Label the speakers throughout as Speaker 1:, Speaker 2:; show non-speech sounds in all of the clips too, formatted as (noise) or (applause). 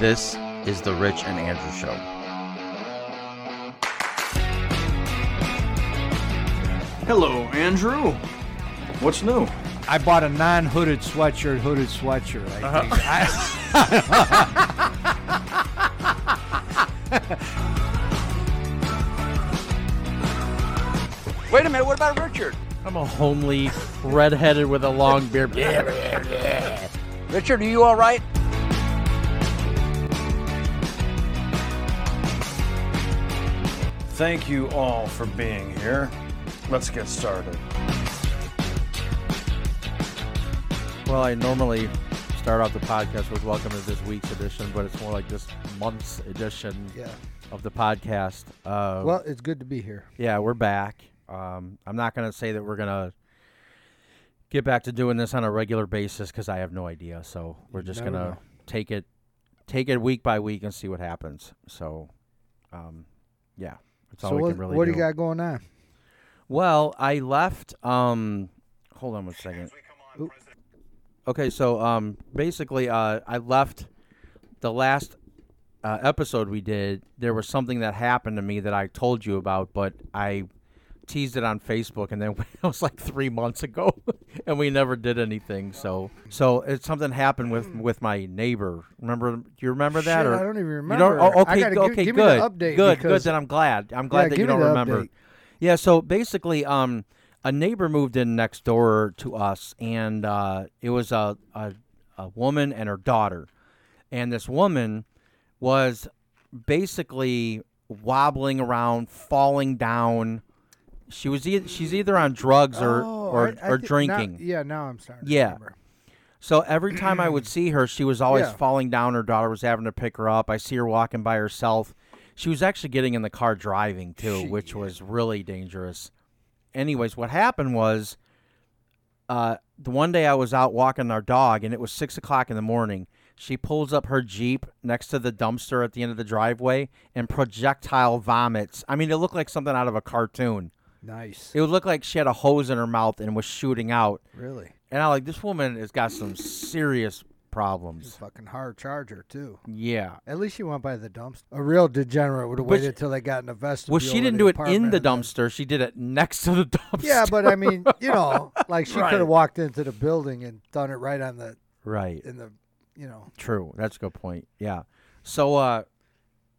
Speaker 1: This is the Rich and Andrew Show.
Speaker 2: Hello, Andrew. What's new?
Speaker 3: I bought a non-hooded sweatshirt, hooded sweatshirt. I
Speaker 2: Wait a minute, what about Richard?
Speaker 4: I'm a homely redheaded with a long beard.
Speaker 2: Richard, are you all right? Thank you all for being here. Let's get started.
Speaker 4: Well, I normally start off the podcast with welcome to this week's edition, but it's more like this month's edition
Speaker 3: Yeah.
Speaker 4: of the podcast. Uh,
Speaker 3: Well, it's good to be here.
Speaker 4: yeah, we're back. Um, I'm not going to say that we're going to get back to doing this on a regular basis because I have no idea. So we're just
Speaker 3: never
Speaker 4: going to
Speaker 3: know.
Speaker 4: take it, take it week by week and see what happens. So, um, yeah, that's all
Speaker 3: so
Speaker 4: we
Speaker 3: what,
Speaker 4: can really
Speaker 3: what
Speaker 4: do.
Speaker 3: do you got going on?
Speaker 4: Well, I left. Um, hold on one second.
Speaker 3: Oop.
Speaker 4: Okay, so um, basically, uh, I left the last uh, episode we did. There was something that happened to me that I told you about, but I teased it on Facebook, and then (laughs) it was like three months ago, (laughs) and we never did anything. So, so it's something happened with with my neighbor. Remember? Do you remember that?
Speaker 3: Shit,
Speaker 4: or
Speaker 3: I don't even
Speaker 4: You don't-
Speaker 3: remember.
Speaker 4: oh,
Speaker 3: I
Speaker 4: okay,
Speaker 3: gotta
Speaker 4: go-
Speaker 3: give-
Speaker 4: okay,
Speaker 3: give me the
Speaker 4: good,
Speaker 3: update
Speaker 4: good, good.
Speaker 3: because-
Speaker 4: Then I'm glad. I'm glad
Speaker 3: Yeah,
Speaker 4: that
Speaker 3: give
Speaker 4: you
Speaker 3: me
Speaker 4: don't
Speaker 3: the
Speaker 4: remember.
Speaker 3: update.
Speaker 4: Yeah, so basically, um, a neighbor moved in next door to us, and uh, it was a, a a woman and her daughter, and this woman was basically wobbling around, falling down. She was e- she's either on drugs or
Speaker 3: Oh,
Speaker 4: or,
Speaker 3: I- I
Speaker 4: or
Speaker 3: thi- now-
Speaker 4: drinking.
Speaker 3: yeah, now I'm starting. to
Speaker 4: Yeah.
Speaker 3: remember.
Speaker 4: So every time I would see her, she was always
Speaker 3: Yeah.
Speaker 4: falling down. Her daughter was having to pick her up. I see her walking by herself. She was actually getting in the car driving too, which was really dangerous. Anyways, what happened was, uh, the one day I was out walking our dog, and it was six o'clock in the morning. She pulls up her jeep next to the dumpster at the end of the driveway and projectile vomits. I mean, it looked like something out of a cartoon.
Speaker 3: Nice.
Speaker 4: It would look like she had a hose in her mouth and was shooting out.
Speaker 3: really.
Speaker 4: And I like this woman has got some serious problems.
Speaker 3: Fucking hard charger too.
Speaker 4: Yeah.
Speaker 3: At least she went by the dumpster. A real degenerate would have waited till they got in the vestibule.
Speaker 4: Well, she
Speaker 3: of
Speaker 4: didn't
Speaker 3: the
Speaker 4: do it in
Speaker 3: apartment
Speaker 4: the
Speaker 3: and then-
Speaker 4: dumpster. She did it next to the (laughs) dumpster.
Speaker 3: Yeah, but I mean, you
Speaker 4: (laughs)
Speaker 3: know, like she could
Speaker 2: Right.
Speaker 3: have walked into the building and done it right on the
Speaker 4: right.
Speaker 3: in the, you know,
Speaker 4: True. That's a good point. Yeah. So uh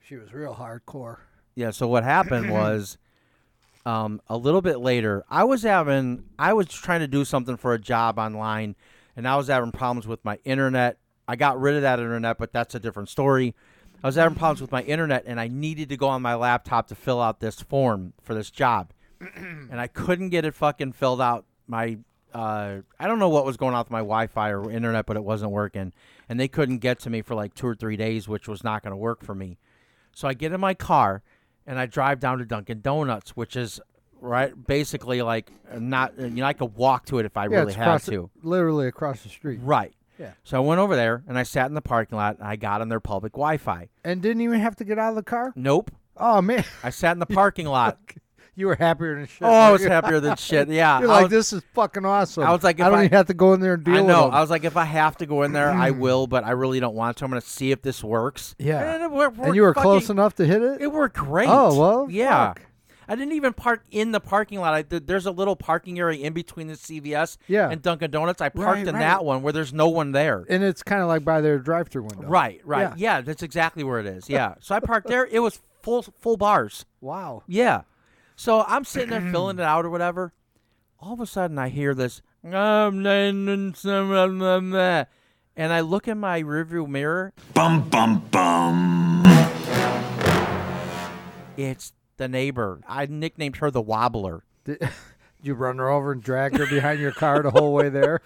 Speaker 3: she was real hardcore.
Speaker 4: yeah, so what
Speaker 3: (clears throat)
Speaker 4: happened was um a little bit later, I was having I was trying to do something for a job online and I was having problems with my internet. I got rid of that internet, but that's a different story. I was having problems with my internet and I needed to go on my laptop to fill out this form for this
Speaker 3: (clears throat)
Speaker 4: job. and I couldn't get it fucking filled out. My uh, I don't know what was going on with my Wi-Fi or internet, but it wasn't working, and they couldn't get to me for like two or three days, which was not going to work for me. So I get in my car and I drive down to Dunkin' Donuts, which is right basically like not you know I could walk to it if I
Speaker 3: Yeah,
Speaker 4: really
Speaker 3: it's
Speaker 4: had
Speaker 3: across
Speaker 4: to.
Speaker 3: The, literally across the street.
Speaker 4: Right.
Speaker 3: Yeah.
Speaker 4: So I went over there and I sat in the parking lot and I got on their public Wi-Fi.
Speaker 3: And didn't even have to get out of the car?
Speaker 4: Nope.
Speaker 3: Oh man,
Speaker 4: I sat in the parking
Speaker 3: (laughs)
Speaker 4: lot.
Speaker 3: you were happier than shit.
Speaker 4: Oh, I
Speaker 3: weren't
Speaker 4: was
Speaker 3: you?
Speaker 4: happier than shit. Yeah.
Speaker 3: You're
Speaker 4: I
Speaker 3: like,
Speaker 4: was-
Speaker 3: this is fucking awesome.
Speaker 4: I was like,
Speaker 3: I
Speaker 4: if
Speaker 3: don't
Speaker 4: I-
Speaker 3: even have to go in there and deal
Speaker 4: I know.
Speaker 3: with 'em.
Speaker 4: I was like, if I have to go in there, I will, but I really don't want to. I'm going to see if this works.
Speaker 3: Yeah.
Speaker 4: And, it worked-
Speaker 3: and you were
Speaker 4: worked
Speaker 3: close
Speaker 4: fucking-
Speaker 3: enough to hit it.
Speaker 4: It worked great.
Speaker 3: Oh, well,
Speaker 4: Yeah.
Speaker 3: fuck.
Speaker 4: I didn't even park in the parking lot. I, th- there's a little parking area in between the CVS
Speaker 3: Yeah.
Speaker 4: and Dunkin' Donuts. I parked
Speaker 3: Right,
Speaker 4: in
Speaker 3: right.
Speaker 4: that one where there's no one there.
Speaker 3: and it's kind of like by their drive-through window.
Speaker 4: right, right. Yeah. that's exactly where it is. Yeah. so I parked there. It was full full bars.
Speaker 3: Wow.
Speaker 4: Yeah. So I'm sitting there filling it out or whatever. All of a sudden, I hear this, "Um, nah, nah, nah, nah, nah, nah," and I look in my rearview mirror.
Speaker 2: Bum, bum, bum.
Speaker 4: It's the neighbor. I nicknamed her the Wobbler.
Speaker 3: Did, you run her over and drag her behind your car the whole
Speaker 4: (laughs)
Speaker 3: way there.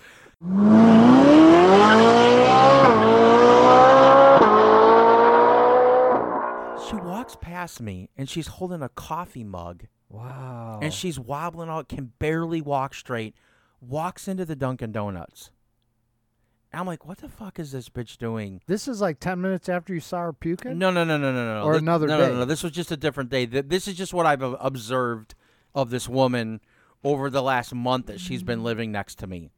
Speaker 4: She walks past me and she's holding a coffee mug
Speaker 3: Wow.
Speaker 4: and she's wobbling out, can barely walk straight. Walks into the Dunkin' Donuts. I'm like, what the fuck is this bitch doing?
Speaker 3: this is like ten minutes after you saw her puking.
Speaker 4: No, no, no, no, no, no.
Speaker 3: Or
Speaker 4: This-
Speaker 3: another
Speaker 4: no, No,
Speaker 3: day.
Speaker 4: no, no. This was just a different day. Th- This is just what I've ob- observed of this woman over the last month that she's been living next to me.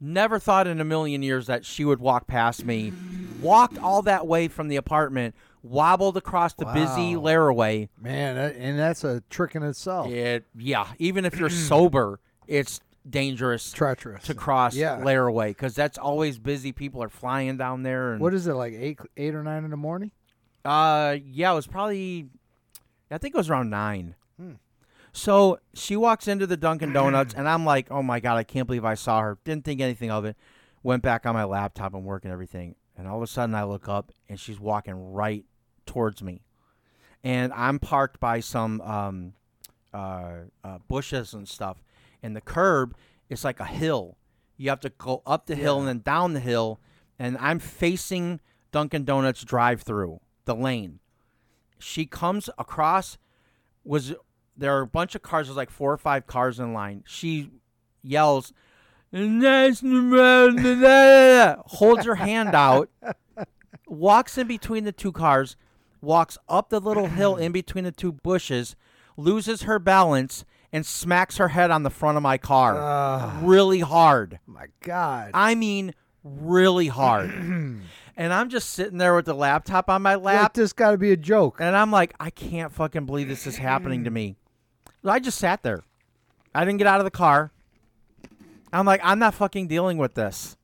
Speaker 4: Never thought in a million years that she would walk past me, walked all that way from the apartment, wobbled across the busy
Speaker 3: Wow. Oh.
Speaker 4: Laraway.
Speaker 3: Man, that, and that's a trick in itself.
Speaker 4: It, yeah, even if you're sober, it's dangerous
Speaker 3: Treacherous.
Speaker 4: to cross
Speaker 3: Yeah.
Speaker 4: Laraway because that's always busy. People are flying down there. And,
Speaker 3: What is it like eight, eight or nine in the morning?
Speaker 4: Uh, yeah, it was probably, I think it was around nine. So she walks into the Dunkin' Donuts, and I'm like, oh my God, I can't believe I saw her. Didn't think anything of it. Went back on my laptop and work and everything. And all of a sudden, I look up, and she's walking right towards me. And I'm parked by some um, uh, uh, bushes and stuff. And the curb is like a hill. You have to go up the hill and then down the hill. And I'm facing Dunkin' Donuts drive through the lane. She comes across, was there are a bunch of cars. There's like four or five cars in line. She yells, "Nice man, da, da, da," holds her hand out, walks in between the two cars, walks up the little hill in between the two bushes, loses her balance, and smacks her head on the front of my car really hard.
Speaker 3: My God.
Speaker 4: I mean, really hard.
Speaker 3: (clears throat)
Speaker 4: and I'm just sitting there with the laptop on my lap.
Speaker 3: Like, this got to be a joke.
Speaker 4: And I'm like, I can't fucking believe this is happening to me. So I just sat there. I didn't get out of the car. I'm like, I'm not fucking dealing with this.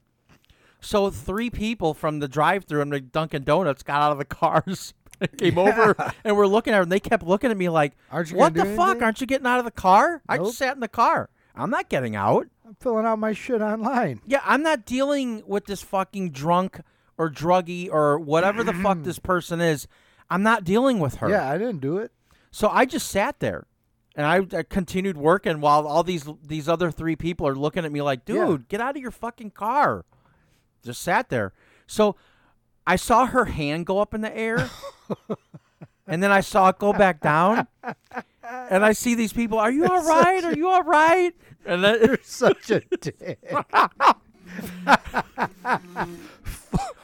Speaker 4: So three people from the drive-through and the Dunkin' Donuts got out of the cars, (laughs) and came over, and were looking at her, and they kept looking at me like,
Speaker 3: Aren't you
Speaker 4: "What the
Speaker 3: gonna do
Speaker 4: fuck?
Speaker 3: anything?"
Speaker 4: Aren't you getting out of the car? I
Speaker 3: Nope.
Speaker 4: just sat in the car. I'm not getting out.
Speaker 3: I'm filling out my shit online.
Speaker 4: Yeah, I'm not dealing with this fucking drunk or druggy or whatever the fuck
Speaker 3: (clears throat)
Speaker 4: this person is. I'm not dealing with her.
Speaker 3: Yeah, I didn't do it.
Speaker 4: So I just sat there, and I, I continued working while all these these other three people are looking at me like, "Dude,
Speaker 3: Yeah.
Speaker 4: get out of your fucking car!" Just sat there. So I saw her hand go up in the
Speaker 3: (laughs)
Speaker 4: air, and then I saw it go back down, and I see these people. Are you all right? Are you all right? And then,
Speaker 3: Such a dick.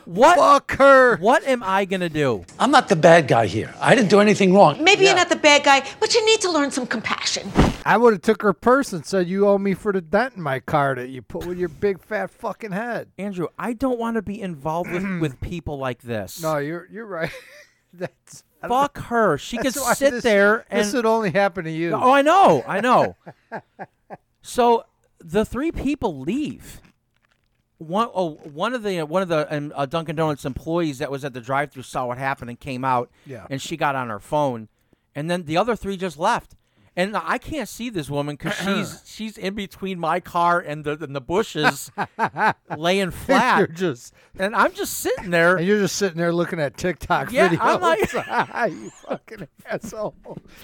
Speaker 4: what
Speaker 3: Fuck her.
Speaker 4: what am I gonna do?
Speaker 5: I'm not the bad guy here. I didn't do anything wrong.
Speaker 6: Maybe you're not the bad guy, but you need to learn some compassion.
Speaker 3: I would have took her purse and said, "You owe me for the dent in my car that you put with your big fat fucking head."
Speaker 4: Andrew, I don't want to be involved
Speaker 3: (clears throat)
Speaker 4: with, with people like this.
Speaker 3: No, you're you're right. (laughs) that's I don't-
Speaker 4: Fuck her.
Speaker 3: (laughs)
Speaker 4: She could
Speaker 3: that's why
Speaker 4: sit
Speaker 3: this-
Speaker 4: there and
Speaker 3: (laughs) this would only happen to you.
Speaker 4: Oh, I know, I
Speaker 3: (laughs)
Speaker 4: know. so the three people leave. One, oh, one of the one of the um, uh, Dunkin' Donuts employees that was at the drive-through saw what happened and came out.
Speaker 3: Yeah.
Speaker 4: And she got on her phone, and then the other three just left. And I can't see this woman
Speaker 3: (clears throat)
Speaker 4: because she's she's in between my car and the and the
Speaker 3: (laughs)
Speaker 4: bushes, laying
Speaker 3: you're
Speaker 4: flat.
Speaker 3: just
Speaker 4: and I'm just sitting there.
Speaker 3: and you're just sitting there looking at TikTok
Speaker 4: Yeah,
Speaker 3: videos. Ah,
Speaker 4: I'm like-
Speaker 3: (laughs) you fucking asshole.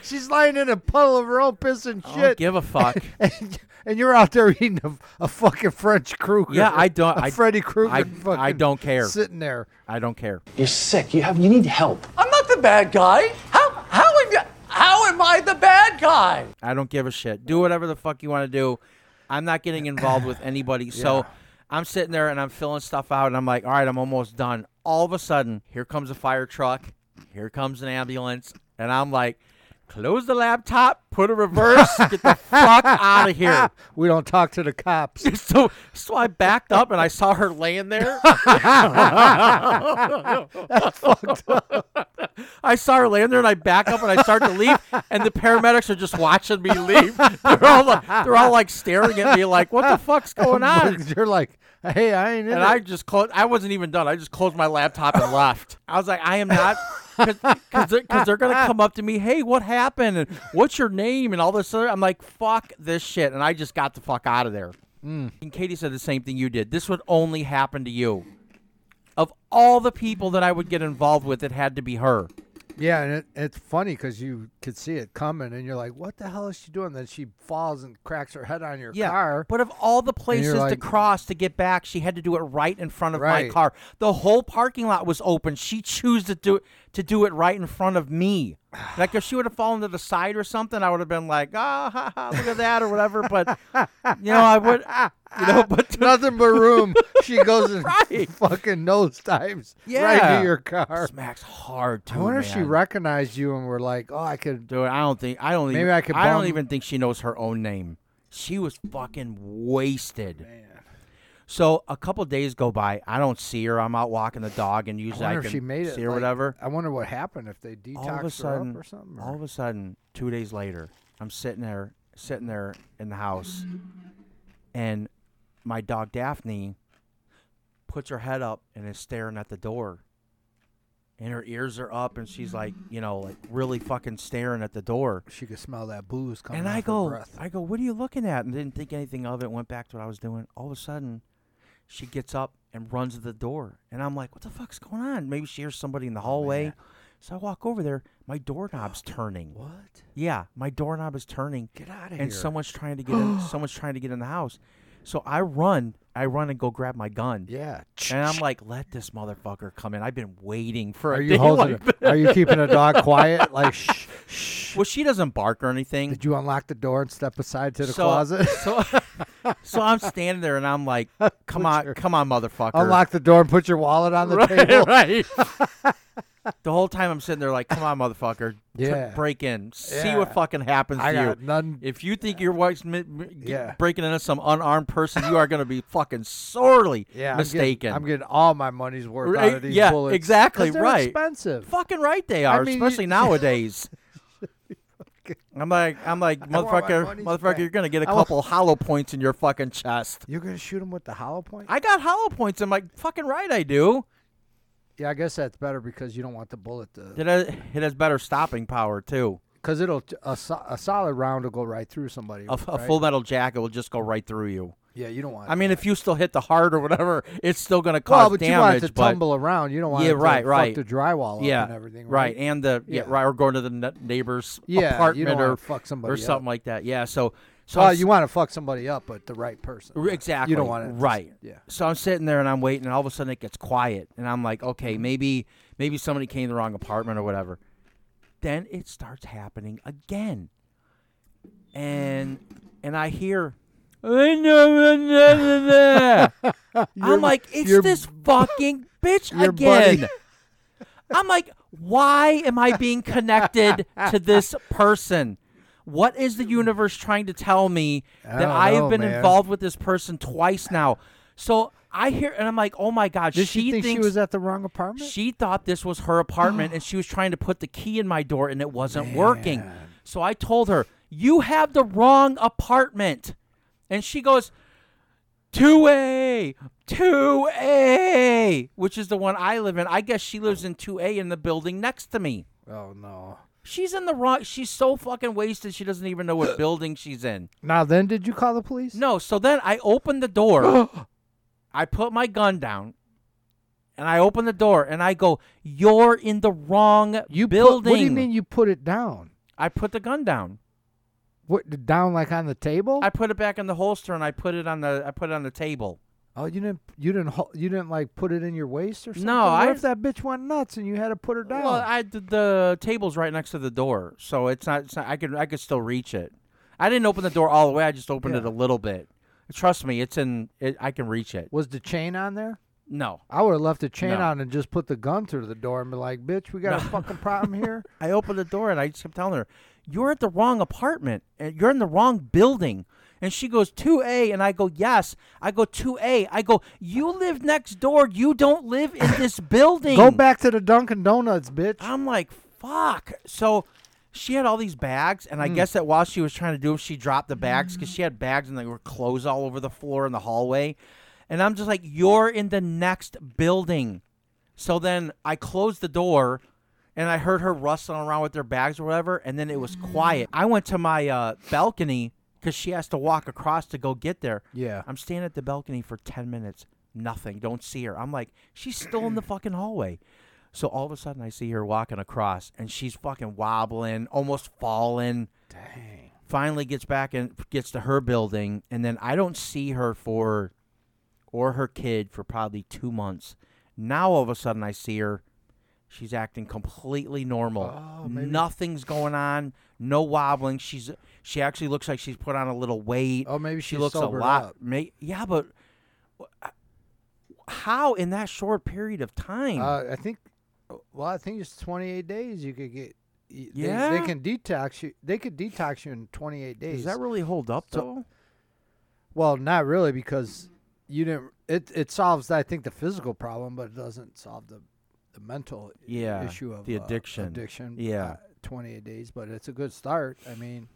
Speaker 3: She's lying in a puddle of her own piss and
Speaker 4: I don't
Speaker 3: shit.
Speaker 4: give a fuck.
Speaker 3: (laughs) and, and you're out there eating a, a fucking French Krueger.
Speaker 4: Yeah, I don't-
Speaker 3: A
Speaker 4: I-
Speaker 3: Freddy Krueger.
Speaker 4: I-
Speaker 3: fucking
Speaker 4: I don't care.
Speaker 3: Sitting there.
Speaker 4: I don't care.
Speaker 5: You're sick. You have. You need help. I'm not the bad guy. How? How am you? How am I the bad guy?
Speaker 4: I don't give a shit. Do whatever the fuck you want to do. I'm not getting involved with anybody. So I'm sitting there and I'm filling stuff out and I'm like, all right, I'm almost done. All of a sudden, here comes a fire truck. Here comes an ambulance. And I'm like, close the laptop, put a reverse, get the fuck out of here.
Speaker 3: We don't talk to
Speaker 4: (laughs)
Speaker 3: the cops.
Speaker 4: So, so I backed up and I saw her laying there. I saw her laying there and I back up and I start to leave, and the paramedics are just watching me leave. (laughs) They're all like, they're all like staring at me like, what the fuck's going on?
Speaker 3: (laughs) You're like, hey, I ain't in
Speaker 4: And
Speaker 3: it.
Speaker 4: I just closed. I wasn't even done. I just closed my laptop and left. I was like, I am not, because they're, 'cause they're gonna come up to me. Hey, what happened? And what's your name? And all this other. I'm like, fuck this shit. And I just got the fuck out of there. And Katie said the same thing you did. This would only happen to you. Of all the people that I would get involved with, it had to be her.
Speaker 3: Yeah, and it, it's funny because you could see it coming, and you're like, "What the hell is she doing?" Then she falls and cracks her head on your
Speaker 4: (laughs)
Speaker 3: car. (laughs)
Speaker 4: But of all the places to
Speaker 3: like-
Speaker 4: cross to get back, she had to do it right in front of my
Speaker 3: Right.
Speaker 4: car. The whole parking lot was open. She chose to do to do it right in front of me. (sighs) Like if she would have fallen to the side or something, I would have been like, "Ah, ha, ha, look at that" or whatever. But you know, I would, you
Speaker 3: (laughs)
Speaker 4: know, but to-
Speaker 3: Nothing but
Speaker 4: (laughs)
Speaker 3: room. she goes and
Speaker 4: Right.
Speaker 3: (laughs) fucking nosedives right
Speaker 4: Yeah.
Speaker 3: to your car.
Speaker 4: smacks hard too.
Speaker 3: I wonder if she
Speaker 4: man.
Speaker 3: recognized you and were like, "Oh, I could."
Speaker 4: Dude, I don't think I don't.
Speaker 3: Maybe
Speaker 4: even,
Speaker 3: I could
Speaker 4: don't
Speaker 3: bum-
Speaker 4: even think she knows her own name. She was fucking wasted. So a couple days go by. I don't see her. I'm out walking the dog, and
Speaker 3: I
Speaker 4: usually I,
Speaker 3: wonder
Speaker 4: can
Speaker 3: if she made it.
Speaker 4: see her
Speaker 3: like-
Speaker 4: whatever.
Speaker 3: I wonder what happened if they
Speaker 4: all of a
Speaker 3: detoxed
Speaker 4: sudden,
Speaker 3: her up or something. or-
Speaker 4: all of a sudden, two days later, I'm sitting there, sitting there in the house, and my dog Daphne puts her head up and is staring at the door, and her ears are up, and she's like, you know, like really fucking staring at the door.
Speaker 3: she could smell that booze coming.
Speaker 4: And I
Speaker 3: off her
Speaker 4: go,
Speaker 3: breath.
Speaker 4: I go, what are you looking at? And didn't think anything of it. Went back to what I was doing. All of a sudden, she gets up and runs to the door, and I'm like, what the fuck's going on? Maybe she hears somebody
Speaker 3: Oh,
Speaker 4: in the hallway. so I walk over there. My
Speaker 3: (gasps)
Speaker 4: doorknob's turning.
Speaker 3: what?
Speaker 4: Yeah, my doorknob is turning.
Speaker 3: Get outta
Speaker 4: And
Speaker 3: here.
Speaker 4: someone's trying
Speaker 3: (gasps)
Speaker 4: to get in. someone's trying to get in the house. So I run. I run and go grab my gun.
Speaker 3: Yeah.
Speaker 4: And I'm like, let this motherfucker come in. I've been waiting for.
Speaker 3: Are
Speaker 4: a
Speaker 3: you
Speaker 4: day (laughs)
Speaker 3: holding?
Speaker 4: like
Speaker 3: a- Are you keeping
Speaker 4: (laughs)
Speaker 3: a dog quiet? Like, shh,
Speaker 4: this." Well, she doesn't bark or anything.
Speaker 3: did you unlock the door and step aside to the
Speaker 4: so, (laughs)
Speaker 3: closet? (laughs)
Speaker 4: so, so I'm standing there and I'm like, come on, come on, motherfucker. (laughs)
Speaker 3: Unlock the door and put your wallet on the table.
Speaker 4: right,
Speaker 3: (laughs)
Speaker 4: right. the whole time I'm sitting there like, come on, motherfucker. T-
Speaker 3: Yeah.
Speaker 4: break in. See
Speaker 3: Yeah.
Speaker 4: what fucking happens
Speaker 3: I
Speaker 4: to
Speaker 3: got
Speaker 4: you.
Speaker 3: none-
Speaker 4: If you think your wife's mi- mi- g-
Speaker 3: Yeah.
Speaker 4: breaking into some unarmed person, you are going to be fucking sorely
Speaker 3: (laughs) Yeah, I'm getting-
Speaker 4: mistaken.
Speaker 3: I'm getting, all my money's worth out
Speaker 4: Right,
Speaker 3: of these
Speaker 4: yeah,
Speaker 3: bullets. 'Cause
Speaker 4: exactly
Speaker 3: they're
Speaker 4: right.
Speaker 3: Expensive.
Speaker 4: Fucking right they are,
Speaker 3: mean, you-
Speaker 4: especially nowadays.
Speaker 3: (laughs)
Speaker 4: I'm like, I'm like,
Speaker 3: want my
Speaker 4: motherfucker,
Speaker 3: money's
Speaker 4: motherfucker,
Speaker 3: back.
Speaker 4: you're gonna get a
Speaker 3: I want-
Speaker 4: couple hollow points in your fucking chest.
Speaker 3: You're gonna shoot him with the hollow point?
Speaker 4: I got hollow points. I'm like, fucking right, I do.
Speaker 3: yeah, I guess that's better because you don't want the bullet to.
Speaker 4: It has, it has better stopping power too.
Speaker 3: Because it'll a, so- a solid round will go right through somebody.
Speaker 4: A, f- a
Speaker 3: right?
Speaker 4: full metal jacket will just go right through you.
Speaker 3: Yeah, you don't want.
Speaker 4: I mean, if you still hit the heart or whatever, it's still gonna cause
Speaker 3: well, but you want
Speaker 4: damage.
Speaker 3: it to
Speaker 4: but
Speaker 3: tumble around. You don't want
Speaker 4: Yeah,
Speaker 3: it to
Speaker 4: right,
Speaker 3: fuck
Speaker 4: right.
Speaker 3: the drywall up
Speaker 4: yeah,
Speaker 3: and everything.
Speaker 4: right? And the yeah,
Speaker 3: Yeah.
Speaker 4: right, or going to the ne- neighbor's
Speaker 3: Yeah, you don't
Speaker 4: apartment
Speaker 3: wanna
Speaker 4: or
Speaker 3: fuck somebody
Speaker 4: or
Speaker 3: up.
Speaker 4: something like that. Yeah, so so
Speaker 3: well,
Speaker 4: I'm
Speaker 3: you want to fuck somebody up, but the right person.
Speaker 4: R- Exactly.
Speaker 3: You don't want it.
Speaker 4: Right.
Speaker 3: Yeah.
Speaker 4: So I'm sitting there and I'm waiting, and all of a sudden it gets quiet, and I'm like, okay, maybe maybe somebody came to the wrong apartment or whatever. Then it starts happening again, and and I hear. (laughs) I'm like, it's
Speaker 3: your-
Speaker 4: this fucking bitch
Speaker 3: your buddy-
Speaker 4: again. I'm like, why am I being connected to this person? What is the universe trying to tell me that
Speaker 3: don't
Speaker 4: I have
Speaker 3: know,
Speaker 4: been
Speaker 3: man.
Speaker 4: involved with this person twice now? So I hear, and I'm like, oh my god,
Speaker 3: Did she, think
Speaker 4: thinks
Speaker 3: she was at the wrong apartment?
Speaker 4: she thought this was her apartment, and she was trying to put the key in my door, and it wasn't working. So I told her, "You have the wrong apartment," and she goes, two A, two A," which is the one I live in. I guess she lives in two A in the building next to me.
Speaker 3: oh no.
Speaker 4: She's in the wrong. She's so fucking wasted. She doesn't even know what building she's in.
Speaker 3: Now then, did you call the police?
Speaker 4: No, so then I open the door.
Speaker 3: (gasps)
Speaker 4: I put my gun down. And I open the door and I go, "You're in the wrong
Speaker 3: You put-
Speaker 4: building."
Speaker 3: what do you mean you put it down?
Speaker 4: I put the gun down.
Speaker 3: What down like on the table?
Speaker 4: I put it back in the holster and I put it on the I put it on the table.
Speaker 3: oh, you didn't. You didn't. hol- You didn't like put it in your waist or something.
Speaker 4: I-
Speaker 3: What if that bitch went nuts and you had to put her down?
Speaker 4: Well, I the, the table's right next to the door, so it's not, it's not. I could I could still reach it. I didn't open the door all the way. I just opened it
Speaker 3: Yeah.
Speaker 4: a little bit. Trust me, it's in. It, I can reach it.
Speaker 3: was the chain on there?
Speaker 4: No,
Speaker 3: I would have left the chain
Speaker 4: No.
Speaker 3: on and just put the gun through the door and be like, "Bitch, we got a fucking problem
Speaker 4: (laughs)
Speaker 3: here."
Speaker 4: I opened the door and I just kept telling her, "You're at the wrong apartment. And you're in the wrong building." And she goes, "2A." And I go, "Yes." I go, "2A." I go, "You live next door. You don't live
Speaker 3: (laughs)
Speaker 4: in this building."
Speaker 3: Go back to the Dunkin' Donuts, bitch.
Speaker 4: I'm like, "Fuck." So she had all these bags, and I
Speaker 3: Mm.
Speaker 4: guess that while she was trying to do it, she dropped the bags because she had bags and they were clothes all over the floor in the hallway. And I'm just like, "You're in the next building." So then I closed the door and I heard her rustling around with their bags or whatever, and then it was quiet. I went to my uh, balcony because she has to walk across to go get there.
Speaker 3: Yeah.
Speaker 4: I'm standing at the balcony for 10 minutes, nothing, don't see her. I'm like, she's still in the fucking hallway. So all of a sudden, I see her walking across, and she's fucking wobbling, almost falling. Dang. Finally gets back and gets to her building, and then I don't see her for or her kid for probably two months. Now all of a sudden I see her. She's acting completely normal.
Speaker 3: Oh,
Speaker 4: Nothing's going on. No wobbling. She's she actually looks like she's put on a little weight.
Speaker 3: Oh, maybe
Speaker 4: she
Speaker 3: she's
Speaker 4: looks a
Speaker 3: sobered
Speaker 4: lot.
Speaker 3: up.
Speaker 4: May, yeah, but wh- how in that short period of time?
Speaker 3: Uh, I think. Well, I think it's 28 days. You could get. y- they- They,
Speaker 4: Yeah.
Speaker 3: can detox you. They could detox you in 28 days.
Speaker 4: Does that really hold up
Speaker 3: so-
Speaker 4: though?
Speaker 3: Well, not really because you didn't. it it solves I think the physical problem, but it doesn't solve the the mental i-
Speaker 4: Yeah,
Speaker 3: issue of
Speaker 4: the
Speaker 3: uh,
Speaker 4: addiction.
Speaker 3: addiction.
Speaker 4: Yeah.
Speaker 3: uh, 28 days, but it's a good start. I mean,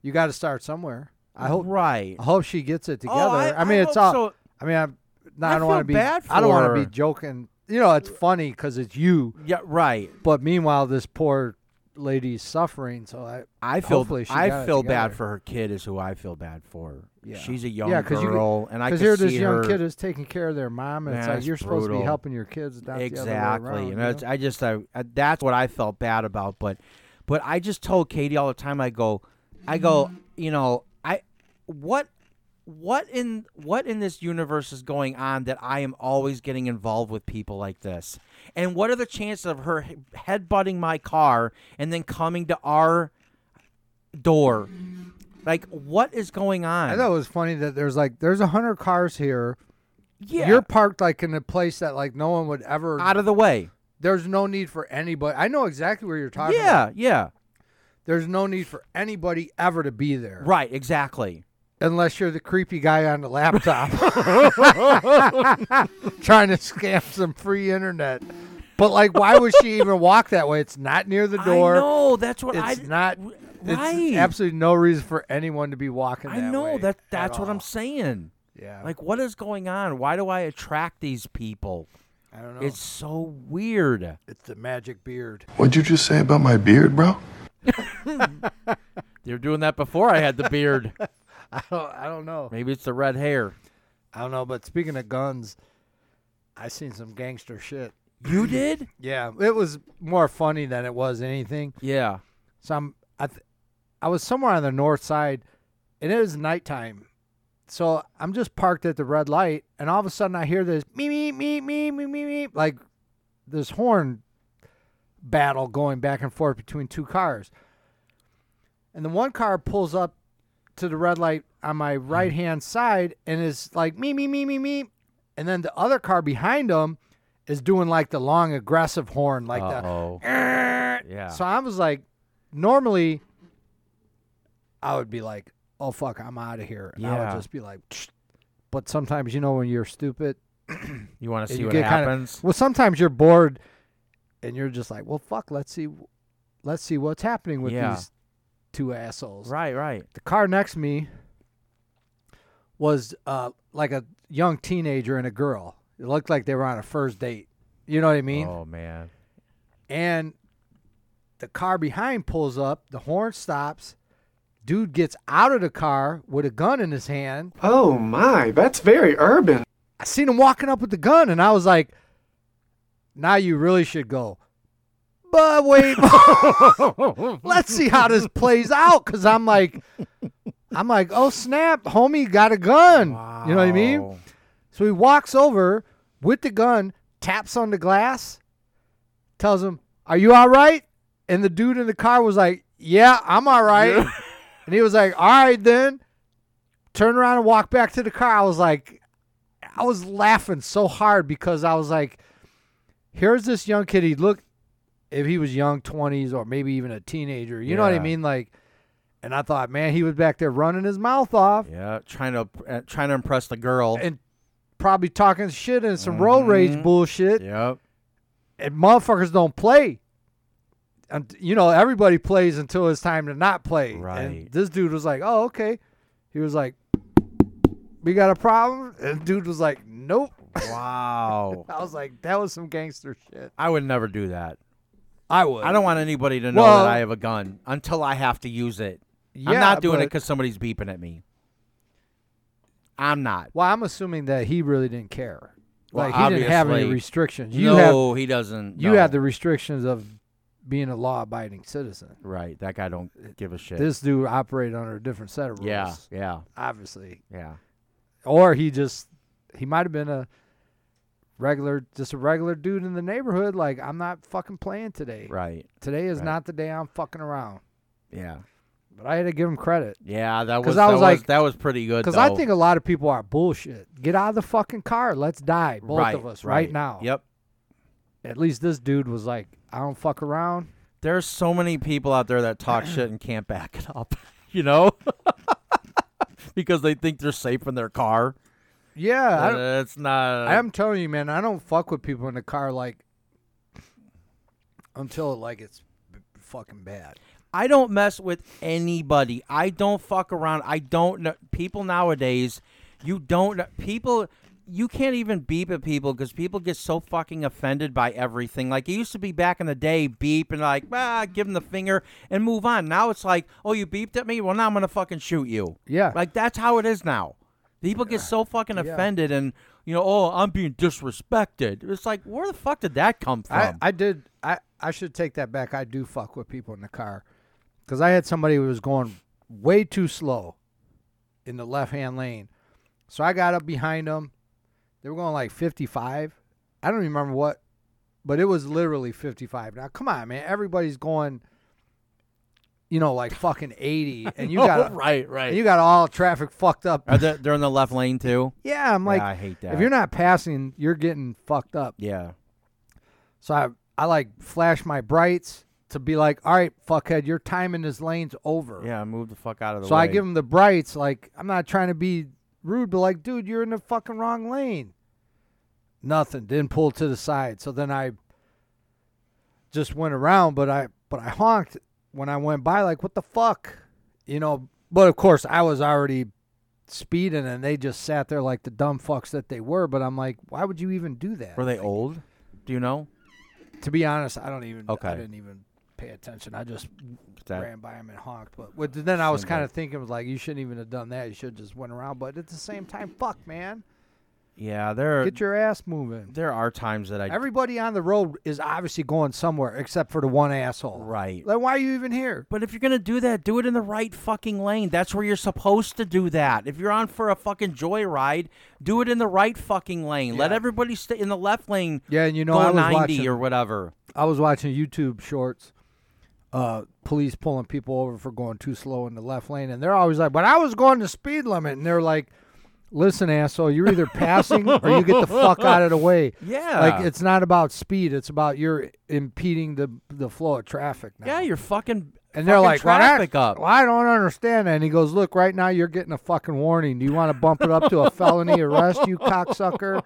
Speaker 3: you got to start somewhere. I hope
Speaker 4: Right.
Speaker 3: I hope she gets it together.
Speaker 4: Oh, I-
Speaker 3: I, mean,
Speaker 4: I
Speaker 3: it's
Speaker 4: hope
Speaker 3: all.
Speaker 4: so.
Speaker 3: I mean, I'm. No,
Speaker 4: I
Speaker 3: I, don't want
Speaker 4: feel
Speaker 3: to be.
Speaker 4: bad
Speaker 3: I don't want to
Speaker 4: for-
Speaker 3: be joking. You know, it's funny because it's you.
Speaker 4: Yeah. Right.
Speaker 3: But meanwhile, this poor lady's suffering. So I,
Speaker 4: I feel
Speaker 3: Hopefully she got
Speaker 4: I
Speaker 3: it
Speaker 4: feel bad
Speaker 3: together.
Speaker 4: for her kid is who I feel bad for.
Speaker 3: Yeah.
Speaker 4: She's a young
Speaker 3: yeah, because you,
Speaker 4: girl, and I
Speaker 3: because
Speaker 4: could
Speaker 3: here
Speaker 4: see
Speaker 3: this young
Speaker 4: her
Speaker 3: kid is taking care of their mom, and it's
Speaker 4: Man,
Speaker 3: like
Speaker 4: it's
Speaker 3: you're supposed to be
Speaker 4: brutal.
Speaker 3: helping your kids. Not
Speaker 4: exactly.
Speaker 3: The other way around,
Speaker 4: and
Speaker 3: you know?
Speaker 4: that's, I just I, I- that's what I felt bad about. But but I just told Katie all the time. I go, I go. You know, I what what in what in this universe is going on that I am always getting involved with people like this? And what are the chances of her he- headbutting my car and then coming to our door? Like, what is going on?
Speaker 3: I thought it was funny that there's like there's a hundred cars here.
Speaker 4: yeah,
Speaker 3: You're parked like in a place that like no one would ever.
Speaker 4: out of the way.
Speaker 3: there's no need for anybody. I know exactly where you're talking. about.
Speaker 4: Yeah, yeah,
Speaker 3: There's no need for anybody ever to be there.
Speaker 4: right, exactly.
Speaker 3: unless you're the creepy guy on the
Speaker 4: (laughs)
Speaker 3: laptop (laughs) trying to scam some free internet. But like, why would she even walk that way? It's not near the door.
Speaker 4: I know that's what I
Speaker 3: It's not.
Speaker 4: w-
Speaker 3: It's
Speaker 4: right.
Speaker 3: absolutely no reason for anyone to be walking.
Speaker 4: I
Speaker 3: that
Speaker 4: know
Speaker 3: way
Speaker 4: that
Speaker 3: at
Speaker 4: that's what
Speaker 3: all.
Speaker 4: I'm saying.
Speaker 3: Yeah.
Speaker 4: Like what is going on? Why do I attract these people?
Speaker 3: I don't know.
Speaker 4: It's so weird.
Speaker 3: it's the magic beard. (laughs)
Speaker 7: What'd you just say about my beard, bro?
Speaker 4: They were doing that before I had the
Speaker 3: (laughs)
Speaker 4: beard.
Speaker 3: I don't. I don't know.
Speaker 4: Maybe it's the red hair.
Speaker 3: I don't know. But speaking of guns, I seen some gangster shit.
Speaker 4: You did?
Speaker 3: Yeah, it was more funny than it was anything.
Speaker 4: Yeah.
Speaker 3: So I'm, I, th- I was somewhere on the north side, and it is nighttime. So I'm just parked at the red light, and all of a sudden I hear this me me me me me me me like this horn battle going back and forth between two cars. And the one car pulls up to the red light on my right hand side and is like me me me me me, and then the other car behind them is doing like the long aggressive horn like the (laughs)
Speaker 4: oh. yeah.
Speaker 3: so I was like, normally, I would be like, "Oh fuck, I'm out of here," and I
Speaker 4: Yeah.
Speaker 3: would just be like, "Psh." but sometimes you know when you're stupid,
Speaker 4: you want to
Speaker 3: and
Speaker 4: see
Speaker 3: you
Speaker 4: what
Speaker 3: get kinda- (laughs)
Speaker 4: happens?
Speaker 3: well, sometimes you're bored, and you're just like, "Well, fuck, let's see, let's see what's happening with
Speaker 4: Yeah.
Speaker 3: these two assholes."
Speaker 4: Right, right.
Speaker 3: The car next to me was uh, like a young teenager and a girl. It looked like they were on a first date. You know what I mean?
Speaker 4: Oh
Speaker 3: (laughs)
Speaker 4: man.
Speaker 3: and the car behind pulls up, the horn stops, dude gets out of the car with a gun in his hand.
Speaker 8: Oh my, that's very urban.
Speaker 3: I seen him walking up with the gun and I was like, now you really should go. But wait, (laughs) let's see how this plays out. Cause I'm like, I'm like, oh snap, homie got a gun. You know what I mean?
Speaker 4: Wow.
Speaker 3: So he walks over with the gun, taps on the glass, tells him, Are you all right? And the dude in the car was like, Yeah, I'm all right. (laughs) and he was like, All right, then. Turn around and walk back to the car. I was like, I was laughing so hard because I was like, Here's this young kid. He looked, if he was young, 20s or maybe even a teenager, you know what I
Speaker 4: Yeah.
Speaker 3: mean? Like, and I thought, man, he was back there running his mouth off
Speaker 4: Yeah, trying to uh, trying to impress the girl.
Speaker 3: and probably talking shit and some road rage
Speaker 4: Mhm.
Speaker 3: bullshit. (laughs)
Speaker 4: yep.
Speaker 3: And motherfuckers don't play. And you know, everybody plays until it's time to not play. And
Speaker 4: Right.
Speaker 3: this dude was like, "Oh, okay." He was like, "We got a problem," and dude was like, "Nope."
Speaker 4: Wow.
Speaker 3: I was like, "That was some gangster shit."
Speaker 4: I would never do that.
Speaker 3: I would.
Speaker 4: I don't want anybody to know
Speaker 3: Well-
Speaker 4: that I have a gun until I have to use it. I'm
Speaker 3: Yeah,
Speaker 4: not doing it
Speaker 3: but-
Speaker 4: because somebody's beeping at me. I'm not.
Speaker 3: Well, I'm assuming that he really didn't care.
Speaker 4: Well,
Speaker 3: like he didn't have any
Speaker 4: obviously,
Speaker 3: restrictions. You have
Speaker 4: no, he doesn't.
Speaker 3: you
Speaker 4: no.
Speaker 3: have the restrictions of being a law-abiding citizen.
Speaker 4: right. That guy don't give a shit.
Speaker 3: This dude operated under a different set of rules.
Speaker 4: yeah, yeah,
Speaker 3: obviously.
Speaker 4: yeah.
Speaker 3: Or he just he might have been a regular just a regular dude in the neighborhood like I'm not fucking playing today.
Speaker 4: Right.
Speaker 3: Today is
Speaker 4: right.
Speaker 3: not the day I'm fucking around.
Speaker 4: Yeah,
Speaker 3: But I had to give him credit
Speaker 4: yeah. That
Speaker 3: 'Cause
Speaker 4: was.
Speaker 3: I
Speaker 4: that
Speaker 3: was like-
Speaker 4: that was pretty good.
Speaker 3: cuz I
Speaker 4: though.
Speaker 3: think a lot of people are bullshit. Get out of the fucking car. Let's die both
Speaker 4: right,
Speaker 3: of us right, now.
Speaker 4: Yep.
Speaker 3: At least this dude was like I don't fuck around.
Speaker 4: There's so many people out there that talk shit and can't back (laughs) it up. You know, because they think they're safe in their car.
Speaker 3: Yeah, I, don't-
Speaker 4: That's not.
Speaker 3: I'm telling you, man. I don't fuck with people in the car like until like it's b- fucking bad.
Speaker 4: I don't mess with anybody. I don't fuck around. I don't know people nowadays. You don't kn- people. You can't even beep at people because people get so fucking offended by everything. Like it used to be back in the day, beep and like, ah, give them the finger and move on. Now it's like, oh, you beeped at me. Well, now I'm gonna fucking shoot you.
Speaker 3: Yeah.
Speaker 4: like that's how it is now. People get so fucking offended and you know, oh, I'm being disrespected. It's like, where the fuck did that come from?
Speaker 3: I, I did. I, I should take that back. I do fuck with people in the car because I had somebody who was going way too slow in the left hand lane. So I got up behind them. They were going like 55. I don't even remember what, but it was literally 55. Now, come on, man. Everybody's going, you know, like fucking
Speaker 4: (laughs)
Speaker 3: 80. And you
Speaker 4: Oh,
Speaker 3: (laughs) got
Speaker 4: right, right.
Speaker 3: and you got all traffic fucked up.
Speaker 4: Are they, they're in the left lane too.
Speaker 3: yeah, I'm like,
Speaker 4: I hate that.
Speaker 3: If you're not passing, you're getting fucked up.
Speaker 4: Yeah.
Speaker 3: So I, I like flash my brights to be like, all right, fuckhead, your time in this lane's over.
Speaker 4: Yeah, move the fuck out of the
Speaker 3: So
Speaker 4: way.
Speaker 3: I give him the brights. Like I'm not trying to be rude, but like, dude, you're in the fucking wrong lane. Nothing. Didn't pull to the side. So then I just went around, but I but I honked when I went by. Like what the fuck, you know? But of course I was already speeding, and they just sat there like the dumb fucks that they were. But I'm like, why would you even do that?
Speaker 4: Were they old? Do you know?
Speaker 3: To be honest, I don't even.
Speaker 4: Okay.
Speaker 3: I didn't even pay attention. I just
Speaker 4: That-
Speaker 3: ran by him and honked. But, but then I was kind of thinking, was like, you shouldn't even have done that. You should have just went around. But at the same time, fuck, man,
Speaker 4: Yeah, there.
Speaker 3: get your ass moving.
Speaker 4: there are times that I.
Speaker 3: Everybody on the road is obviously going somewhere except for the one asshole.
Speaker 4: Right.
Speaker 3: Then why are you even here?
Speaker 4: but if you're gonna do that, do it in the right fucking lane. That's where you're supposed to do that. If you're on for a fucking joyride, do it in the right fucking lane. Let everybody stay in the left lane.
Speaker 3: Yeah, and you know,
Speaker 4: go
Speaker 3: I was
Speaker 4: 90
Speaker 3: watching-
Speaker 4: or whatever.
Speaker 3: I was watching YouTube shorts. Uh, police pulling people over for going too slow in the left lane, and they're always like, "But I was going the speed limit," and they're like, "Listen, asshole, you're either passing or you get the fuck out of the way."
Speaker 4: (laughs) Yeah.
Speaker 3: like it's not about speed; it's about you're impeding the the flow of traffic. Now.
Speaker 4: Yeah, you're fucking.
Speaker 3: and they're
Speaker 4: fucking
Speaker 3: like, "Well,
Speaker 4: traffic
Speaker 3: I,
Speaker 4: up.
Speaker 3: well, I don't understand that." And he goes, "Look, right now you're getting a fucking warning. Do you want to bump it up to a felony arrest, you cocksucker?"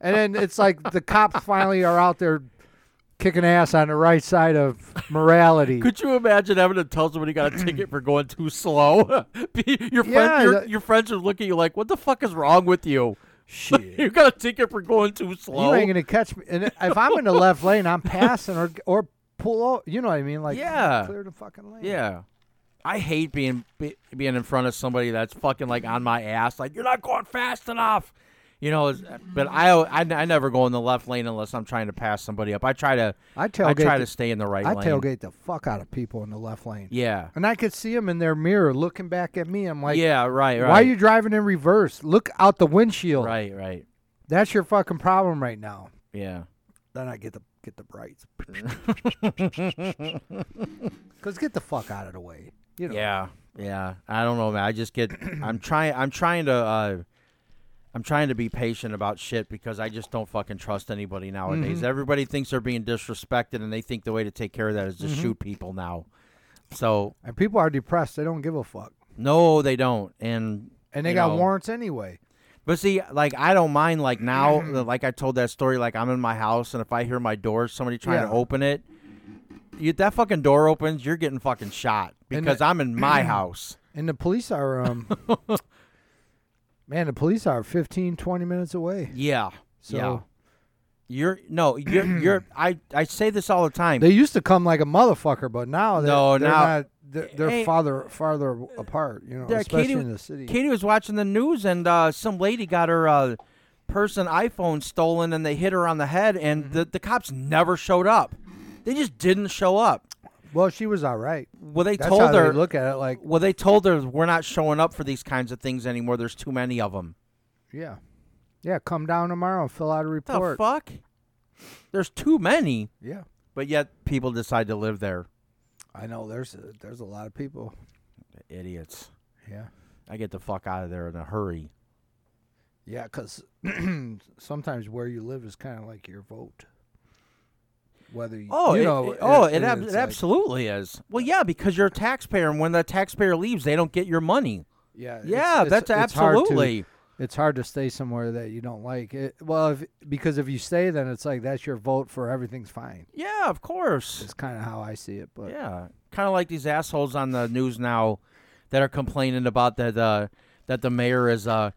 Speaker 3: And then it's like the cops finally are out there kicking ass on the right side of morality.
Speaker 4: Could you imagine having to tell somebody you got a ticket for going too slow? (laughs) Be- your, friend,
Speaker 3: Yeah,
Speaker 4: your,
Speaker 3: that-
Speaker 4: your friends would look at you like, what the fuck is wrong with you? (laughs)
Speaker 3: Shit.
Speaker 4: you got a ticket for going too slow.
Speaker 3: You ain't gonna catch me. And if I'm in the left lane, I'm passing or or pull out. You know what I mean? Like
Speaker 4: Yeah.
Speaker 3: clear the fucking lane.
Speaker 4: yeah. I hate being be, being in front of somebody that's fucking like on my ass, like you're not going fast enough, you know. it's- But I, I, I never go in the left lane unless I'm trying to pass somebody up. I try to
Speaker 3: I
Speaker 4: I
Speaker 3: tailgate
Speaker 4: try
Speaker 3: the-
Speaker 4: to stay in the right
Speaker 3: I
Speaker 4: lane.
Speaker 3: tailgate the fuck out of people in the left lane.
Speaker 4: Yeah,
Speaker 3: And I could see them in their mirror looking back at me. I'm like,
Speaker 4: yeah, right, right.
Speaker 3: Why are you driving in reverse? Look out the windshield.
Speaker 4: right, right?
Speaker 3: That's your fucking problem right now.
Speaker 4: Yeah,
Speaker 3: Then I get the get
Speaker 4: (laughs)
Speaker 3: the brights. Cause get the fuck out of the way. You know.
Speaker 4: yeah, yeah. I don't know, man. I just
Speaker 3: (clears throat)
Speaker 4: get. I'm trying. I'm trying to. Uh, I'm trying to be patient about shit because I just don't fucking trust anybody nowadays.
Speaker 3: Mm-hmm.
Speaker 4: Everybody thinks they're being disrespected, and they think the way to take care of that is to
Speaker 3: Mm-hmm.
Speaker 4: shoot people now. So
Speaker 3: And people are depressed. They don't give a fuck.
Speaker 4: no, they don't, and
Speaker 3: And they
Speaker 4: you
Speaker 3: got
Speaker 4: know,
Speaker 3: warrants anyway.
Speaker 4: But see, like I don't mind. Like now,
Speaker 3: Mm-hmm.
Speaker 4: like I told that story. Like I'm in my house, and if I hear my door, somebody trying to
Speaker 3: Yeah.
Speaker 4: open it, you, that fucking door opens, you're getting fucking shot
Speaker 3: And
Speaker 4: because
Speaker 3: the-
Speaker 4: I'm in
Speaker 3: (clears throat)
Speaker 4: my house.
Speaker 3: And the police
Speaker 4: (laughs)
Speaker 3: are um Man, the police are 15, 20 minutes away.
Speaker 4: Yeah. yeah.
Speaker 3: So-
Speaker 4: You're
Speaker 3: (clears throat)
Speaker 4: no, you're you're I I say this all the time.
Speaker 3: They used to come like a motherfucker, but now they're,
Speaker 4: No,
Speaker 3: they're
Speaker 4: now-
Speaker 3: not they're, they're
Speaker 4: Hey.
Speaker 3: farther farther apart, you know,
Speaker 4: Yeah,
Speaker 3: especially
Speaker 4: Katie,
Speaker 3: in the city.
Speaker 4: Katie was watching the news and uh, some lady got her uh, person iPhone stolen and they hit her on the head and
Speaker 3: Mm-hmm.
Speaker 4: the, the cops never showed up. They just didn't show up.
Speaker 3: well, she was all right.
Speaker 4: Well, they
Speaker 3: That's
Speaker 4: told
Speaker 3: how
Speaker 4: her
Speaker 3: they look at it like,
Speaker 4: Well, they told her we're not showing up for these kinds of things anymore. There's too many of them.
Speaker 3: yeah. Yeah, come down tomorrow and fill out a
Speaker 4: The
Speaker 3: report.
Speaker 4: fuck? There's too many,
Speaker 3: Yeah.
Speaker 4: but yet people decide to live there.
Speaker 3: I know there's a, there's a lot of people.
Speaker 4: Idiots.
Speaker 3: Yeah.
Speaker 4: I get the fuck out of there in a hurry.
Speaker 3: Yeah, cuz (clears throat) sometimes where you live is kind of like your vote. Whether you,
Speaker 4: Oh,
Speaker 3: you
Speaker 4: it,
Speaker 3: know,
Speaker 4: it- oh, it, ab-
Speaker 3: it's
Speaker 4: it
Speaker 3: like-
Speaker 4: absolutely is. Well, yeah, because you're a taxpayer, and when the taxpayer leaves, they don't get your money.
Speaker 3: Yeah, it's-
Speaker 4: Yeah,
Speaker 3: it's-
Speaker 4: that's
Speaker 3: it's hard to-
Speaker 4: absolutely.
Speaker 3: it's hard to stay somewhere that you don't like. It, well, if, because if you stay, then it's like that's your vote for everything's fine.
Speaker 4: Yeah, of course.
Speaker 3: It's kind of how I see it. But
Speaker 4: Yeah, kind of like these assholes on the news now that are complaining about that uh, that the mayor is uh,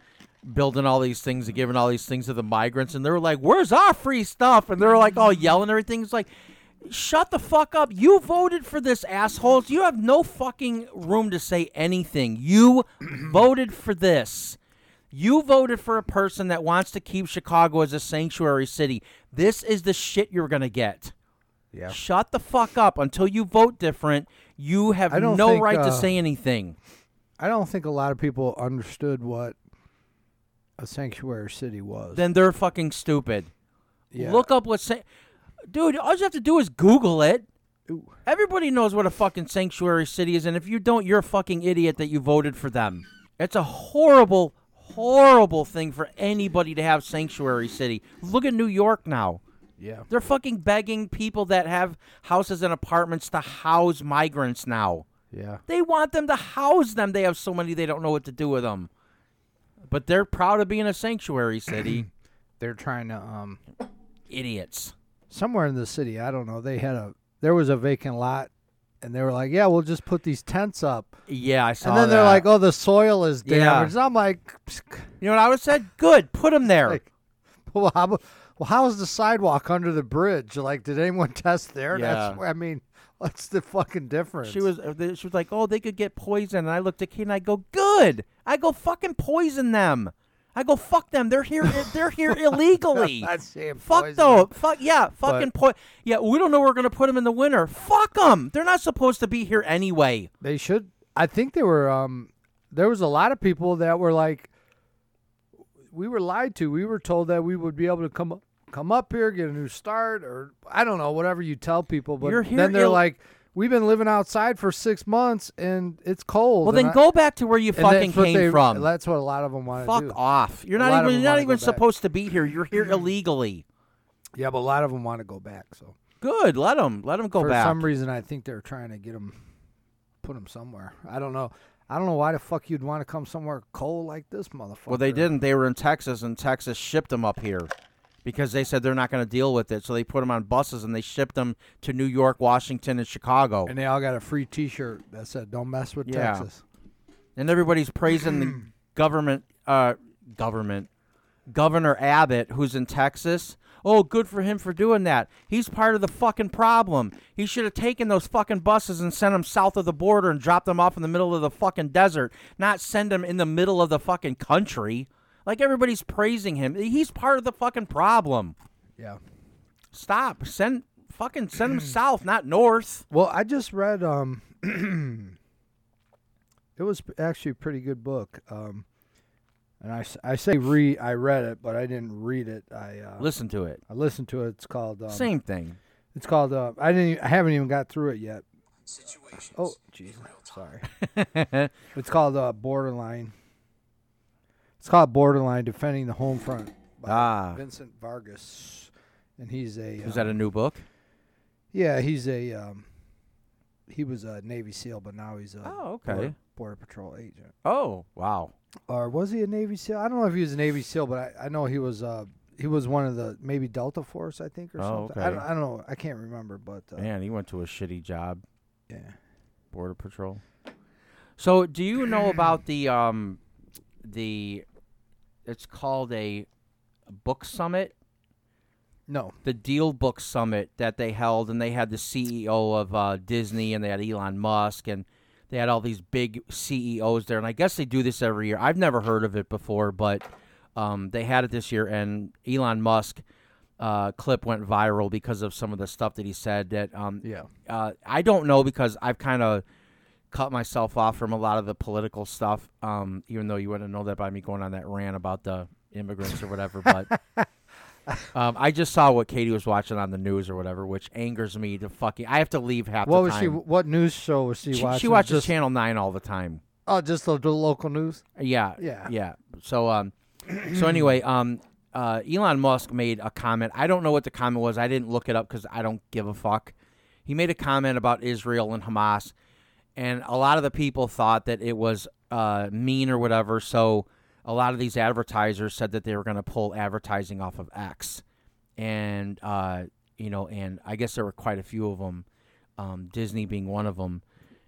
Speaker 4: building all these things and giving all these things to the migrants, and they're like, "Where's our free stuff?" And they're like all yelling and everything. It's like, shut the fuck up! You voted for this, assholes. You have no fucking room to say anything. You voted for this. You voted for a person that wants to keep Chicago as a sanctuary city. This is the shit you're gonna get. Shut the fuck up until you vote different. You have
Speaker 3: I
Speaker 4: no
Speaker 3: don't think,
Speaker 4: right
Speaker 3: uh,
Speaker 4: to say anything.
Speaker 3: I don't think a lot of people understood what a sanctuary city was.
Speaker 4: Then they're fucking stupid.
Speaker 3: Yeah.
Speaker 4: Look up what san- Dude, all you have to do is Google it. Everybody knows what a fucking sanctuary city is, and if you don't, you're a fucking idiot that you voted for them. It's a horrible, horrible thing for anybody to have sanctuary city. Look at New York now.
Speaker 3: yeah,
Speaker 4: They're fucking begging people that have houses and apartments to house migrants now.
Speaker 3: yeah.
Speaker 4: They want them to house them. They have so many they don't know what to do with them. But they're proud of being a sanctuary
Speaker 3: (clears throat)
Speaker 4: city.
Speaker 3: They're trying to um
Speaker 4: Idiots.
Speaker 3: somewhere in the city. I don't know. They had a there was a vacant lot, and they were like, "Yeah, we'll just put these tents up."
Speaker 4: Yeah, I saw
Speaker 3: And then they're
Speaker 4: that.
Speaker 3: like, "Oh, the soil is
Speaker 4: Yeah.
Speaker 3: damaged." I'm like,
Speaker 4: you know what I would have said? Good, put them there.
Speaker 3: Like, "Well, how, abo- well, how is the sidewalk under the bridge? Like, did anyone (laughs) test there?
Speaker 4: Yeah.
Speaker 3: That's I mean, what's the fucking difference?"
Speaker 4: she was uh, they- she was like, "Oh, they could get poisoned." And I looked at Kate and I go, "Good. I go fucking poison them. I go fuck them. They're here they're
Speaker 3: (laughs)
Speaker 4: here illegally."
Speaker 3: I'd say
Speaker 4: Fuck
Speaker 3: poison
Speaker 4: though.
Speaker 3: them.
Speaker 4: Fuck yeah. Fucking po- Yeah, we don't know where we're going to put them in the winter. Fuck them. They're not supposed to be here anyway.
Speaker 3: They should. I think they were. Um, there was a lot of people that were like, we were lied to. We were told that we would be able to come up, come up here, get a new start, or I don't know, whatever you tell people. But
Speaker 4: You're here
Speaker 3: then they're
Speaker 4: ill-
Speaker 3: like, we've been living outside for six months and it's cold.
Speaker 4: Well,
Speaker 3: and
Speaker 4: then
Speaker 3: I-
Speaker 4: go back to where you
Speaker 3: and that's
Speaker 4: fucking
Speaker 3: what
Speaker 4: came
Speaker 3: they-
Speaker 4: from.
Speaker 3: That's what a lot of them want
Speaker 4: Fuck
Speaker 3: to do.
Speaker 4: off! You're
Speaker 3: A lot
Speaker 4: not
Speaker 3: of
Speaker 4: even you're
Speaker 3: them
Speaker 4: not
Speaker 3: wanna go
Speaker 4: even
Speaker 3: back.
Speaker 4: supposed to be here. You're
Speaker 3: (clears throat)
Speaker 4: here illegally.
Speaker 3: Yeah, but a lot of them want to go back. So
Speaker 4: Good, let them let them go
Speaker 3: for
Speaker 4: back.
Speaker 3: some reason, I think they're trying to get them, put them somewhere. I don't know. I don't know why the fuck you'd want to come somewhere cold like this, motherfucker.
Speaker 4: well, they didn't. They were in Texas, and Texas shipped them up here because they said they're not going to deal with it. So they put them on buses and they shipped them to New York, Washington, and Chicago.
Speaker 3: And they all got a free T-shirt that said "Don't mess with
Speaker 4: Yeah.
Speaker 3: Texas."
Speaker 4: And everybody's praising the government, uh, government, Governor Abbott, who's in Texas. Oh, good for him for doing that. He's part of the fucking problem. He should have taken those fucking buses and sent them south of the border and dropped them off in the middle of the fucking desert, not send them in the middle of the fucking country. Like everybody's praising him. He's part of the fucking problem.
Speaker 3: Yeah.
Speaker 4: Stop. Send fucking send them south, not north.
Speaker 3: Well, I just read. Um, (clears throat) it was p- actually a pretty good book. Um, and I, s- I say re I read it, but I didn't read it. I uh,
Speaker 4: Listen to it.
Speaker 3: I listened to it. It's called um,
Speaker 4: Same thing.
Speaker 3: It's called. Uh, I didn't. e- I haven't even got through it yet. Oh, jeez. Sorry. (laughs) it's called uh, Borderline. It's called Borderline: Defending the Home Front by
Speaker 4: Ah.
Speaker 3: Vincent Vargas, and he's a.
Speaker 4: Is
Speaker 3: uh,
Speaker 4: that a new book?
Speaker 3: Yeah, he's a um, he was a Navy SEAL, but now he's a
Speaker 4: Oh, okay.
Speaker 3: border, Border Patrol agent.
Speaker 4: Oh, wow.
Speaker 3: Or was he a Navy SEAL? I don't know if he was a Navy SEAL, but I, I know he was uh he was one of the maybe Delta Force, I think, or
Speaker 4: Oh,
Speaker 3: something. I,
Speaker 4: okay.
Speaker 3: don't, I don't know. I can't remember, but uh,
Speaker 4: Man, he went to a shitty job.
Speaker 3: yeah.
Speaker 4: Border Patrol. So, do you (clears throat) know about the um, the? It's called a book summit,
Speaker 3: No,
Speaker 4: the Deal Book Summit that they held, and they had the CEO of uh, Disney, and they had Elon Musk, and they had all these big CEOs there. And I guess they do this every year. I've never heard of it before, but um, they had it this year, and Elon Musk. Uh, clip went viral because of some of the stuff that he said that um,
Speaker 3: yeah,
Speaker 4: uh, I don't know because I've kind of cut myself off from a lot of the political stuff. Um, even though you wouldn't know that by me going on that rant about the immigrants or whatever,
Speaker 3: (laughs)
Speaker 4: but um, I just saw what Katie was watching on the news or whatever, which angers me to fucking. I have to leave half
Speaker 3: What
Speaker 4: the
Speaker 3: was she?
Speaker 4: time.
Speaker 3: What news show was she,
Speaker 4: She,
Speaker 3: watching?
Speaker 4: she watches
Speaker 3: just,
Speaker 4: Channel Nine all the time.
Speaker 3: Oh, just the, the local news.
Speaker 4: Yeah.
Speaker 3: Yeah.
Speaker 4: Yeah. So um so anyway, um uh Elon Musk made a comment. I don't know what the comment was. I didn't look it up cuz I don't give a fuck. He made a comment about Israel and Hamas and a lot of the people thought that it was uh mean or whatever. So a lot of these advertisers said that they were going to pull advertising off of X, and uh, you know, and I guess there were quite a few of them, um, Disney being one of them,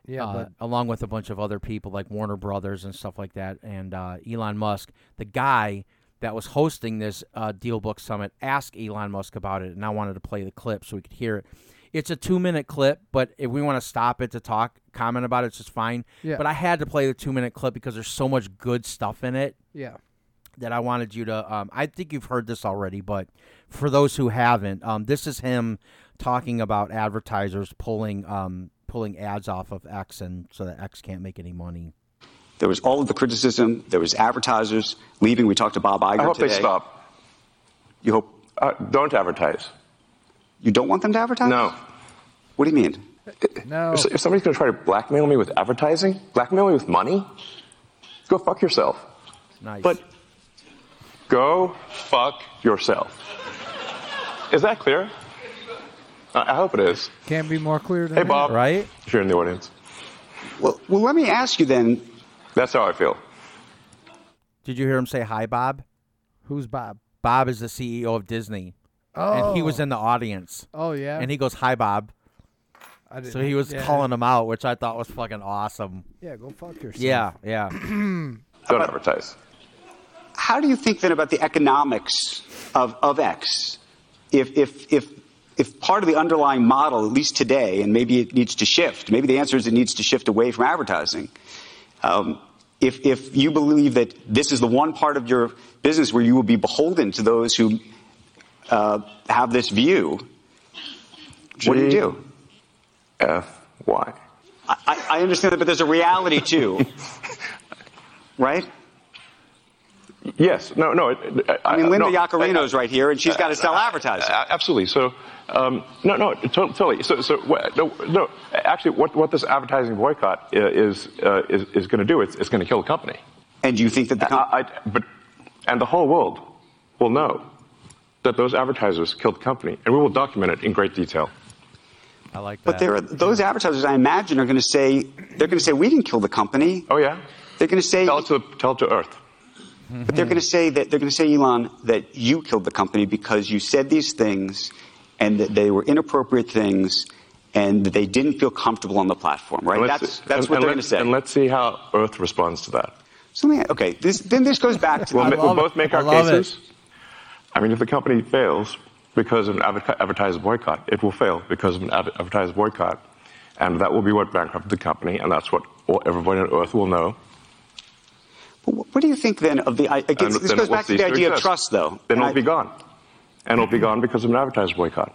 Speaker 3: Yeah,
Speaker 4: uh,
Speaker 3: but
Speaker 4: along with a bunch of other people like Warner Brothers and stuff like that, and uh, Elon Musk, the guy that was hosting this uh, Deal Book Summit, asked Elon Musk about it, and I wanted to play the clip so we could hear it. It's a two-minute clip, but if we want to stop it to talk, comment about it, it's just fine.
Speaker 3: Yeah.
Speaker 4: But I had to play the two-minute clip because there's so much good stuff in it
Speaker 3: yeah,
Speaker 4: that I wanted you to. Um, I think you've heard this already, but for those who haven't, um, this is him talking about advertisers pulling um, pulling ads off of X, and so that X can't make any money.
Speaker 9: There was all of the criticism. There was advertisers leaving. We talked to Bob Iger
Speaker 10: I hope
Speaker 9: today.
Speaker 10: they stop.
Speaker 9: You hope
Speaker 10: Uh, don't advertise.
Speaker 9: you don't want them to advertise?
Speaker 10: No.
Speaker 9: What do you mean?
Speaker 3: no,
Speaker 10: If, if somebody's going to try to blackmail me with advertising, blackmail me with money, go fuck yourself.
Speaker 4: Nice.
Speaker 10: But go fuck yourself. Is that clear? I, I hope it is.
Speaker 3: can't be more clear than
Speaker 10: Hey,
Speaker 3: that.
Speaker 9: uh,
Speaker 10: Bob.
Speaker 4: right?
Speaker 10: If you're in the audience,
Speaker 9: Well, well, let me ask you then.
Speaker 10: that's how I feel.
Speaker 4: Did you hear him say hi, Bob?
Speaker 3: Who's Bob?
Speaker 4: Bob is the CEO of Disney,
Speaker 3: Oh,
Speaker 4: and he was in the audience,
Speaker 3: Oh yeah,
Speaker 4: and he goes, "Hi, Bob."
Speaker 3: I
Speaker 4: So
Speaker 3: didn't-
Speaker 4: he was
Speaker 3: yeah,
Speaker 4: calling him out, which I thought was fucking awesome.
Speaker 3: Yeah, go fuck yourself.
Speaker 4: Yeah,
Speaker 9: (clears throat)
Speaker 4: yeah.
Speaker 10: Don't advertise.
Speaker 9: How do you think then about the economics of, of X? If, if, if, if part of the underlying model, at least today, and maybe it needs to shift, maybe the answer is it needs to shift away from advertising. Um, if, if you believe that this is the one part of your business where you will be beholden to those who uh, have this view, what do you
Speaker 10: Gee.
Speaker 9: do?
Speaker 10: F Y.
Speaker 9: I, I understand that, but there's a reality
Speaker 10: (laughs)
Speaker 9: too, right?
Speaker 10: Yes. No. No. It, I,
Speaker 9: I mean, Linda
Speaker 10: no,
Speaker 9: Yacarino's
Speaker 10: I- I-
Speaker 9: right here, and she's got to sell advertising.
Speaker 10: A- Absolutely. So, um, no, no, to- totally. So, so what- no, no. Actually, what, what this advertising boycott i- is uh, is, is going to do? It's, it's going to kill the company.
Speaker 9: And do you think that the com-
Speaker 10: I, I- but and the whole world will know that those advertisers killed the company, and we will document it in great detail.
Speaker 4: I like that.
Speaker 9: But there are those advertisers. I imagine are going to say they're going to say we didn't kill the company.
Speaker 10: Oh yeah.
Speaker 9: They're going to say,
Speaker 10: Tell it to tell it to Earth.
Speaker 9: but they're going to say that they're going to say Elon that you killed the company because you said these things, and that they were inappropriate things, and that they didn't feel comfortable on the platform. Right?
Speaker 10: And let's-
Speaker 9: That's that's
Speaker 10: and-
Speaker 9: what
Speaker 10: and
Speaker 9: they're
Speaker 10: let-
Speaker 9: going to say.
Speaker 10: And let's see how Earth responds to that.
Speaker 9: so let me, okay. This, then this goes back to
Speaker 10: We'll, ma-
Speaker 9: the,
Speaker 10: we'll
Speaker 4: love it.
Speaker 10: both make
Speaker 4: I
Speaker 10: our
Speaker 4: love it.
Speaker 10: cases. I mean, if the company fails because of an adver- advertised boycott, it will fail because of an adver- advertised boycott, and that will be what bankrupted the company, and that's what all, everybody on Earth will know.
Speaker 9: What do you think then of the? I, again,
Speaker 10: and
Speaker 9: this
Speaker 10: then
Speaker 9: goes
Speaker 10: it will
Speaker 9: back to
Speaker 10: cease
Speaker 9: the idea of
Speaker 10: exist.
Speaker 9: trust, though. And
Speaker 10: Then it'll
Speaker 9: I-
Speaker 10: be gone, and it'll be gone because of an advertised boycott.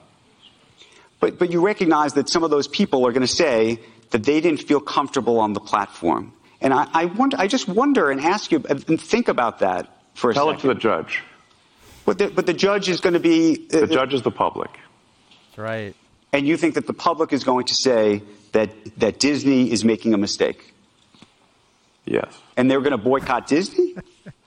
Speaker 9: But, but you recognize that some of those people are going to say that they didn't feel comfortable on the platform. And I, I, wonder, I just wonder and ask you and think about that for a
Speaker 10: Tell it
Speaker 9: second.
Speaker 10: to the judge.
Speaker 9: but, the, but the judge is going to be. uh,
Speaker 10: The judge is the public.
Speaker 4: That's right.
Speaker 9: And you think that the public is going to say that, that Disney is making a mistake.
Speaker 10: Yes,
Speaker 9: And they're going to boycott Disney?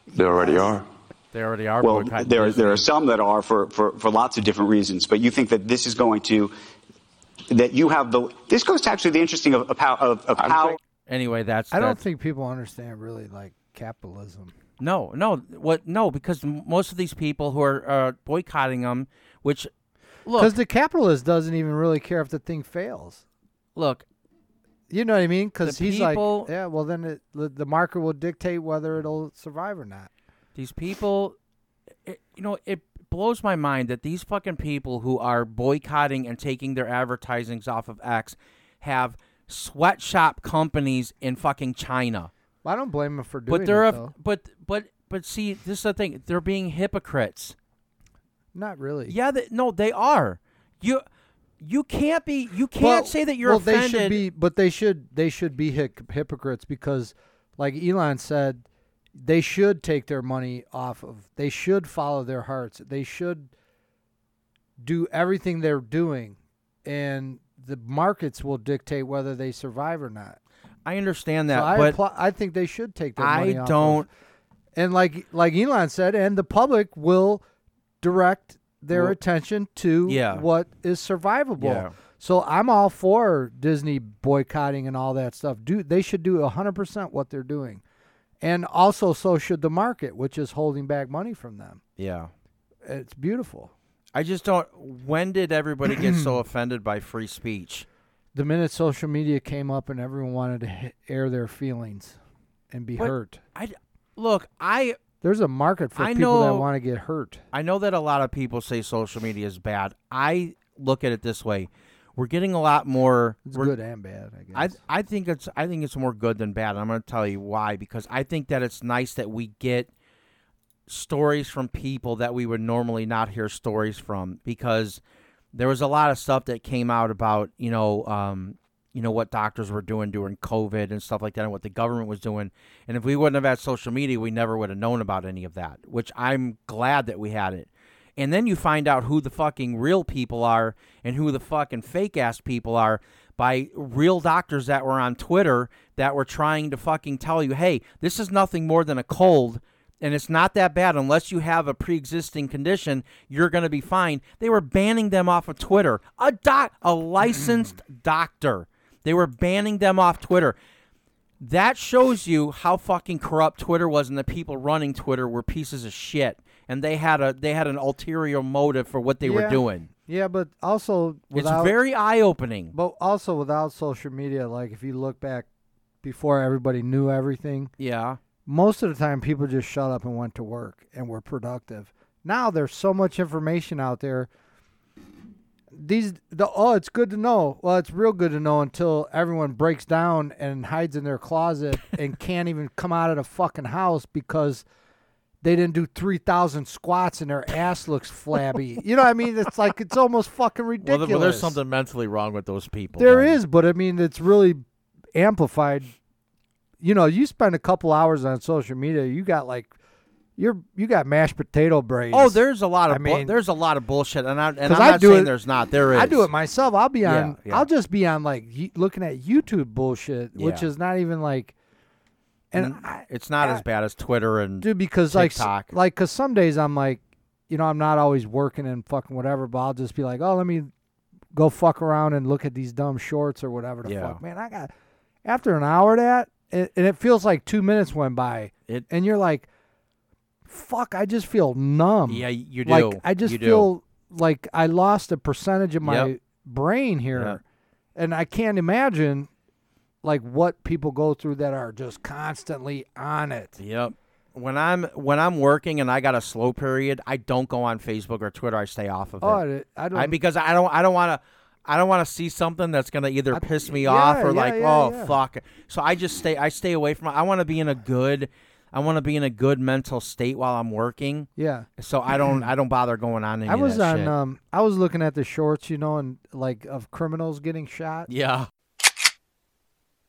Speaker 10: they already are.
Speaker 4: They already are.
Speaker 9: Well,
Speaker 4: boycotting
Speaker 9: there,
Speaker 4: Disney.
Speaker 9: there are some that are for, for, for lots of different reasons, but you think that this is going to, that you have the, this goes to actually the interesting of, of how, of, of how
Speaker 4: Anyway, that's.
Speaker 3: I don't
Speaker 4: that's-
Speaker 3: think people understand really like capitalism.
Speaker 4: No, no, what? No, because m- most of these people who are uh, boycotting them, which
Speaker 3: Because
Speaker 4: look,
Speaker 3: the capitalist doesn't even really care if the thing fails.
Speaker 4: look,
Speaker 3: You know what I mean? Because
Speaker 4: The
Speaker 3: he's
Speaker 4: people-
Speaker 3: like, yeah, well, then it, the, the market will dictate whether it'll survive or not.
Speaker 4: these people, it, you know, it blows my mind that these fucking people who are boycotting and taking their advertisings off of X have sweatshop companies in fucking China.
Speaker 3: Well, I don't blame him for doing
Speaker 4: But they're
Speaker 3: it,
Speaker 4: a,
Speaker 3: though.
Speaker 4: but but but see, this is the thing. They're being hypocrites.
Speaker 3: Not really.
Speaker 4: Yeah, they, no, they are. You you can't be you can't
Speaker 3: Well-
Speaker 4: say that you're
Speaker 3: well,
Speaker 4: offended.
Speaker 3: They should be, but they should they should be hic- hypocrites because, like Elon said, they should take their money off of. They should follow their hearts. They should do everything they're doing, and the markets will dictate whether they survive or not.
Speaker 4: I understand
Speaker 3: So
Speaker 4: that,
Speaker 3: I
Speaker 4: but
Speaker 3: apply, I think they should take their
Speaker 4: I
Speaker 3: money off. of-
Speaker 4: don't.
Speaker 3: and like like Elon said, and the public will direct their
Speaker 4: Well,
Speaker 3: attention to
Speaker 4: yeah.
Speaker 3: what is survivable.
Speaker 4: Yeah.
Speaker 3: So I'm all for Disney boycotting and all that stuff. Do they should do 100% what they're doing. and also so should the market, which is holding back money from them.
Speaker 4: Yeah.
Speaker 3: It's beautiful.
Speaker 4: I just don't. When did everybody get
Speaker 3: (clears throat)
Speaker 4: so offended by free speech?
Speaker 3: The minute social media came up and everyone wanted to h- air their feelings and be
Speaker 4: But
Speaker 3: hurt,
Speaker 4: I d- look. I
Speaker 3: there's a market for
Speaker 4: I
Speaker 3: people that
Speaker 4: know-
Speaker 3: want to get hurt.
Speaker 4: I know that a lot of people say social media is bad. I look at it this way: we're getting a lot more.
Speaker 3: It's
Speaker 4: we're-
Speaker 3: good and bad, I guess.
Speaker 4: I I think it's I think it's more good than bad. And I'm going to tell you why because I think that it's nice that we get stories from people that we would normally not hear stories from because there was a lot of stuff that came out about you know um, you know what doctors were doing during COVID and stuff like that and what the government was doing and if we wouldn't have had social media we never would have known about any of that which I'm glad that we had it and then you find out who the fucking real people are and who the fucking fake ass people are by real doctors that were on Twitter that were trying to fucking tell you hey this is nothing more than a cold and it's not that bad unless you have a pre-existing condition you're going to be fine they were banning them off of twitter a doc a licensed doctor they were banning them off twitter that shows you how fucking corrupt twitter was and the people running twitter were pieces of shit and they had a they had an ulterior motive for what they were
Speaker 3: Yeah.
Speaker 4: doing
Speaker 3: yeah, but also without
Speaker 4: it's very eye-opening
Speaker 3: But also without social media, like if you look back before everybody knew everything,
Speaker 4: yeah
Speaker 3: most of the time people just shut up and went to work and were productive. Now there's so much information out there. These the oh it's good to know. Well, it's real good to know until everyone breaks down and hides in
Speaker 4: (laughs)
Speaker 3: their closet and can't even come out of the fucking house because they didn't do 3000 squats and their ass looks flabby. you know what I mean? It's like it's almost fucking
Speaker 4: well,
Speaker 3: ridiculous.
Speaker 4: there- well, there's something mentally wrong with those people
Speaker 3: There
Speaker 4: then.
Speaker 3: is, but I mean, it's really amplified. You know, you spend a couple hours on social media, you got like, you're you got mashed potato brains.
Speaker 4: Oh, there's a lot of
Speaker 3: I
Speaker 4: bu-
Speaker 3: mean-
Speaker 4: there's a lot of bullshit, and, I, and I'm
Speaker 3: 'Cause
Speaker 4: not
Speaker 3: I do
Speaker 4: saying
Speaker 3: it-
Speaker 4: there's not. There is.
Speaker 3: I do it myself. I'll be on.
Speaker 4: Yeah, yeah.
Speaker 3: I'll just be on like y- looking at YouTube bullshit, which
Speaker 4: Yeah. Mm.
Speaker 3: is not even like. And I,
Speaker 4: It's not as bad as Twitter and
Speaker 3: dude, because like s-
Speaker 4: TikTok.
Speaker 3: like because some days I'm like, you know, I'm not always working and fucking whatever, but I'll just be like, oh, let me go fuck around and look at these dumb shorts or whatever the
Speaker 4: Yeah.
Speaker 3: fuck, man. I got after an hour of that, it, and it feels like two minutes went by,
Speaker 4: It-
Speaker 3: and you're like, fuck, I just feel numb.
Speaker 4: Yeah, you do.
Speaker 3: Like I just
Speaker 4: You do.
Speaker 3: feel like I lost a percentage of my
Speaker 4: Yep.
Speaker 3: brain here,
Speaker 4: Yep.
Speaker 3: and I can't imagine. Like what people go through that are just constantly on it.
Speaker 4: Yep. When I'm when I'm working and I got a slow period, I don't go on Facebook or Twitter. I stay off of
Speaker 3: Oh,
Speaker 4: it.
Speaker 3: I- I don't.
Speaker 4: I, because I don't I don't want to I don't want to see something that's gonna either piss me off
Speaker 3: yeah,
Speaker 4: or
Speaker 3: yeah,
Speaker 4: like
Speaker 3: yeah,
Speaker 4: oh
Speaker 3: yeah.
Speaker 4: fuck. So I just stay I stay away from. I want to be in a good I want to be in a good mental state while I'm working.
Speaker 3: yeah.
Speaker 4: So I don't I don't bother going on. Any
Speaker 3: I
Speaker 4: of
Speaker 3: was
Speaker 4: that
Speaker 3: on
Speaker 4: shit.
Speaker 3: um I was looking at the shorts, you know, and like of criminals getting shot. (laughs)
Speaker 4: yeah.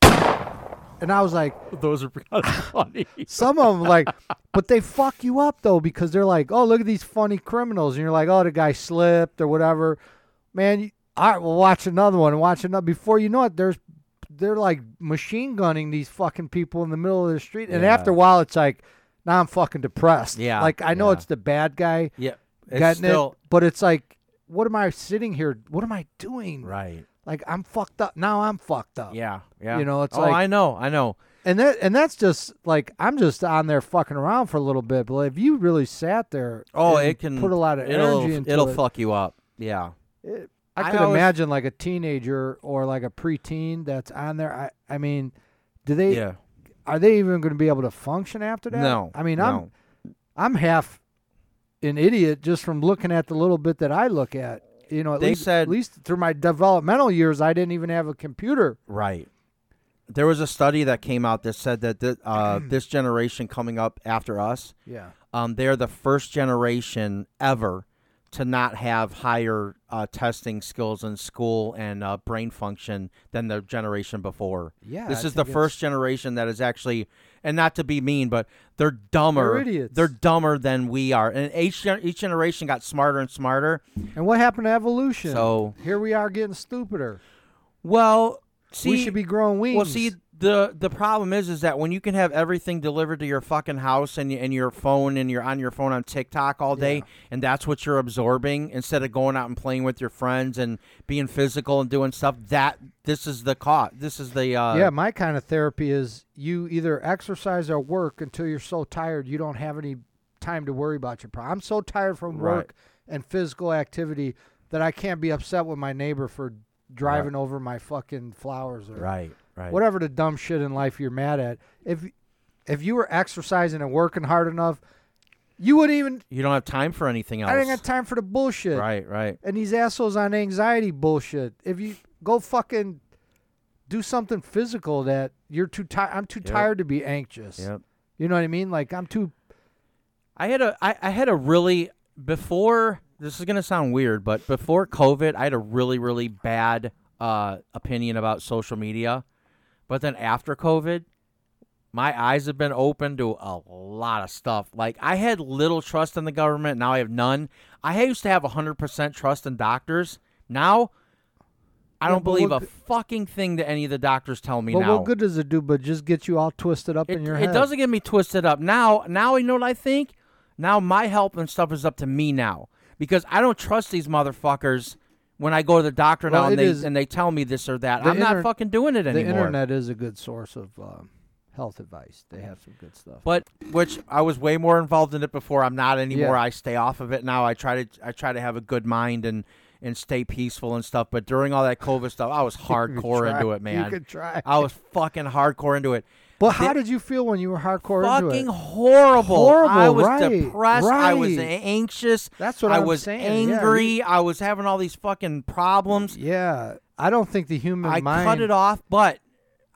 Speaker 3: And I was like,
Speaker 4: Those are
Speaker 3: (laughs)
Speaker 4: kind of funny.
Speaker 3: some of them
Speaker 4: (laughs)
Speaker 3: like but they fuck you up though because they're like, "Oh, look at these funny criminals." And you're like, "Oh, the guy slipped or whatever." Man, you, all right, we'll watch another one and watch another before you know it there's they're like machine gunning these fucking people in the middle of the street. And after a while it's like, "Now I'm fucking depressed."
Speaker 4: Yeah,
Speaker 3: Like I know
Speaker 4: yeah.
Speaker 3: it's the bad guy
Speaker 4: yeah. It's
Speaker 3: getting
Speaker 4: still
Speaker 3: it, but it's like what am I sitting here? What am I doing?
Speaker 4: right.
Speaker 3: Like I'm fucked up. Now I'm fucked up.
Speaker 4: Yeah. Yeah.
Speaker 3: You know, it's
Speaker 4: oh,
Speaker 3: like-
Speaker 4: I know. I know.
Speaker 3: And that and that's just like I'm just on there fucking around for a little bit, but if you really sat there
Speaker 4: Oh,
Speaker 3: and
Speaker 4: it can
Speaker 3: put a lot of
Speaker 4: it'll,
Speaker 3: energy into
Speaker 4: It'll
Speaker 3: it,
Speaker 4: fuck you up. Yeah.
Speaker 3: I
Speaker 4: I
Speaker 3: could
Speaker 4: always-
Speaker 3: imagine like a teenager or like a preteen that's on there. I I mean, do they
Speaker 4: Yeah.
Speaker 3: are they even going to be able to function after that?
Speaker 4: No.
Speaker 3: I mean,
Speaker 4: no.
Speaker 3: I'm I'm half an idiot just from looking at the little bit that I look at. You know, at
Speaker 4: They
Speaker 3: least
Speaker 4: said-
Speaker 3: at least through my developmental years, I didn't even have a computer.
Speaker 4: Right. There was a study that came out that said that th-
Speaker 3: (clears throat)
Speaker 4: uh, this generation coming up after us,
Speaker 3: Yeah.
Speaker 4: um, they're the first generation ever to not have higher uh, testing skills in school and uh, brain function than the generation before.
Speaker 3: Yeah,
Speaker 4: this
Speaker 3: I
Speaker 4: is the
Speaker 3: think it's-
Speaker 4: first generation that is actually, and not to be mean, but they're dumber.
Speaker 3: They're idiots.
Speaker 4: They're dumber than we are, and each gen- each generation got smarter and smarter.
Speaker 3: And what happened to evolution?
Speaker 4: So-
Speaker 3: here we are getting stupider.
Speaker 4: Well, see,
Speaker 3: we should be growing wings.
Speaker 4: Well, see, the the problem is is that when you can have everything delivered to your fucking house and y- and your phone and you're on your phone on TikTok all day and that's what you're absorbing instead of going out and playing with your friends and being physical and doing stuff that this is the cost this is the uh,
Speaker 3: yeah, my kind of therapy is you either exercise or work until you're so tired you don't have any time to worry about your problem. I'm so tired from
Speaker 4: Right.
Speaker 3: work and physical activity that I can't be upset with my neighbor for driving over my fucking flowers or
Speaker 4: right right
Speaker 3: whatever the dumb shit in life you're mad at. If if you were exercising and working hard enough, you wouldn't even.
Speaker 4: you don't have time for anything else
Speaker 3: I didn't got time for the bullshit.
Speaker 4: right right
Speaker 3: And these assholes on anxiety bullshit. If you go fucking do something physical that you're too tired. I'm too tired to be anxious.
Speaker 4: Yep.
Speaker 3: You know what I mean? Like I'm too.
Speaker 4: I had a I, I had a really before this is gonna sound weird, but before COVID, I had a really really bad uh, opinion about social media. But then after COVID, my eyes have been open to a lot of stuff. Like I had little trust in the government, now I have none. I used to have hundred percent trust in doctors. Now, I don't
Speaker 3: but
Speaker 4: believe
Speaker 3: what
Speaker 4: a fucking thing that any of the doctors tell me
Speaker 3: But
Speaker 4: now.
Speaker 3: what good does it do? But just get you all twisted up
Speaker 4: It,
Speaker 3: in your
Speaker 4: it
Speaker 3: head.
Speaker 4: doesn't get me twisted up. Now, now you know what I think. Now my health and stuff is up to me now because I don't trust these motherfuckers when I go to the doctor
Speaker 3: Well,
Speaker 4: now and
Speaker 3: it
Speaker 4: they
Speaker 3: is-
Speaker 4: and they tell me this or that.
Speaker 3: the
Speaker 4: I'm
Speaker 3: inter-
Speaker 4: not fucking doing it
Speaker 3: The
Speaker 4: anymore.
Speaker 3: internet is a good source of um, health advice. They have some good stuff.
Speaker 4: But which I was way more involved in it before. I'm not anymore.
Speaker 3: Yeah.
Speaker 4: I stay off of it now. I try to I try to have a good mind and and stay peaceful and stuff. But during all that COVID stuff, I was hardcore
Speaker 3: try.
Speaker 4: into
Speaker 3: (laughs) You
Speaker 4: it, man.
Speaker 3: could try.
Speaker 4: I was fucking hardcore into it.
Speaker 3: But how did you feel when you were hardcore into
Speaker 4: fucking
Speaker 3: it?
Speaker 4: horrible.
Speaker 3: Horrible,
Speaker 4: I was
Speaker 3: right,
Speaker 4: depressed. I was
Speaker 3: right.
Speaker 4: anxious.
Speaker 3: That's what
Speaker 4: I
Speaker 3: I'm
Speaker 4: was
Speaker 3: saying, yeah,
Speaker 4: angry.
Speaker 3: you-
Speaker 4: I was having all these fucking problems.
Speaker 3: Yeah, I don't think the human
Speaker 4: I
Speaker 3: mind.
Speaker 4: cut it off, but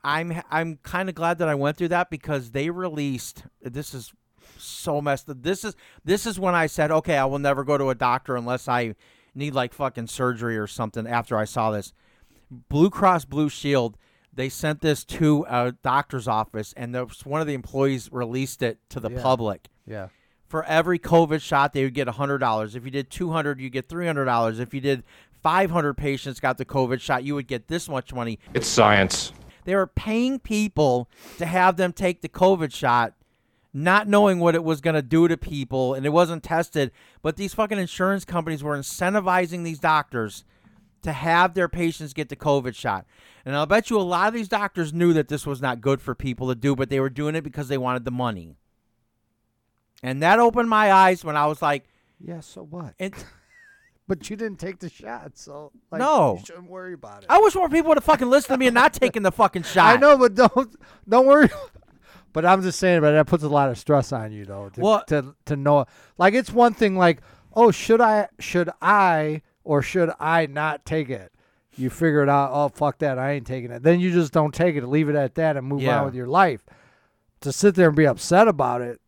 Speaker 4: I'm I'm kind of glad that I went through that because they released this is so messed up. This is this is when I said, "Okay, I will never go to a doctor unless I need like fucking surgery or something after I saw this." Blue Cross Blue Shield, they sent this to a doctor's office and there was one of the employees released it to the public
Speaker 3: Yeah.
Speaker 4: for every COVID shot, they would get $100. If you did 200, you get $300. If you did 500 patients got the COVID shot, you would get this much money.
Speaker 2: It's science.
Speaker 4: They were paying people to have them take the COVID shot, not knowing what it was going to do to people, and it wasn't tested. But these fucking insurance companies were incentivizing these doctors to have their patients get the COVID shot. And I'll bet you a lot of these doctors knew that this was not good for people to do, but they were doing it because they wanted the money. And that opened my eyes when I was like,
Speaker 3: Yeah. So what?
Speaker 4: and
Speaker 3: But you didn't take the shot, so like,
Speaker 4: No.
Speaker 3: you shouldn't worry about it.
Speaker 4: I wish more people would have fucking listened to me and not taking the fucking shot.
Speaker 3: (laughs) I know, but don't don't worry. (laughs) But I'm just saying, but that puts a lot of stress on you, though. To,
Speaker 4: Well-
Speaker 3: to to know, like it's one thing, like oh, should I should I or should I not take it? You figure it out. Oh fuck that, I ain't taking it. Then you just don't take it, leave it at that, and move
Speaker 4: Yeah.
Speaker 3: on with your life. To sit there and be upset about it,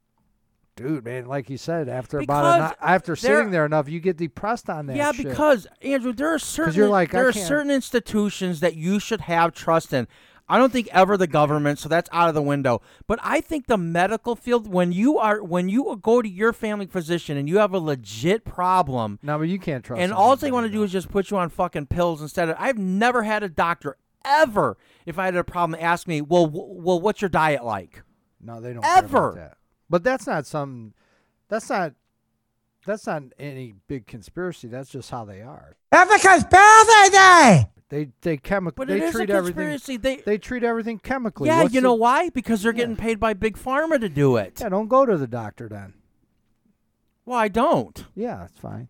Speaker 3: dude, man. Like you said, after
Speaker 4: Because
Speaker 3: about an, after
Speaker 4: there-
Speaker 3: sitting there enough, you get depressed on that.
Speaker 4: Yeah,
Speaker 3: shit.
Speaker 4: because Andrew, there are certain
Speaker 3: you're like,
Speaker 4: there
Speaker 3: I
Speaker 4: are
Speaker 3: can't-
Speaker 4: certain institutions that you should have trust in. I don't think ever the government, so that's out of the window. But I think the medical field, when you are when you go to your family physician and you have a legit problem,
Speaker 3: no, but you can't trust.
Speaker 4: and all they
Speaker 3: anybody,
Speaker 4: want to do
Speaker 3: though.
Speaker 4: is just put you on fucking pills instead of. I've never had a doctor ever, if I had a problem, ask me, well, w- well, what's your diet like?
Speaker 3: No, they don't care about
Speaker 4: Ever.
Speaker 3: that. But that's not some. That's not. That's not any big conspiracy. That's just how they are. They they chemically.
Speaker 4: But
Speaker 3: They
Speaker 4: it is a
Speaker 3: treat everything.
Speaker 4: conspiracy. They,
Speaker 3: They treat everything chemically.
Speaker 4: yeah,
Speaker 3: What's
Speaker 4: you
Speaker 3: the-
Speaker 4: know why? Because they're getting paid by big pharma to do it.
Speaker 3: Yeah, don't go to the doctor then.
Speaker 4: Well, I don't.
Speaker 3: Yeah, it's fine.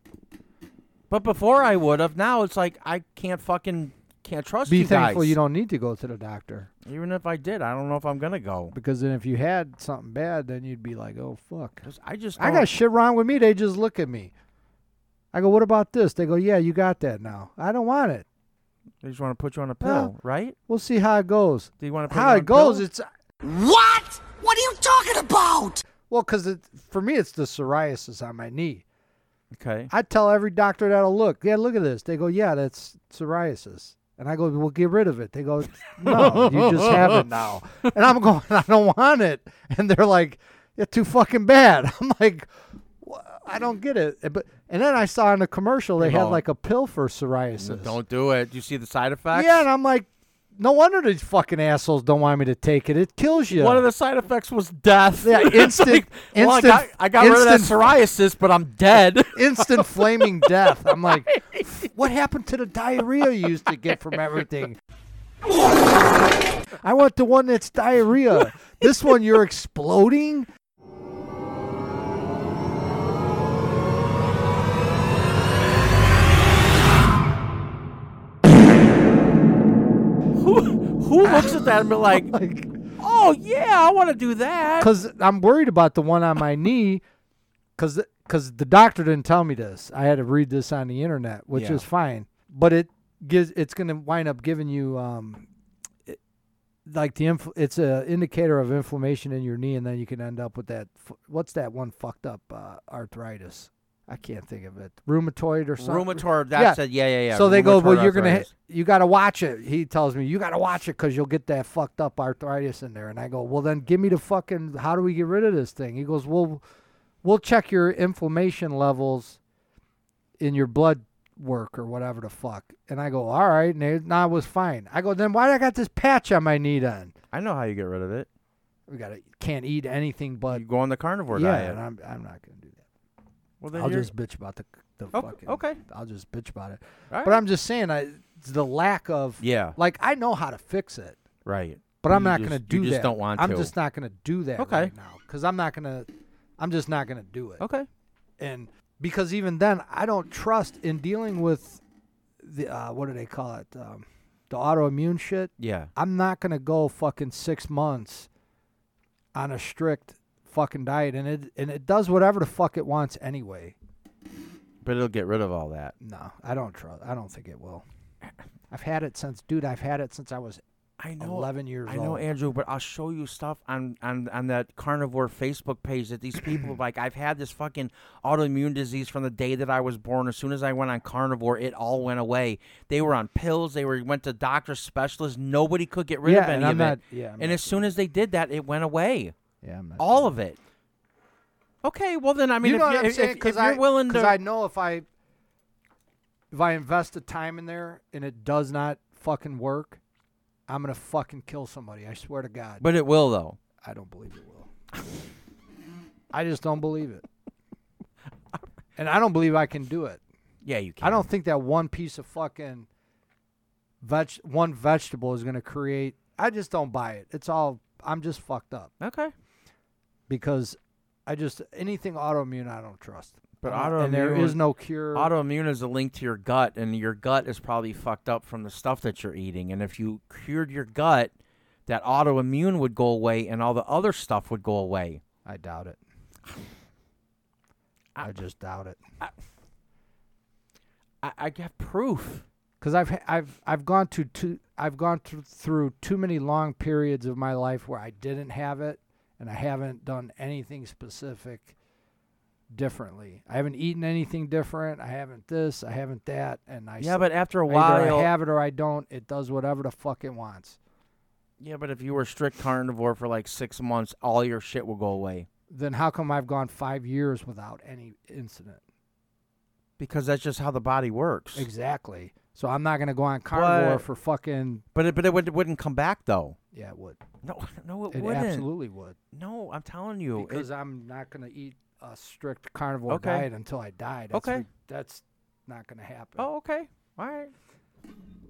Speaker 4: But before I would have. Now it's like I can't fucking can't trust
Speaker 3: Be
Speaker 4: you
Speaker 3: thankful
Speaker 4: guys.
Speaker 3: you don't need to go to the doctor
Speaker 4: Even if I did, I don't know if I'm gonna go.
Speaker 3: because then if you had something bad, then you'd be like, oh fuck.
Speaker 4: 'Cause I just
Speaker 3: I
Speaker 4: don't-
Speaker 3: got shit wrong with me. They just look at me. I go, what about this? They go, yeah, you got that now. I don't want it.
Speaker 4: They just want to put you on a
Speaker 3: Huh?
Speaker 4: pill, right?
Speaker 3: We'll see how it goes.
Speaker 4: Do you want to put
Speaker 3: How
Speaker 4: me
Speaker 3: it
Speaker 4: on
Speaker 3: goes,
Speaker 4: Pills?
Speaker 3: it's uh,
Speaker 6: What? What are you talking about?
Speaker 3: Well, because it, for me, it's the psoriasis on my knee.
Speaker 4: okay.
Speaker 3: I tell every doctor that'll look, yeah, look at this. They go, yeah, that's psoriasis. And I go, well, get rid of it. They go, no, you just have
Speaker 4: (laughs)
Speaker 3: it now. And I'm going, I don't want it. And they're like, it's too fucking bad. (laughs) I'm like, "Wha- I don't get it. And- But and then I saw in a commercial they had
Speaker 4: No.
Speaker 3: like a pill for psoriasis.
Speaker 4: Don't do it. You see the side effects?
Speaker 3: yeah, and I'm like, No wonder these fucking assholes don't want me to take it. It kills you.
Speaker 4: One of the side effects was death.
Speaker 3: Yeah,
Speaker 4: (laughs) It's
Speaker 3: instant-
Speaker 4: well, I
Speaker 3: instant-
Speaker 4: got, I got rid of that
Speaker 3: instant-
Speaker 4: psoriasis, but I'm
Speaker 3: (laughs)
Speaker 4: dead. (laughs)
Speaker 3: instant flaming death. I'm like, what happened to the diarrhea you used to get from everything? I want the one that's diarrhea. This one, you're exploding.
Speaker 4: who, who looks at that and be like,
Speaker 3: Like,
Speaker 4: oh yeah, I want to do that.
Speaker 3: because I'm worried about the one on my knee, because the doctor didn't tell me this. I had to read this on the internet, which
Speaker 4: Yeah.
Speaker 3: is fine, but it gives it's going to wind up giving you um, it, like the inf- it's a indicator of inflammation in your knee, and then you can end up with that. fu- What's that one fucked up uh, arthritis? I can't think of it. Rheumatoid or something.
Speaker 4: Rheumatoid. That
Speaker 3: Yeah.
Speaker 4: said, yeah, yeah, yeah.
Speaker 3: So they go,
Speaker 4: rheumatoid
Speaker 3: well, you're gonna,
Speaker 4: arthritis."
Speaker 3: hit, you gotta watch it. He tells me you gotta watch it because you'll get that fucked up arthritis in there. And I go, well, then give me the fucking. How do we get rid of this thing? He goes, well, we'll check your inflammation levels in your blood work or whatever the fuck. And I go, all right. And they, nah, it was fine. I go, then why do I got this patch on my knee? Then
Speaker 4: I know how you get rid of it.
Speaker 3: we gotta can't eat anything but
Speaker 4: You go on the carnivore
Speaker 3: yeah.
Speaker 4: diet.
Speaker 3: And I'm I'm not gonna do that.
Speaker 4: well, then
Speaker 3: I'll
Speaker 4: you're-
Speaker 3: just bitch about the the
Speaker 4: Oh,
Speaker 3: fucking.
Speaker 4: okay.
Speaker 3: I'll just bitch about it.
Speaker 4: All
Speaker 3: But I'm just saying, I it's the lack of
Speaker 4: Yeah.
Speaker 3: Like I know how to fix it,
Speaker 4: right.
Speaker 3: but I'm
Speaker 4: You
Speaker 3: not
Speaker 4: just-
Speaker 3: going to do
Speaker 4: You
Speaker 3: that.
Speaker 4: just don't want
Speaker 3: I'm
Speaker 4: to.
Speaker 3: just not going to do that
Speaker 4: Okay.
Speaker 3: right now because I'm not going to. I'm just not going to do it.
Speaker 4: okay.
Speaker 3: And because even then, I don't trust in dealing with the uh, what do they call it? Um, the autoimmune shit.
Speaker 4: Yeah.
Speaker 3: I'm not gonna go fucking six months on a strict fucking diet, and it and it does whatever the fuck it wants anyway.
Speaker 4: But it'll get rid of all that.
Speaker 3: No, I don't trust. I don't think it will. I've had it since, dude. I've had it since I was
Speaker 4: I
Speaker 3: 11 years
Speaker 4: I know,
Speaker 3: old.
Speaker 4: Andrew, but I'll show you stuff on, on, on that carnivore Facebook page that these
Speaker 3: (clears throat)
Speaker 4: people like. I've had this fucking autoimmune disease from the day that I was born. As soon as I went on carnivore, it all went away. They were on pills. They were went to doctors, specialists. Nobody could get rid
Speaker 3: Yeah,
Speaker 4: of any
Speaker 3: and
Speaker 4: of
Speaker 3: I'm not-
Speaker 4: it.
Speaker 3: yeah, I'm
Speaker 4: and
Speaker 3: not
Speaker 4: as soon as they did that, it went away.
Speaker 3: Yeah, I'm not
Speaker 4: All of it. Okay, well then, I mean,
Speaker 3: you know
Speaker 4: if,
Speaker 3: what
Speaker 4: you-
Speaker 3: I'm
Speaker 4: if,
Speaker 3: saying?
Speaker 4: if- if
Speaker 3: I,
Speaker 4: you're willing
Speaker 3: 'cause
Speaker 4: to,
Speaker 3: I know if I if I invest the time in there and it does not fucking work, I'm gonna fucking kill somebody. I swear to God.
Speaker 4: but it will though.
Speaker 3: I don't believe it will. I just don't
Speaker 4: (laughs)
Speaker 3: believe it. And I don't believe I can do it.
Speaker 4: Yeah, you can.
Speaker 3: I don't think that one piece of fucking veg one vegetable is gonna create. I just don't buy it. It's all I'm just fucked up
Speaker 4: Okay.
Speaker 3: because I just anything autoimmune I don't trust.
Speaker 4: But
Speaker 3: I don't- and there
Speaker 4: autoimmune-
Speaker 3: is no cure.
Speaker 4: Autoimmune is a link to your gut, and your gut is probably fucked up from the stuff that you're eating. And if you cured your gut, that autoimmune would go away, and all the other stuff would go away.
Speaker 3: I doubt it. I just doubt it
Speaker 4: I, I have proof.
Speaker 3: because I've ha- I've I've gone to too I've gone thr- through too many long periods of my life where I didn't have it, and I haven't done anything specific differently. I haven't eaten anything different. I haven't this. I haven't that. And I
Speaker 4: Yeah,
Speaker 3: s-
Speaker 4: but after a
Speaker 3: either
Speaker 4: while,
Speaker 3: I have it or I don't. It does whatever the fuck it wants.
Speaker 4: yeah, but if you were strict carnivore for like six months, all your shit will go away
Speaker 3: Then how come I've gone five years without any incident?
Speaker 4: because that's just how the body works.
Speaker 3: Exactly. So I'm not gonna go on carnivore
Speaker 4: But-
Speaker 3: for fucking
Speaker 4: But it, but it would, wouldn't come back though.
Speaker 3: yeah. It would.
Speaker 4: No, (laughs) no, it,
Speaker 3: It
Speaker 4: wouldn't.
Speaker 3: absolutely would.
Speaker 4: No, I'm telling you. it-
Speaker 3: because I'm not going to eat a strict carnivore
Speaker 4: Okay.
Speaker 3: diet until I die. That's
Speaker 4: Okay.
Speaker 3: re- that's not going to happen.
Speaker 4: oh, okay, all right,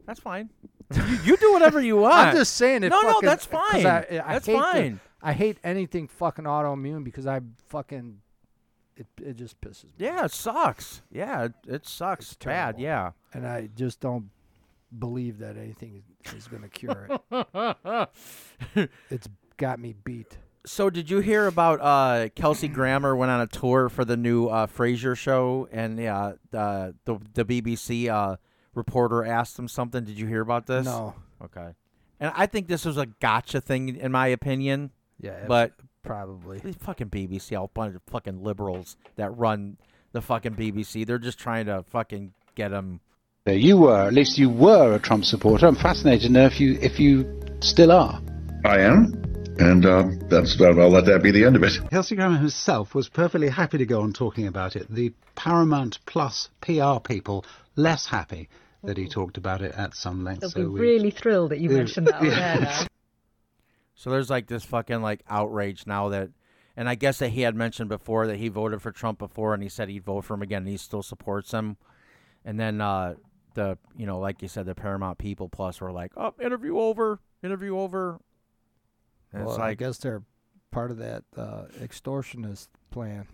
Speaker 4: that's fine. you, you do whatever you want.
Speaker 3: (laughs) I'm just saying it.
Speaker 4: No, no,
Speaker 3: fucking-
Speaker 4: that's
Speaker 3: 'cause
Speaker 4: fine.
Speaker 3: I, I
Speaker 4: That's
Speaker 3: hate the-
Speaker 4: fine.
Speaker 3: I hate anything fucking autoimmune because I fucking it it just pisses me.
Speaker 4: Yeah, it sucks. Yeah, it, it sucks bad.
Speaker 3: terrible.
Speaker 4: Yeah.
Speaker 3: and I just don't believe that anything is- is going to cure it. (laughs) it's got me beat.
Speaker 4: So did you hear about uh, Kelsey Grammer went on a tour for the new uh, Frasier show, and uh, the the the BBC uh, reporter asked him something. Did you hear about this?
Speaker 3: No.
Speaker 4: Okay. And I think this was a gotcha thing, in my opinion.
Speaker 3: Yeah,
Speaker 4: But
Speaker 3: probably.
Speaker 4: these fucking BBC, all bunch of fucking liberals that run the fucking BBC, they're just trying to fucking get them.
Speaker 5: You were, at least you were a Trump supporter. I'm fascinated to know if you, if you still are.
Speaker 7: I am, and um, that's I'll let that be the end of it.
Speaker 5: Kelsey Grammer himself was perfectly happy to go on talking about it. The Paramount Plus PR people less happy.
Speaker 11: that he talked about it at some length.
Speaker 12: They'll
Speaker 11: so
Speaker 12: be
Speaker 11: we-
Speaker 12: really thrilled that you
Speaker 11: Yeah. (laughs)
Speaker 12: mentioned that on there now.
Speaker 4: So there's like this fucking like outrage now that, and I guess that he had mentioned before that he voted for Trump before, and he said he'd vote for him again, and he still supports him. And then uh, the you know like you said the Paramount People Plus were like, oh, interview over, interview over. And
Speaker 3: Well,
Speaker 4: it's
Speaker 3: I
Speaker 4: like
Speaker 3: guess they're part of that uh, extortionist plan.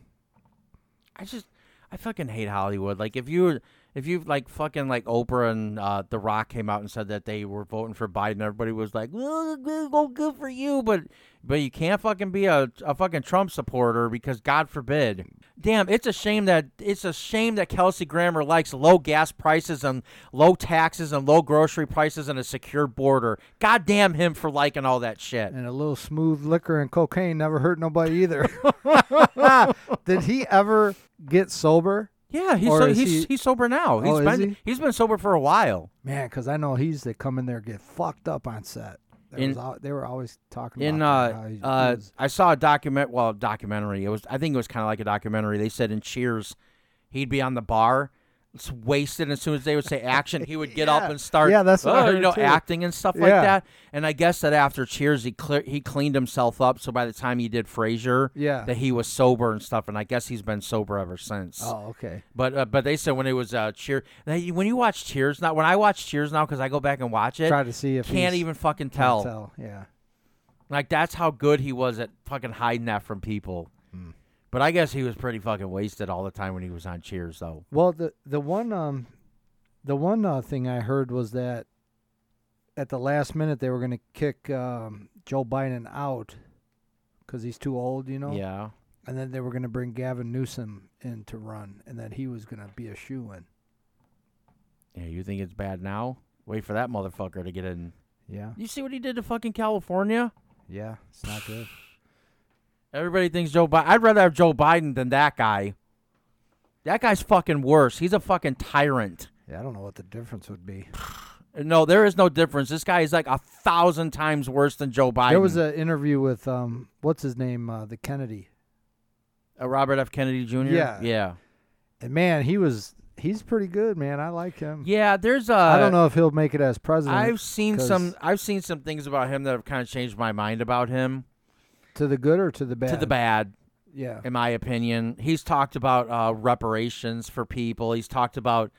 Speaker 4: I just I fucking hate Hollywood. Like if you were if you like fucking like Oprah and uh, The Rock came out and said that they were voting for Biden, everybody was like, well, good, well, good for you, but but you can't fucking be a, a fucking Trump supporter because God forbid. Damn, it's a shame that it's a shame that Kelsey Grammer likes low gas prices and low taxes and low grocery prices and a secure border. God damn him for liking all that shit.
Speaker 3: And a little smooth liquor and cocaine never hurt nobody (laughs) either. Did he ever get sober?
Speaker 4: Yeah, he's
Speaker 3: Or
Speaker 4: so,
Speaker 3: is
Speaker 4: he's,
Speaker 3: he-
Speaker 4: he's sober now. He's
Speaker 3: Oh, is
Speaker 4: been
Speaker 3: he?
Speaker 4: he's been sober for a while.
Speaker 3: Man, because I know he's that come in there and get fucked up on set. There
Speaker 4: In-
Speaker 3: was al- they were always talking
Speaker 4: in
Speaker 3: about
Speaker 4: uh,
Speaker 3: that, how he- he
Speaker 4: uh,
Speaker 3: was-
Speaker 4: I saw a document. Well, documentary. It was. I think it was kind of like a documentary. They said in Cheers, he'd be on the bar, it's wasted. And as soon as they would say action, he would get up
Speaker 3: (laughs) Yeah.
Speaker 4: and start.
Speaker 3: Yeah, that's what I
Speaker 4: "Oh," you
Speaker 3: heard
Speaker 4: know
Speaker 3: too.
Speaker 4: acting and stuff like
Speaker 3: Yeah.
Speaker 4: that. And I guess that after Cheers, he clear, he cleaned himself up. So by the time he did Frasier,
Speaker 3: Yeah.
Speaker 4: that he was sober and stuff. And I guess he's been sober ever since.
Speaker 3: Oh, okay.
Speaker 4: But uh, but they said when it was uh, cheer they, when you watch Cheers now when I watch Cheers now because I go back and watch it
Speaker 3: Try to see if
Speaker 4: can't
Speaker 3: he's-
Speaker 4: even fucking
Speaker 3: can't
Speaker 4: tell.
Speaker 3: tell, yeah.
Speaker 4: like that's how good he was at fucking hiding that from people. But I guess he was pretty fucking wasted all the time when he was on Cheers though.
Speaker 3: Well, the the one um, the one uh, thing I heard was that at the last minute they were going to kick um, Joe Biden out because he's too old, you know.
Speaker 4: Yeah.
Speaker 3: And then they were going to bring Gavin Newsom in to run, and that he was going to be a shoe in.
Speaker 4: Yeah, you think it's bad now? Wait for that motherfucker to get in.
Speaker 3: Yeah.
Speaker 4: You see what he did to fucking California?
Speaker 3: Yeah, it's not good.
Speaker 4: Everybody thinks Joe Biden. I'd rather have Joe Biden than that guy. That guy's fucking worse. He's a fucking tyrant.
Speaker 3: Yeah, I don't know what the difference would be.
Speaker 4: No, there is no difference. This guy is like a thousand times worse than Joe Biden.
Speaker 3: There was an interview with um, what's his name, uh, the Kennedy.
Speaker 4: Uh, Robert F. Kennedy Jr.
Speaker 3: Yeah.
Speaker 4: yeah,
Speaker 3: And man, he was he's pretty good, man. I like him.
Speaker 4: yeah. There's a.
Speaker 3: I don't know if he'll make it as president.
Speaker 4: I've seen
Speaker 3: 'cause
Speaker 4: some. I've seen some things about him that have kind of changed my mind about him.
Speaker 3: to the good or to the bad.
Speaker 4: To the bad.
Speaker 3: Yeah.
Speaker 4: In my opinion, he's talked about uh, reparations for people. He's talked about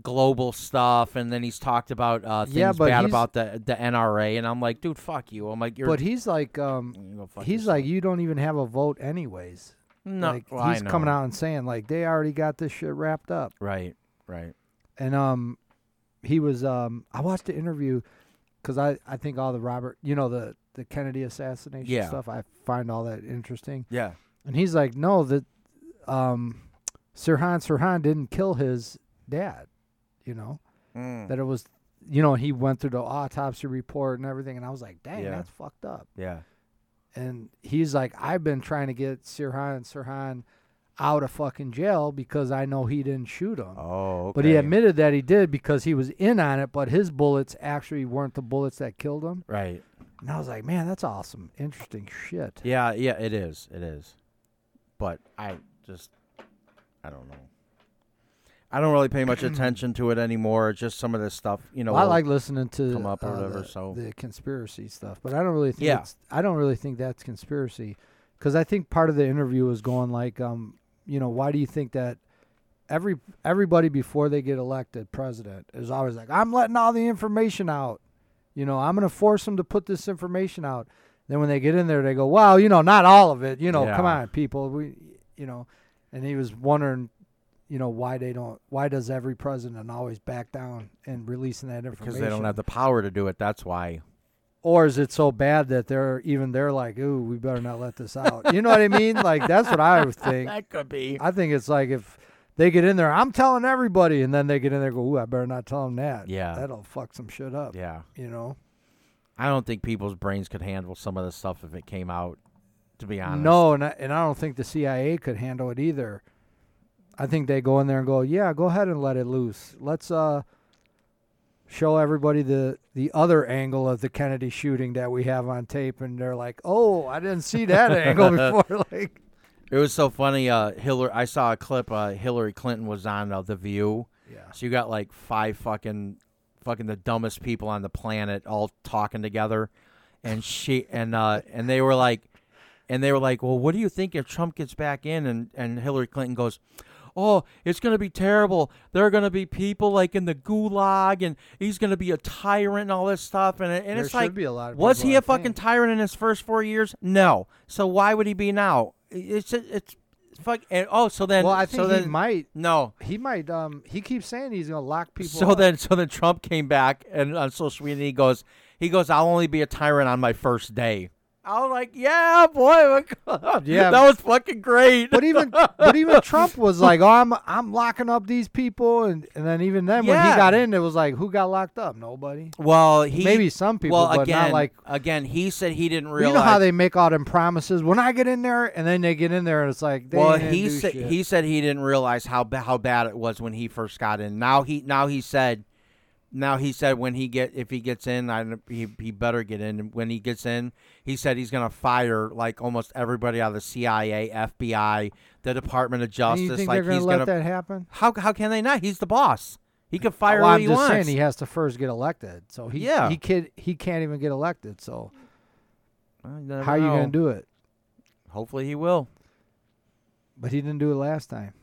Speaker 4: global stuff, and then he's talked about uh, things
Speaker 3: Yeah, but
Speaker 4: bad
Speaker 3: he's-
Speaker 4: about the the NRA. And I'm like, dude, fuck you. I'm like, you're.
Speaker 3: But he's like, um, he's like, you don't even have a vote, anyways.
Speaker 4: No,
Speaker 3: like,
Speaker 4: well, I
Speaker 3: he's coming
Speaker 4: know.
Speaker 3: out and saying like they already got this shit wrapped up.
Speaker 4: right, right.
Speaker 3: And um, he was um, I watched the interview because I I think all the Robert, you know the the Kennedy assassination
Speaker 4: Yeah.
Speaker 3: stuff. I find all that interesting.
Speaker 4: Yeah.
Speaker 3: And he's like, no, that um, Sirhan Sirhan didn't kill his dad. You know
Speaker 4: Mm.
Speaker 3: that it was. You know, he went through the autopsy report and everything, and I was like, "Dang,
Speaker 4: Yeah.
Speaker 3: that's fucked up."
Speaker 4: Yeah.
Speaker 3: and he's like, I've been trying to get Sirhan Sirhan out of fucking jail because I know he didn't shoot him.
Speaker 4: Oh,
Speaker 3: But he
Speaker 4: okay.
Speaker 3: admitted that he did because he was in on it, but his bullets actually weren't the bullets that killed him.
Speaker 4: Right.
Speaker 3: And I was like, man, that's awesome. Interesting shit.
Speaker 4: Yeah, yeah, it is. It is. But I just I don't know. I don't really pay
Speaker 3: (clears throat)
Speaker 4: much attention to it anymore. It's just some of this stuff, you know.
Speaker 3: Well, I
Speaker 4: will
Speaker 3: like listening to
Speaker 4: come up or
Speaker 3: uh,
Speaker 4: whatever.
Speaker 3: the,
Speaker 4: so
Speaker 3: the conspiracy stuff, but I don't really think
Speaker 4: Yeah.
Speaker 3: it's, I don't really think that's conspiracy because I think part of the interview was going like, um, you know, why do you think that every everybody before they get elected president is always like, I'm letting all the information out, you know, I'm going to force them to put this information out. Then when they get in there, they go, well, you know, not all of it, you know, come
Speaker 4: Yeah.
Speaker 3: on, people, we, you know, and he was wondering. You know why they don't? Why does every president always back down and releasing that information?
Speaker 4: because they don't have the power to do it. That's why.
Speaker 3: or is it so bad that they're even they're like, ooh, we better not let this out. You know what I mean? Like that's what I would
Speaker 4: (laughs)
Speaker 3: think.
Speaker 4: That could be.
Speaker 3: I think it's like if they get in there, I'm telling everybody, and then they get in there, and go, ooh, I better not tell them that.
Speaker 4: Yeah.
Speaker 3: that'll fuck some shit up.
Speaker 4: Yeah.
Speaker 3: you know.
Speaker 4: I don't think people's brains could handle some of the stuff if it came out. To be honest.
Speaker 3: No, and I, and I don't think the CIA could handle it either. I think they go in there and go, yeah, go ahead and let it loose. Let's uh show everybody the the other angle of the Kennedy shooting that we have on tape, and they're like, oh, I didn't see (laughs) that angle before. Like.
Speaker 4: It was so funny. Uh, Hillary. I saw a clip. Uh, Hillary Clinton was on uh, the View.
Speaker 3: Yeah.
Speaker 4: So you got like five fucking fucking the dumbest people on the planet all talking together and she and uh and they were like and they were like, "Well, what do you think if Trump gets back in?" And and Hillary Clinton goes, "Oh, it's going to be terrible. There are going to be people like in the gulag, and he's going to be a tyrant and all this stuff." And it- and
Speaker 3: There
Speaker 4: it's
Speaker 3: should
Speaker 4: like,
Speaker 3: be a lot of
Speaker 4: was
Speaker 3: people,
Speaker 4: he
Speaker 3: I
Speaker 4: a fucking
Speaker 3: think.
Speaker 4: tyrant in his first four years? No. So why would he be now? It's it's fuck. And, oh, so then
Speaker 3: well, I think
Speaker 4: so
Speaker 3: he
Speaker 4: then
Speaker 3: might.
Speaker 4: no.
Speaker 3: He might. Um, he keeps saying he's gonna lock people.
Speaker 4: So
Speaker 3: up.
Speaker 4: then, so then Trump came back and on social media he goes, he goes, I'll only be a tyrant on my first day. I was like, yeah, boy, (laughs)
Speaker 3: Yeah.
Speaker 4: that was fucking great.
Speaker 3: (laughs) but even but even Trump (laughs) was like, "Oh, I'm I'm locking up these people," and and then even then when
Speaker 4: Yeah.
Speaker 3: he got in, it was like, "Who got locked up? Nobody."
Speaker 4: Well, he
Speaker 3: Maybe some people,
Speaker 4: Well,
Speaker 3: but not
Speaker 4: again,
Speaker 3: like-
Speaker 4: again, he said he didn't
Speaker 3: You
Speaker 4: realize.
Speaker 3: know how they make all them promises when I get in there, and then they get in there, and it's like, they
Speaker 4: well,
Speaker 3: ain't
Speaker 4: he
Speaker 3: do
Speaker 4: said
Speaker 3: shit.
Speaker 4: he said he didn't realize how ba- how bad it was when he first got in. Now he now he said, now he said when he get if he gets in, I, he he better get in. And When he gets in, he said he's gonna fire like almost everybody out of the CIA, FBI, the Department of
Speaker 3: And
Speaker 4: Justice.
Speaker 3: you think
Speaker 4: like
Speaker 3: they're gonna
Speaker 4: he's
Speaker 3: let
Speaker 4: gonna
Speaker 3: that happen?
Speaker 4: how how can they not? He's the boss. He can fire
Speaker 3: Well,
Speaker 4: who
Speaker 3: Oh, I'm
Speaker 4: he
Speaker 3: just
Speaker 4: wants.
Speaker 3: saying he has to first get elected, so he
Speaker 4: Yeah.
Speaker 3: he can he can't even get elected. So
Speaker 4: I never
Speaker 3: how you
Speaker 4: know.
Speaker 3: gonna do it?
Speaker 4: Hopefully he will.
Speaker 3: But he didn't do it last time.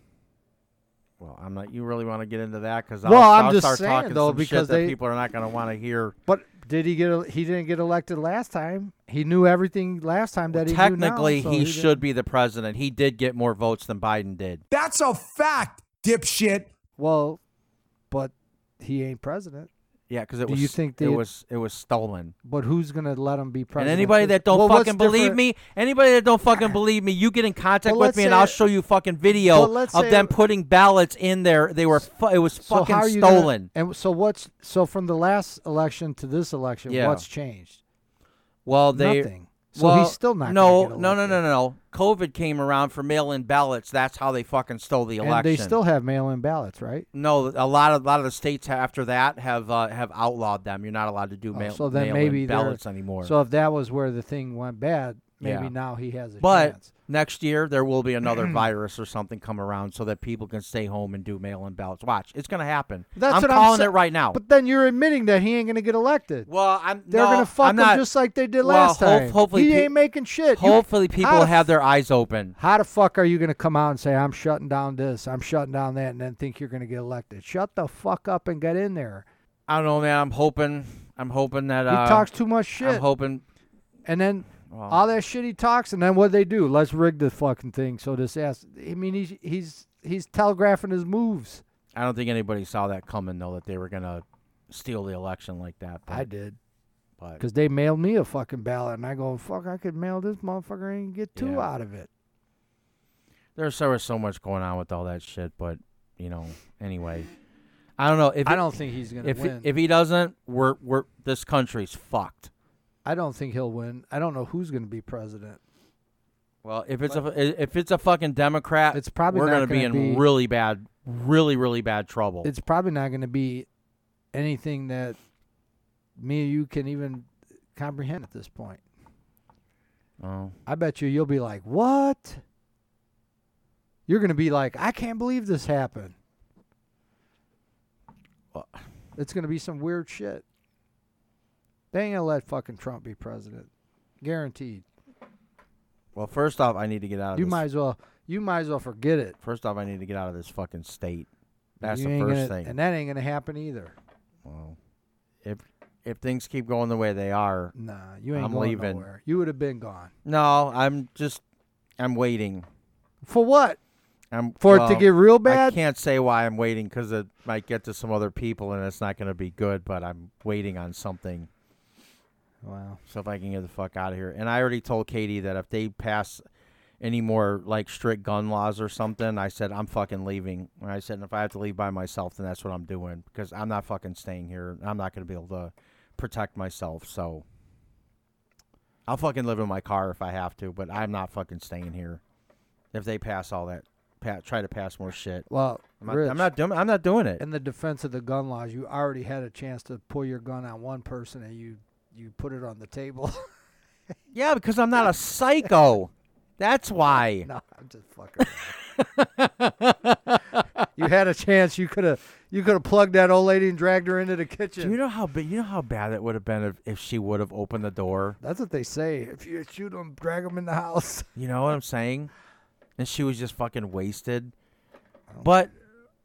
Speaker 4: Well, I'm not. You really want to get into that because
Speaker 3: Well,
Speaker 4: I'll,
Speaker 3: I'm
Speaker 4: I'll
Speaker 3: just
Speaker 4: start
Speaker 3: saying,
Speaker 4: talking
Speaker 3: though,
Speaker 4: some shit
Speaker 3: because
Speaker 4: that
Speaker 3: they-
Speaker 4: people are not going to want to hear.
Speaker 3: But did he get? He didn't get elected last time. He knew everything last time that he knew now,
Speaker 4: Technically,
Speaker 3: so
Speaker 4: he,
Speaker 3: didn't-
Speaker 4: should be the president. He did get more votes than Biden did.
Speaker 6: That's a fact, dipshit.
Speaker 3: Well, but he ain't president.
Speaker 4: Yeah, because it
Speaker 3: Do
Speaker 4: was.
Speaker 3: you think
Speaker 4: it
Speaker 3: they-
Speaker 4: was? It was stolen.
Speaker 3: But who's gonna let him be
Speaker 4: And
Speaker 3: president?
Speaker 4: anybody that don't
Speaker 3: Well, what's
Speaker 4: fucking believe
Speaker 3: different-
Speaker 4: me, anybody that don't fucking believe me, you get in contact
Speaker 3: Well,
Speaker 4: with me,
Speaker 3: let's
Speaker 4: and
Speaker 3: say-
Speaker 4: I'll show you fucking video
Speaker 3: Well,
Speaker 4: of
Speaker 3: let's say-
Speaker 4: them putting ballots in there. They were. Fu- it was
Speaker 3: so
Speaker 4: fucking
Speaker 3: how are you gonna-
Speaker 4: stolen.
Speaker 3: and so what's so from the last election to this election?
Speaker 4: Yeah.
Speaker 3: What's changed?
Speaker 4: Well, they.
Speaker 3: Nothing. So
Speaker 4: well,
Speaker 3: he's still not.
Speaker 4: No,
Speaker 3: gonna get
Speaker 4: no, no,
Speaker 3: elected.
Speaker 4: no, no. COVID came around for mail-in ballots. That's how they fucking stole the election.
Speaker 3: And they still have mail-in ballots, right?
Speaker 4: No, a lot of a lot of the states after that have uh, have outlawed them. You're not allowed to do
Speaker 3: Oh,
Speaker 4: mail,
Speaker 3: so then
Speaker 4: mail-in
Speaker 3: maybe they're-
Speaker 4: ballots anymore.
Speaker 3: So if that was where the thing went bad, maybe
Speaker 4: Yeah.
Speaker 3: now he has a
Speaker 4: but
Speaker 3: chance.
Speaker 4: next year there will be another
Speaker 3: (clears throat)
Speaker 4: virus or something come around so that people can stay home and do mail-in ballots. Watch, it's going to happen.
Speaker 3: That's
Speaker 4: I'm
Speaker 3: what
Speaker 4: calling
Speaker 3: sa-
Speaker 4: it right now.
Speaker 3: But then you're admitting that he ain't gonna get elected.
Speaker 4: well, I'm
Speaker 3: They're
Speaker 4: no,
Speaker 3: gonna fuck
Speaker 4: I'm not,
Speaker 3: him just like they did
Speaker 4: well,
Speaker 3: last
Speaker 4: hope-
Speaker 3: time.
Speaker 4: hopefully
Speaker 3: he
Speaker 4: pe-
Speaker 3: ain't making shit. You- Ah.
Speaker 4: Hopefully,
Speaker 3: how
Speaker 4: people
Speaker 3: the
Speaker 4: have their eyes open.
Speaker 3: How the fuck are you going to come out and say, I'm shutting down this, I'm shutting down that, and then think you're going to get elected? Shut the fuck up and get in there.
Speaker 4: I don't know, man. I'm hoping. I'm hoping that
Speaker 3: He
Speaker 4: uh,
Speaker 3: talks too much
Speaker 4: I'm
Speaker 3: shit.
Speaker 4: hoping.
Speaker 3: and then all that shit he talks, and then what they do? Let's rig the fucking thing so this ass. I mean, he's, he's, he's telegraphing his moves.
Speaker 4: I don't think anybody saw that coming though that they were going to steal the election like that. But,
Speaker 3: I did.
Speaker 4: but-
Speaker 3: Because they mailed me a fucking ballot, and I go, fuck, I could mail this motherfucker and get two
Speaker 4: Yeah.
Speaker 3: out of it.
Speaker 4: There's so was so much going on with all that shit, but you know, anyway, I don't know if
Speaker 3: I
Speaker 4: it-
Speaker 3: don't think he's going to
Speaker 4: if
Speaker 3: win.
Speaker 4: if he doesn't, we're we're this country's fucked.
Speaker 3: I don't think he'll win. I don't know who's going to be president.
Speaker 4: Well, if it's a if it's a fucking Democrat,
Speaker 3: It's probably
Speaker 4: we're
Speaker 3: not
Speaker 4: gonna be in
Speaker 3: gonna be-
Speaker 4: really bad, really really bad trouble.
Speaker 3: it's probably not going to be anything that me or you can even comprehend at this point.
Speaker 4: oh,
Speaker 3: I bet you you'll be like, "What?" You're going to be like, "I can't believe this happened."
Speaker 4: Well-
Speaker 3: It's going to be some weird shit. They ain't going to let fucking Trump be president. Guaranteed.
Speaker 4: well, first off, I need to get out of
Speaker 3: You
Speaker 4: this.
Speaker 3: might as well you might as well forget it.
Speaker 4: First off, I need to get out of this fucking state. That's
Speaker 3: You
Speaker 4: the
Speaker 3: ain't
Speaker 4: 1st
Speaker 3: gonna-
Speaker 4: thing.
Speaker 3: And that ain't going to happen either.
Speaker 4: well, if if things keep going the way they are,
Speaker 3: Nah, you ain't
Speaker 4: I'm
Speaker 3: going
Speaker 4: leaving.
Speaker 3: nowhere. You would have been gone.
Speaker 4: no, I'm just I'm waiting.
Speaker 3: For what?
Speaker 4: I'm
Speaker 3: For it to
Speaker 4: well,
Speaker 3: get real
Speaker 4: I
Speaker 3: bad?
Speaker 4: can't say why I'm waiting because it might get to some other people and it's not going to be good. But I'm waiting on something
Speaker 3: Wow.
Speaker 4: so if I can get the fuck out of here. And I already told Katie that if they pass any more like strict gun laws or something, I said I'm fucking leaving. And I said and if I have to leave by myself, then that's what I'm doing because I'm not fucking staying here. and I'm not going to be able to protect myself. So I'll fucking live in my car if I have to, but I'm not fucking staying here. If they pass all that, pa- try to pass more shit.
Speaker 3: Well,
Speaker 4: I'm not,
Speaker 3: Rich,
Speaker 4: I'm not doing. I'm not doing it.
Speaker 3: in the defense of the gun laws, you already had a chance to pull your gun on one person and you you put it on the table. (laughs)
Speaker 4: Yeah, because I'm not a psycho. That's why.
Speaker 3: no, I'm just fucking. around. you had a chance. You could have you could have plugged that old lady and dragged her into the
Speaker 4: Do
Speaker 3: kitchen.
Speaker 4: you know how big? You know how bad it would have been if, if she would have opened the door.
Speaker 3: That's what they say. If you shoot them, drag them in the house. (laughs)
Speaker 4: You know what I'm saying? And she was just fucking wasted. But,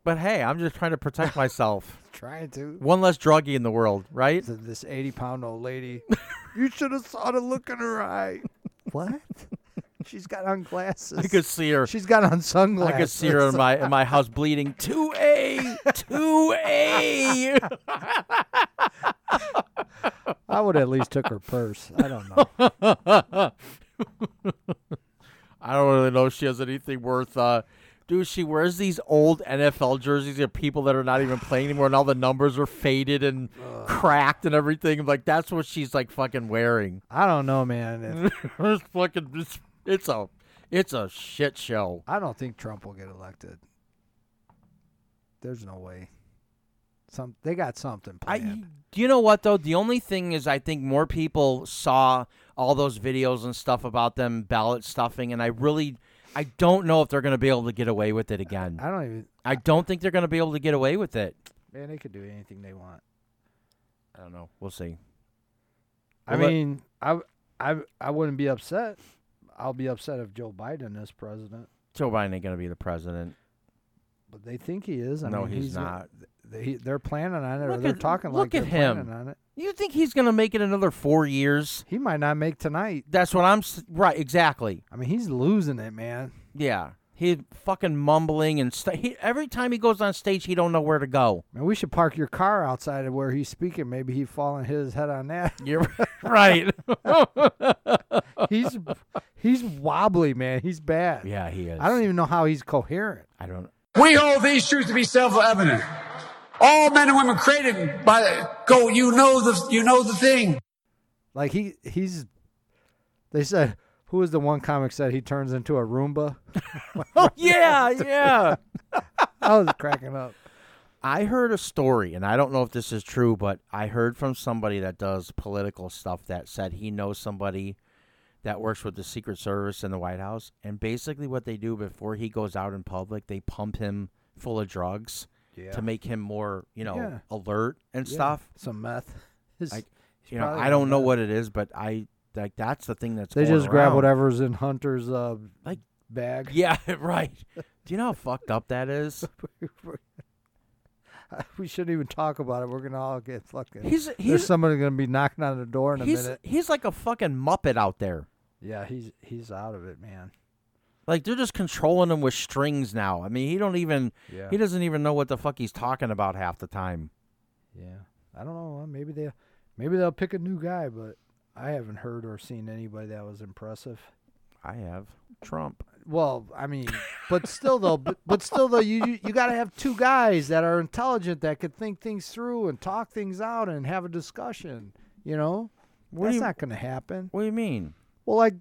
Speaker 4: but hey, I'm just trying to protect myself.
Speaker 3: Trying to.
Speaker 4: One less druggie in the world, right?
Speaker 3: to this 80 pound old
Speaker 4: (laughs)
Speaker 3: lady. you should have saw the look in her eye. what? (laughs) She's got on glasses.
Speaker 4: I could see her.
Speaker 3: She's got on sunglasses.
Speaker 4: I could see her in my in my house bleeding. Two A, two A.
Speaker 3: I would at least took her purse. I don't (laughs) know.
Speaker 4: I don't really know if she has anything worth. Uh, dude, she wears these old NFL jerseys of people that are not even playing anymore, and all the numbers are faded and cracked and everything. I'm Like that's what she's like fucking wearing.
Speaker 3: I don't know, man. If-
Speaker 4: it's fucking. It's, it's a. It's a shit show.
Speaker 3: I don't think Trump will get elected. There's no way. Some they got something
Speaker 4: I.
Speaker 3: planned.
Speaker 4: Do you know what though? The only thing is, I think more people saw all those videos and stuff about them ballot stuffing, and I really, I don't know if they're going to be able to get away with it again.
Speaker 3: I, don't even.
Speaker 4: I don't think they're going to be able to get away with it.
Speaker 3: Man, they could do anything they want.
Speaker 4: I don't know. We'll see.
Speaker 3: I
Speaker 4: Well, let-
Speaker 3: mean, I, I, I wouldn't be upset. I'll be upset if Joe Biden is president,
Speaker 4: Joe Biden ain't going to be the president.
Speaker 3: but they think he is. I
Speaker 4: No,
Speaker 3: mean,
Speaker 4: he's
Speaker 3: the-
Speaker 4: not.
Speaker 3: They, they're planning on it, or
Speaker 4: Look
Speaker 3: they're
Speaker 4: at-
Speaker 3: talking like
Speaker 4: look
Speaker 3: they're
Speaker 4: at him.
Speaker 3: planning on it.
Speaker 4: You think he's going to make it another four years?
Speaker 3: He might not make tonight.
Speaker 4: That's what I'm s- right. Exactly.
Speaker 3: I mean, he's losing it, man.
Speaker 4: Yeah. He's fucking mumbling and st- he, every time he goes on stage, he don't know where to go.
Speaker 3: Man, we should park your car outside of where he's speaking. Maybe he'd fall on his head on that. (laughs)
Speaker 4: You're right. (laughs)
Speaker 3: he's he's wobbly, man. He's bad.
Speaker 4: yeah, he is.
Speaker 3: I don't even know how he's coherent.
Speaker 4: I don't.
Speaker 5: We hold these truths to be self-evident. All men and women created by go. You know the you know the thing.
Speaker 3: Like he he's. They said who was the one comic said he turns into a Roomba?
Speaker 4: Oh yeah, yeah.
Speaker 3: I
Speaker 4: (laughs)
Speaker 3: was cracking up.
Speaker 4: I heard a story, and I don't know if this is true, but I heard from somebody that does political stuff that said he knows somebody that works with the Secret Service in the White House, and basically what they do before he goes out in public, they pump him full of drugs to make him more, you know,
Speaker 3: Yeah.
Speaker 4: alert and stuff.
Speaker 3: Some meth. His-
Speaker 4: I-
Speaker 3: he's
Speaker 4: You know,
Speaker 3: probably
Speaker 4: I
Speaker 3: on
Speaker 4: don't know
Speaker 3: meth.
Speaker 4: what it is, but I like that's the thing that's
Speaker 3: They
Speaker 4: going
Speaker 3: just grab
Speaker 4: around.
Speaker 3: whatever's in Hunter's uh
Speaker 4: Like-
Speaker 3: bag.
Speaker 4: (laughs) Yeah, (laughs) right. Do you know how fucked up that is?
Speaker 3: (laughs) we shouldn't even talk about it. We're gonna all get fucking.
Speaker 4: He's-
Speaker 3: there's
Speaker 4: he's-
Speaker 3: somebody gonna be knocking on the door in a
Speaker 4: He's
Speaker 3: minute.
Speaker 4: he's like a fucking muppet out there.
Speaker 3: Yeah, he's he's out of it, man.
Speaker 4: Like they're just controlling him with strings now. I mean, he don't even
Speaker 3: Yeah.
Speaker 4: he doesn't even know what the fuck he's talking about half the time.
Speaker 3: Yeah, I don't know. Maybe they, maybe they'll pick a new guy, but I haven't heard or seen anybody that was impressive.
Speaker 4: I have Trump.
Speaker 3: Well, I mean, but still though, but, but still though, you you, you got to have two guys that are intelligent that could think things through and talk things out and have a discussion. You know,
Speaker 4: do
Speaker 3: that's
Speaker 4: you-
Speaker 3: not gonna happen.
Speaker 4: What do you mean?
Speaker 3: Well, like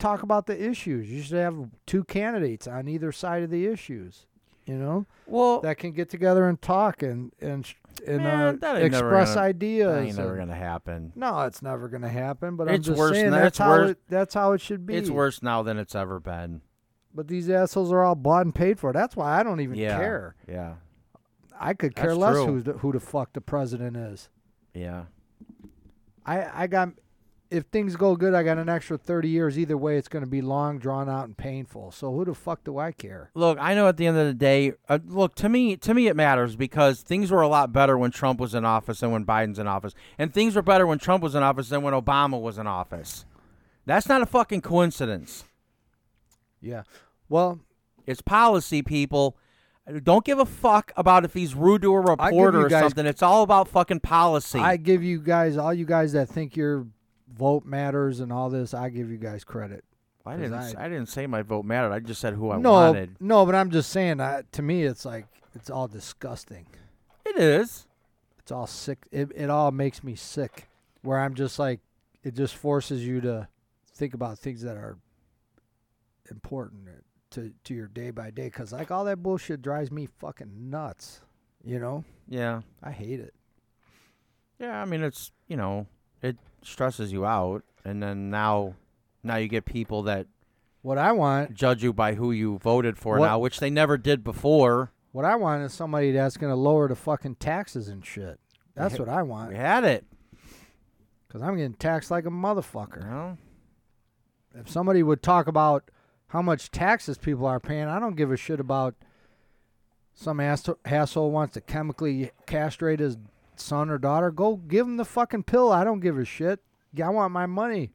Speaker 3: talk about the issues. You should have two candidates on either side of the issues. You know,
Speaker 4: Well,
Speaker 3: that can get together and talk and and sh- and
Speaker 4: Oh. man,
Speaker 3: uh,
Speaker 4: that ain't never
Speaker 3: express
Speaker 4: gonna-
Speaker 3: ideas.
Speaker 4: That ain't never
Speaker 3: and-
Speaker 4: gonna happen.
Speaker 3: No, it's never gonna happen. But I'm
Speaker 4: It's
Speaker 3: just
Speaker 4: worse
Speaker 3: saying
Speaker 4: than-
Speaker 3: that's
Speaker 4: it's
Speaker 3: how
Speaker 4: worse-
Speaker 3: it, that's how it should be.
Speaker 4: It's worse now than it's ever been.
Speaker 3: But these assholes are all bought and paid for. That's why I don't even
Speaker 4: Yeah.
Speaker 3: care.
Speaker 4: Yeah.
Speaker 3: I could care
Speaker 4: That's
Speaker 3: less
Speaker 4: true.
Speaker 3: who the, who the fuck the president is.
Speaker 4: Yeah.
Speaker 3: I I got if things go good, I got an extra thirty years. Either way, it's gonna be long, drawn out, and painful. So who the fuck do I care?
Speaker 4: Look, I know at the end of the day, uh, look to me. To me, it matters because things were a lot better when Trump was in office than when Biden's in office, and things were better when Trump was in office than when Obama was in office. That's not a fucking coincidence.
Speaker 3: Yeah. Well,
Speaker 4: It's policy, people. Don't give a fuck about if he's rude to a
Speaker 3: give
Speaker 4: reporter
Speaker 3: you
Speaker 4: or
Speaker 3: guys-
Speaker 4: something. It's all about fucking policy.
Speaker 3: I give you guys, all you guys that think your vote matters and all this, I give you guys credit.
Speaker 4: I didn't.
Speaker 3: I-
Speaker 4: I, didn't say my vote mattered. I just said who I
Speaker 3: no,
Speaker 4: wanted.
Speaker 3: no, but I'm just saying. I, to me, it's like it's all disgusting.
Speaker 4: It is.
Speaker 3: It's all sick. It, it all makes me sick. Where I'm just like, it just forces you to think about things that are important to to your day by day. Cause like all that bullshit drives me fucking nuts. You know,
Speaker 4: Yeah.
Speaker 3: I hate it.
Speaker 4: Yeah. I mean, it's you know, it stresses you out, and then now, now you get people that
Speaker 3: What I want,
Speaker 4: judge you by who you voted for
Speaker 3: What-
Speaker 4: now, which they never did before.
Speaker 3: what I want is somebody that's going to lower the fucking taxes and shit. That's what I want
Speaker 4: We had it.
Speaker 3: because I'm getting taxed like a motherfucker.
Speaker 4: Well,
Speaker 3: If somebody would talk about how much taxes people are paying, I don't give a shit about some ass- asshole wants to chemically castrate his son or daughter. Go give him the fucking pill. I don't give a shit. I want my money.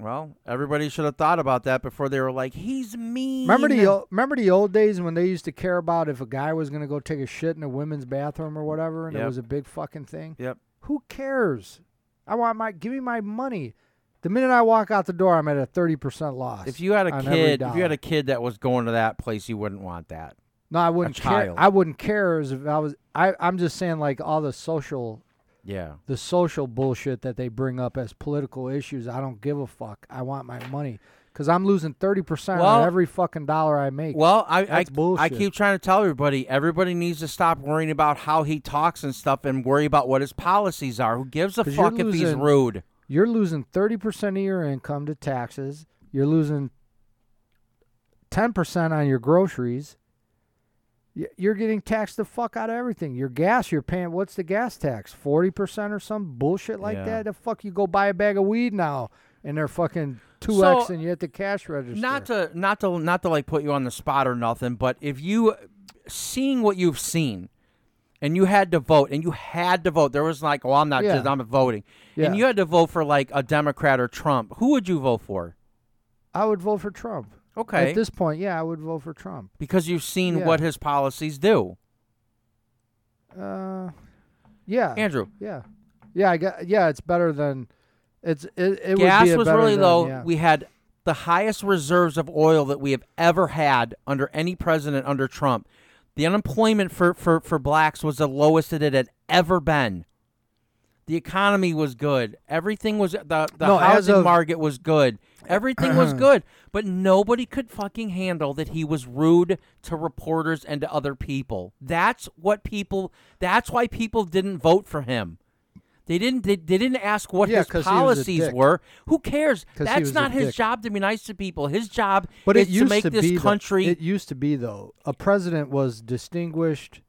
Speaker 4: well, everybody should have thought about that before they were like, "He's mean."
Speaker 3: Remember the old, remember the old days when they used to care about if a guy was going to go take a shit in a women's bathroom or whatever, and it
Speaker 4: Yep.
Speaker 3: was a big fucking thing.
Speaker 4: Yep.
Speaker 3: Who cares? I want my give me my money. The minute I walk out the door, I'm at a thirty percent loss.
Speaker 4: If you had a
Speaker 3: on every
Speaker 4: kid, if you had
Speaker 3: dollar.
Speaker 4: a kid that was going to that place, you wouldn't want that.
Speaker 3: no, I wouldn't
Speaker 4: child.
Speaker 3: care. I wouldn't care as if I was. I I'm just saying like all the social
Speaker 4: Yeah.
Speaker 3: the social bullshit that they bring up as political issues. I don't give a fuck. I want my money because I'm losing thirty percent
Speaker 4: Well-
Speaker 3: on every fucking dollar I make.
Speaker 4: Well, I I,
Speaker 3: That's bullshit.
Speaker 4: I keep trying to tell everybody, everybody needs to stop worrying about how he talks and stuff, and worry about what his policies are. Who gives a
Speaker 3: 'Cause you're
Speaker 4: fuck if he's
Speaker 3: losing-
Speaker 4: rude?
Speaker 3: you're losing 30% of your income to taxes. You're losing 10% on your groceries. Y- You're getting taxed the fuck out of everything. Your gas, you're paying, what's the gas tax? 40% or some bullshit like
Speaker 4: Yeah.
Speaker 3: that? The fuck, you go buy a bag of weed now and they're fucking 2X
Speaker 4: So,
Speaker 3: and you at the cash register.
Speaker 4: Not to not to not to like put you on the spot or nothing, but if you seeing what you've seen, and you had to vote, and you had to vote, there was like, well, I'm not,
Speaker 3: Yeah.
Speaker 4: just, I'm voting,
Speaker 3: Yeah.
Speaker 4: and you had to vote for like a Democrat or Trump. Who would you vote for?
Speaker 3: I would vote for Trump.
Speaker 4: Okay,
Speaker 3: At this point, yeah, I would vote for Trump.
Speaker 4: because you've seen
Speaker 3: Yeah.
Speaker 4: what his policies do,
Speaker 3: Uh, yeah.
Speaker 4: Andrew.
Speaker 3: Yeah, yeah, I got. Yeah, it's better than it's. It, it would
Speaker 4: gas
Speaker 3: be a
Speaker 4: was
Speaker 3: better
Speaker 4: really
Speaker 3: than-
Speaker 4: low.
Speaker 3: yeah.
Speaker 4: We had the highest reserves of oil that we have ever had under any president under Trump. The unemployment for, for, for blacks was the lowest that it had ever been. The economy was good. Everything was the, the
Speaker 3: No, as
Speaker 4: housing
Speaker 3: of-
Speaker 4: market was good. Everything
Speaker 3: (clears throat)
Speaker 4: was good. But nobody could fucking handle that he was rude to reporters and to other people. That's what people that's why people didn't vote for him. They didn't. They, they didn't ask what
Speaker 3: Yeah,
Speaker 4: his
Speaker 3: 'cause he was a
Speaker 4: policies
Speaker 3: dick.
Speaker 4: were. Who cares?
Speaker 3: 'Cause he
Speaker 4: That's
Speaker 3: was a
Speaker 4: not his
Speaker 3: dick.
Speaker 4: job to be nice to people. His job
Speaker 3: but
Speaker 4: is
Speaker 3: it
Speaker 4: to
Speaker 3: used
Speaker 4: make
Speaker 3: to
Speaker 4: this
Speaker 3: be
Speaker 4: country.
Speaker 3: Though, it used to be though a president was distinguished.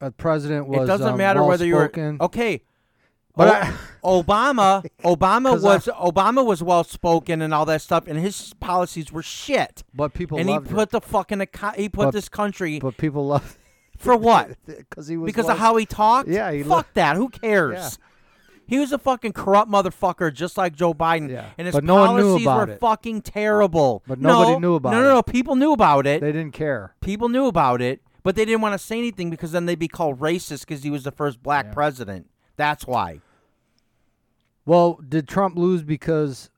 Speaker 3: A president
Speaker 4: It
Speaker 3: was.
Speaker 4: doesn't
Speaker 3: um,
Speaker 4: matter whether you're
Speaker 3: well-spoken.
Speaker 4: okay.
Speaker 3: But
Speaker 4: O-
Speaker 3: (laughs)
Speaker 4: Obama, Obama
Speaker 3: 'Cause I-
Speaker 4: was Obama was well spoken and all that stuff, and his policies were shit.
Speaker 3: But people
Speaker 4: and he
Speaker 3: loved it.
Speaker 4: put the fucking eco- he put
Speaker 3: But-
Speaker 4: this country
Speaker 3: (laughs) But people love
Speaker 4: for what?
Speaker 3: because he was
Speaker 4: because
Speaker 3: well-
Speaker 4: of how he talked.
Speaker 3: (laughs) Yeah, he
Speaker 4: fuck
Speaker 3: lo-
Speaker 4: that. Who cares? He was a fucking corrupt motherfucker, just like Joe Biden.
Speaker 3: Yeah.
Speaker 4: And his
Speaker 3: But no one
Speaker 4: policies
Speaker 3: knew about
Speaker 4: were
Speaker 3: it.
Speaker 4: fucking terrible.
Speaker 3: But nobody
Speaker 4: No,
Speaker 3: knew about
Speaker 4: no, No, no,
Speaker 3: it.
Speaker 4: People knew about it.
Speaker 3: they didn't care.
Speaker 4: people knew about it, but they didn't want to say anything because then they'd be called racist because he was the first black president. That's why.
Speaker 3: Well, did Trump lose because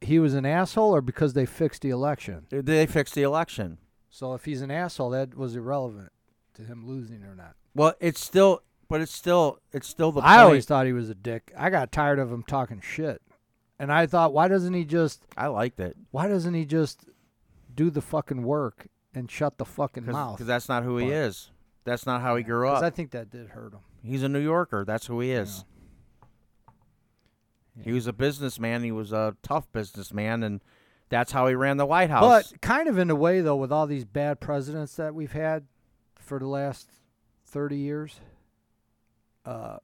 Speaker 3: he was an asshole, or because they fixed the election?
Speaker 4: They- They fixed the election.
Speaker 3: So if he's an asshole, that was irrelevant to him losing or not.
Speaker 4: Well, it's still, but it's still, it's still the.
Speaker 3: I
Speaker 4: point.
Speaker 3: always thought he was a dick. I got tired of him talking shit. And I thought, why doesn't he just
Speaker 4: I liked it
Speaker 3: why doesn't he just do the fucking work and shut the fucking mouth?
Speaker 4: because that's not who he
Speaker 3: But-
Speaker 4: is. That's not how he grew
Speaker 3: 'Cause
Speaker 4: up.
Speaker 3: I think that did hurt him.
Speaker 4: He's a New Yorker. That's who he is. He was a businessman. He was a tough businessman, and that's how he ran the White House.
Speaker 3: But kind of in a way though, with all these bad presidents that we've had for the last thirty years, because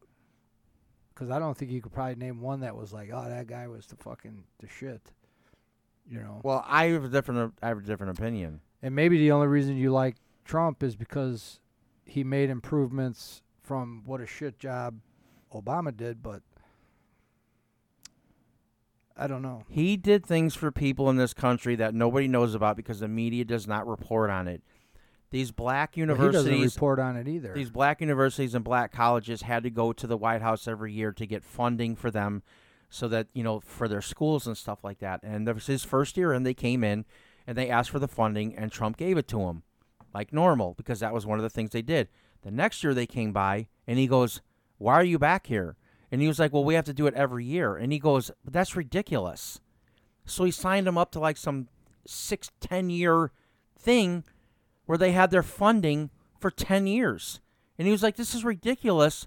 Speaker 3: I don't think you could probably name one that was like, oh, that guy was the fucking the shit, you know.
Speaker 4: well, I have a different. I have a different opinion.
Speaker 3: And maybe the only reason you like Trump is because he made improvements from what a shit job Obama did, but I don't know.
Speaker 4: He did things for people in this country that nobody knows about because the media does not report on it. These black
Speaker 3: But He doesn't
Speaker 4: universities
Speaker 3: report on it either.
Speaker 4: These black universities and black colleges had to go to the White House every year to get funding for them so that, you know, for their schools and stuff like that. And that was his first year, and they came in and they asked for the funding, and Trump gave it to them like normal because that was one of the things they did. The next year they came by, and he goes, Why are you back here? And he was like, Well, we have to do it every year. And he goes, But that's ridiculous. So he signed them up to like some six, 10 year thing where they had their funding for 10 years. And he was like, this is ridiculous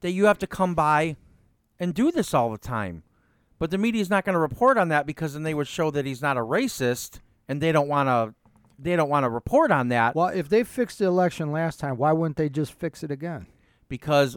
Speaker 4: that you have to come by and do this all the time. But the media's not going to report on that because then they would show that he's not a racist, and they don't want to. They don't want to report on that
Speaker 3: Well, if they fixed the election last time, why wouldn't they just fix it again?
Speaker 4: because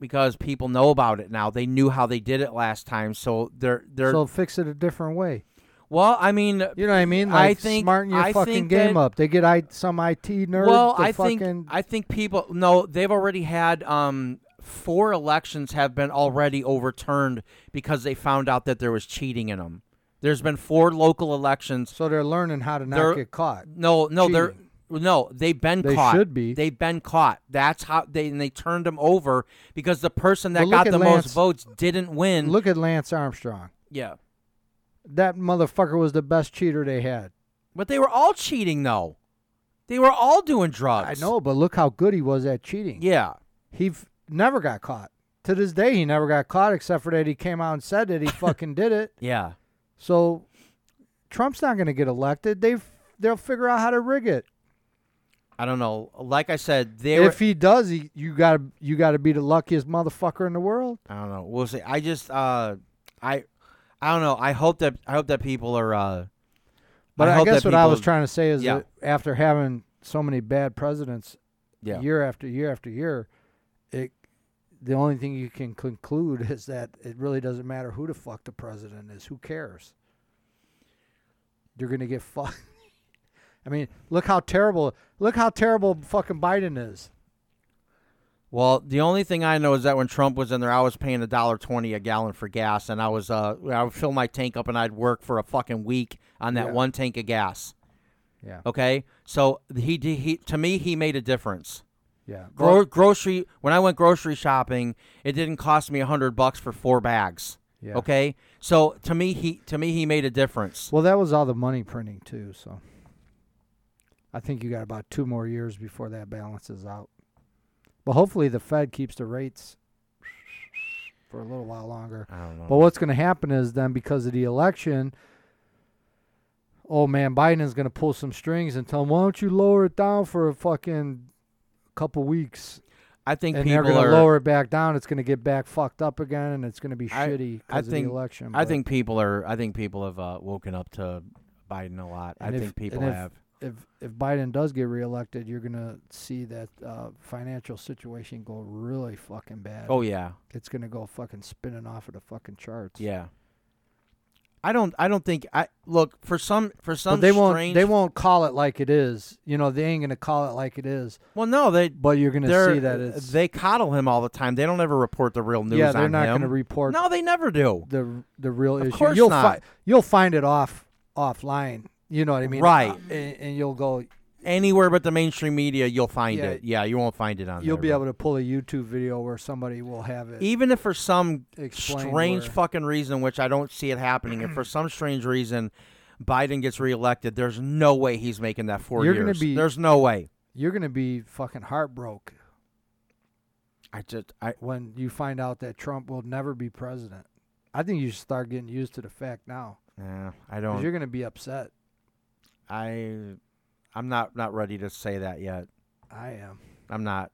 Speaker 4: because people know about it now. They knew how they did it last time, so they're they're.
Speaker 3: So fix it a different way.
Speaker 4: well, I mean,
Speaker 3: You know what I mean? Like
Speaker 4: I think
Speaker 3: smarten your
Speaker 4: I
Speaker 3: fucking
Speaker 4: think
Speaker 3: game
Speaker 4: that-
Speaker 3: up. They get I, some IT nerd.
Speaker 4: Well,
Speaker 3: to
Speaker 4: I
Speaker 3: fucking,
Speaker 4: think I think people no, they've already had um four elections have been already overturned because they found out that there was cheating in them. There's been four local elections.
Speaker 3: so. They're learning how to not
Speaker 4: They're-
Speaker 3: get caught.
Speaker 4: No, no, they're
Speaker 3: Cheating.
Speaker 4: no, they've been
Speaker 3: They
Speaker 4: caught.
Speaker 3: should be.
Speaker 4: They've been caught. That's how they and they turned them over because the person that
Speaker 3: Well, look
Speaker 4: got
Speaker 3: at
Speaker 4: the
Speaker 3: Lance-
Speaker 4: most votes didn't win.
Speaker 3: Look at Lance Armstrong.
Speaker 4: yeah.
Speaker 3: That motherfucker was the best cheater they had.
Speaker 4: But they were all cheating though. They were all doing
Speaker 3: I
Speaker 4: drugs.
Speaker 3: know, but look how good he was at cheating.
Speaker 4: Yeah.
Speaker 3: He f- never got caught. To this day, he never got caught except for that he came out and
Speaker 4: (laughs)
Speaker 3: said that he fucking did it.
Speaker 4: Yeah.
Speaker 3: So Trump's not going to get elected. They have they'll figure out how to rig it.
Speaker 4: I don't know. Like I said, they were
Speaker 3: If he does, he, you got to you got to be the luckiest motherfucker in the world.
Speaker 4: I don't know. We'll see. I just uh I I don't know. I hope that I hope that people are uh
Speaker 3: But I,
Speaker 4: hope
Speaker 3: guess
Speaker 4: that
Speaker 3: what I
Speaker 4: people-
Speaker 3: was trying to say is
Speaker 4: Yeah.
Speaker 3: that after having so many bad presidents
Speaker 4: Yeah.
Speaker 3: year after year after year, it the only thing you can conclude is that it really doesn't matter who the fuck the president is. Who cares? You're gonna get fucked. (laughs) I mean, look how terrible! Look how terrible fucking Biden is.
Speaker 4: Well, the only thing I know is that when Trump was in there, I was paying a dollar twenty a gallon for gas, and I was uh I would fill my tank up, and I'd work for a fucking week on that
Speaker 3: Yeah.
Speaker 4: one tank of gas.
Speaker 3: Yeah.
Speaker 4: Okay, so he did- he to me he made a difference.
Speaker 3: Yeah.
Speaker 4: Gro- grocery when I went grocery shopping, it didn't cost me a hundred bucks for four bags.
Speaker 3: Yeah.
Speaker 4: Okay, so to me he to me he made a difference.
Speaker 3: Well, that was all the money printing too, so I think you got about two more years before that balances out. But hopefully the Fed keeps the rates for a little while longer.
Speaker 4: I don't know.
Speaker 3: But what's going to happen is then because of the election, oh man, Biden is going to pull some strings and tell him, "Why don't you lower it down for a fucking couple weeks?"
Speaker 4: I think
Speaker 3: And they're
Speaker 4: people
Speaker 3: going to
Speaker 4: are
Speaker 3: lower it back down. It's going to get back fucked up again, and it's going to be
Speaker 4: I-
Speaker 3: shitty
Speaker 4: I
Speaker 3: because of the
Speaker 4: think-
Speaker 3: election.
Speaker 4: I
Speaker 3: but-
Speaker 4: think people are. I think people have uh, woken up to Biden a lot. I
Speaker 3: And if-
Speaker 4: think people
Speaker 3: and if-
Speaker 4: have.
Speaker 3: If if Biden does get reelected, you're gonna see that uh, financial situation go really fucking bad.
Speaker 4: Oh yeah,
Speaker 3: it's gonna go fucking spinning off of the fucking charts.
Speaker 4: yeah. I don't. I don't think. I look for some. For some.
Speaker 3: but they won't.
Speaker 4: strange,
Speaker 3: They won't call it like it is. You know, they ain't gonna call it like it is.
Speaker 4: Well, no. They.
Speaker 3: But you're gonna
Speaker 4: They're, uh,
Speaker 3: see that it's
Speaker 4: they coddle him all the time. They don't ever report the real news.
Speaker 3: yeah. They're
Speaker 4: on
Speaker 3: not
Speaker 4: him.
Speaker 3: gonna report
Speaker 4: No, they never do.
Speaker 3: the the real issue.
Speaker 4: course
Speaker 3: you'll
Speaker 4: not.
Speaker 3: fi- you'll find it off offline. You know what I mean?
Speaker 4: Right.
Speaker 3: Uh, and, and you'll go.
Speaker 4: Anywhere but the mainstream media, you'll find
Speaker 3: Yeah.
Speaker 4: it. Yeah, you won't find it on.
Speaker 3: You'll
Speaker 4: there,
Speaker 3: be
Speaker 4: but-
Speaker 3: able to pull a YouTube video where somebody will have it.
Speaker 4: even if for some
Speaker 3: Explain
Speaker 4: strange
Speaker 3: where.
Speaker 4: fucking reason, which I don't see it happening, if for some strange reason Biden gets reelected, there's no way he's making that 4
Speaker 3: You're gonna
Speaker 4: years.
Speaker 3: be-
Speaker 4: there's no way.
Speaker 3: you're gonna be fucking heartbroken.
Speaker 4: I just, I,
Speaker 3: when you find out that Trump will never be president. I think you should start getting used to the fact now
Speaker 4: nah, I
Speaker 3: 'cause
Speaker 4: don't,
Speaker 3: you're going to be upset.
Speaker 4: I, I'm not, not ready to say that yet.
Speaker 3: I am.
Speaker 4: I'm not,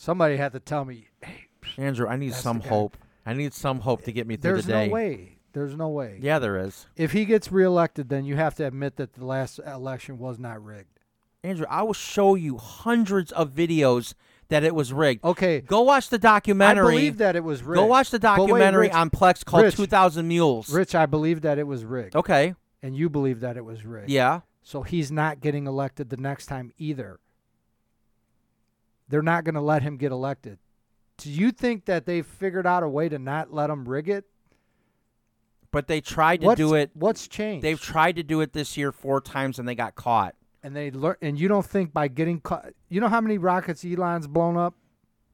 Speaker 3: Somebody had to tell me
Speaker 4: Andrew. I need
Speaker 3: That's
Speaker 4: some
Speaker 3: the guy.
Speaker 4: hope. I need some hope to get me through
Speaker 3: there's
Speaker 4: the day.
Speaker 3: no way. There's no way.
Speaker 4: Yeah, there is,
Speaker 3: If he gets reelected, then you have to admit that the last election was not rigged.
Speaker 4: Andrew. I will show you hundreds of videos that it was rigged.
Speaker 3: Okay.
Speaker 4: Go watch the documentary.
Speaker 3: I believe that it was rigged.
Speaker 4: Go watch the
Speaker 3: But wait,
Speaker 4: documentary
Speaker 3: Rich-
Speaker 4: on Plex called
Speaker 3: Rich,
Speaker 4: 2000 Mules.
Speaker 3: Rich, I believe that it was rigged.
Speaker 4: Okay.
Speaker 3: And you believe that it was rigged.
Speaker 4: Yeah.
Speaker 3: So he's not getting elected the next time either. They're not going to let him get elected. Do you think that they figured out a way to not let him rig it?
Speaker 4: But they tried to
Speaker 3: what's,
Speaker 4: do it.
Speaker 3: What's changed?
Speaker 4: They've tried to do it this year four times and they got caught.
Speaker 3: and they learn. And you don't think by getting caught, you know how many rockets Elon's blown up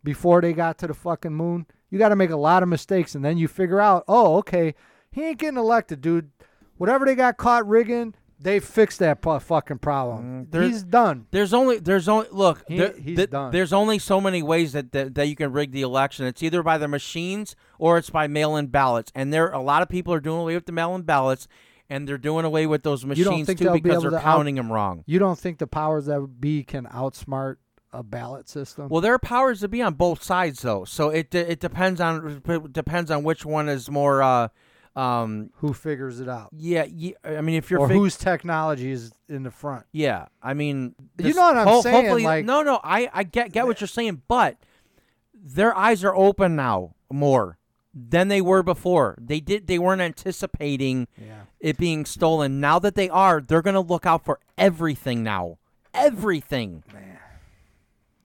Speaker 3: before they got to the fucking moon? You got to make a lot of mistakes, and then you figure out, oh, okay, he ain't getting elected, dude. Whatever they got caught rigging, they fixed that pu- fucking problem.
Speaker 4: Mm, there-
Speaker 3: He's done.
Speaker 4: There's only there's only look
Speaker 3: He-
Speaker 4: there-
Speaker 3: he's
Speaker 4: th-
Speaker 3: done.
Speaker 4: there's only so many ways that, that that you can rig the election. It's either by the machines or it's by mail-in ballots. And there a lot of people are doing away with the mail-in ballots and they're doing away with those
Speaker 3: You don't
Speaker 4: machines
Speaker 3: think
Speaker 4: too
Speaker 3: they'll be
Speaker 4: because
Speaker 3: able
Speaker 4: they're
Speaker 3: to out-
Speaker 4: counting them wrong.
Speaker 3: You don't think the powers that be can outsmart a ballot system?
Speaker 4: Well, there are powers to be on both sides though. So it de- it depends on it depends on which one is more uh Um,
Speaker 3: who figures it out?
Speaker 4: Yeah, ye- I mean, if you're
Speaker 3: or
Speaker 4: fig-
Speaker 3: whose technology is in the front?
Speaker 4: Yeah, I mean,
Speaker 3: You know what I'm
Speaker 4: ho-
Speaker 3: saying,
Speaker 4: Hopefully,
Speaker 3: like-
Speaker 4: no, no, I, I get get what you're saying, but their eyes are open now more than they were before. They did they weren't anticipating it being stolen. Now that they are, they're gonna look out for everything now. Everything.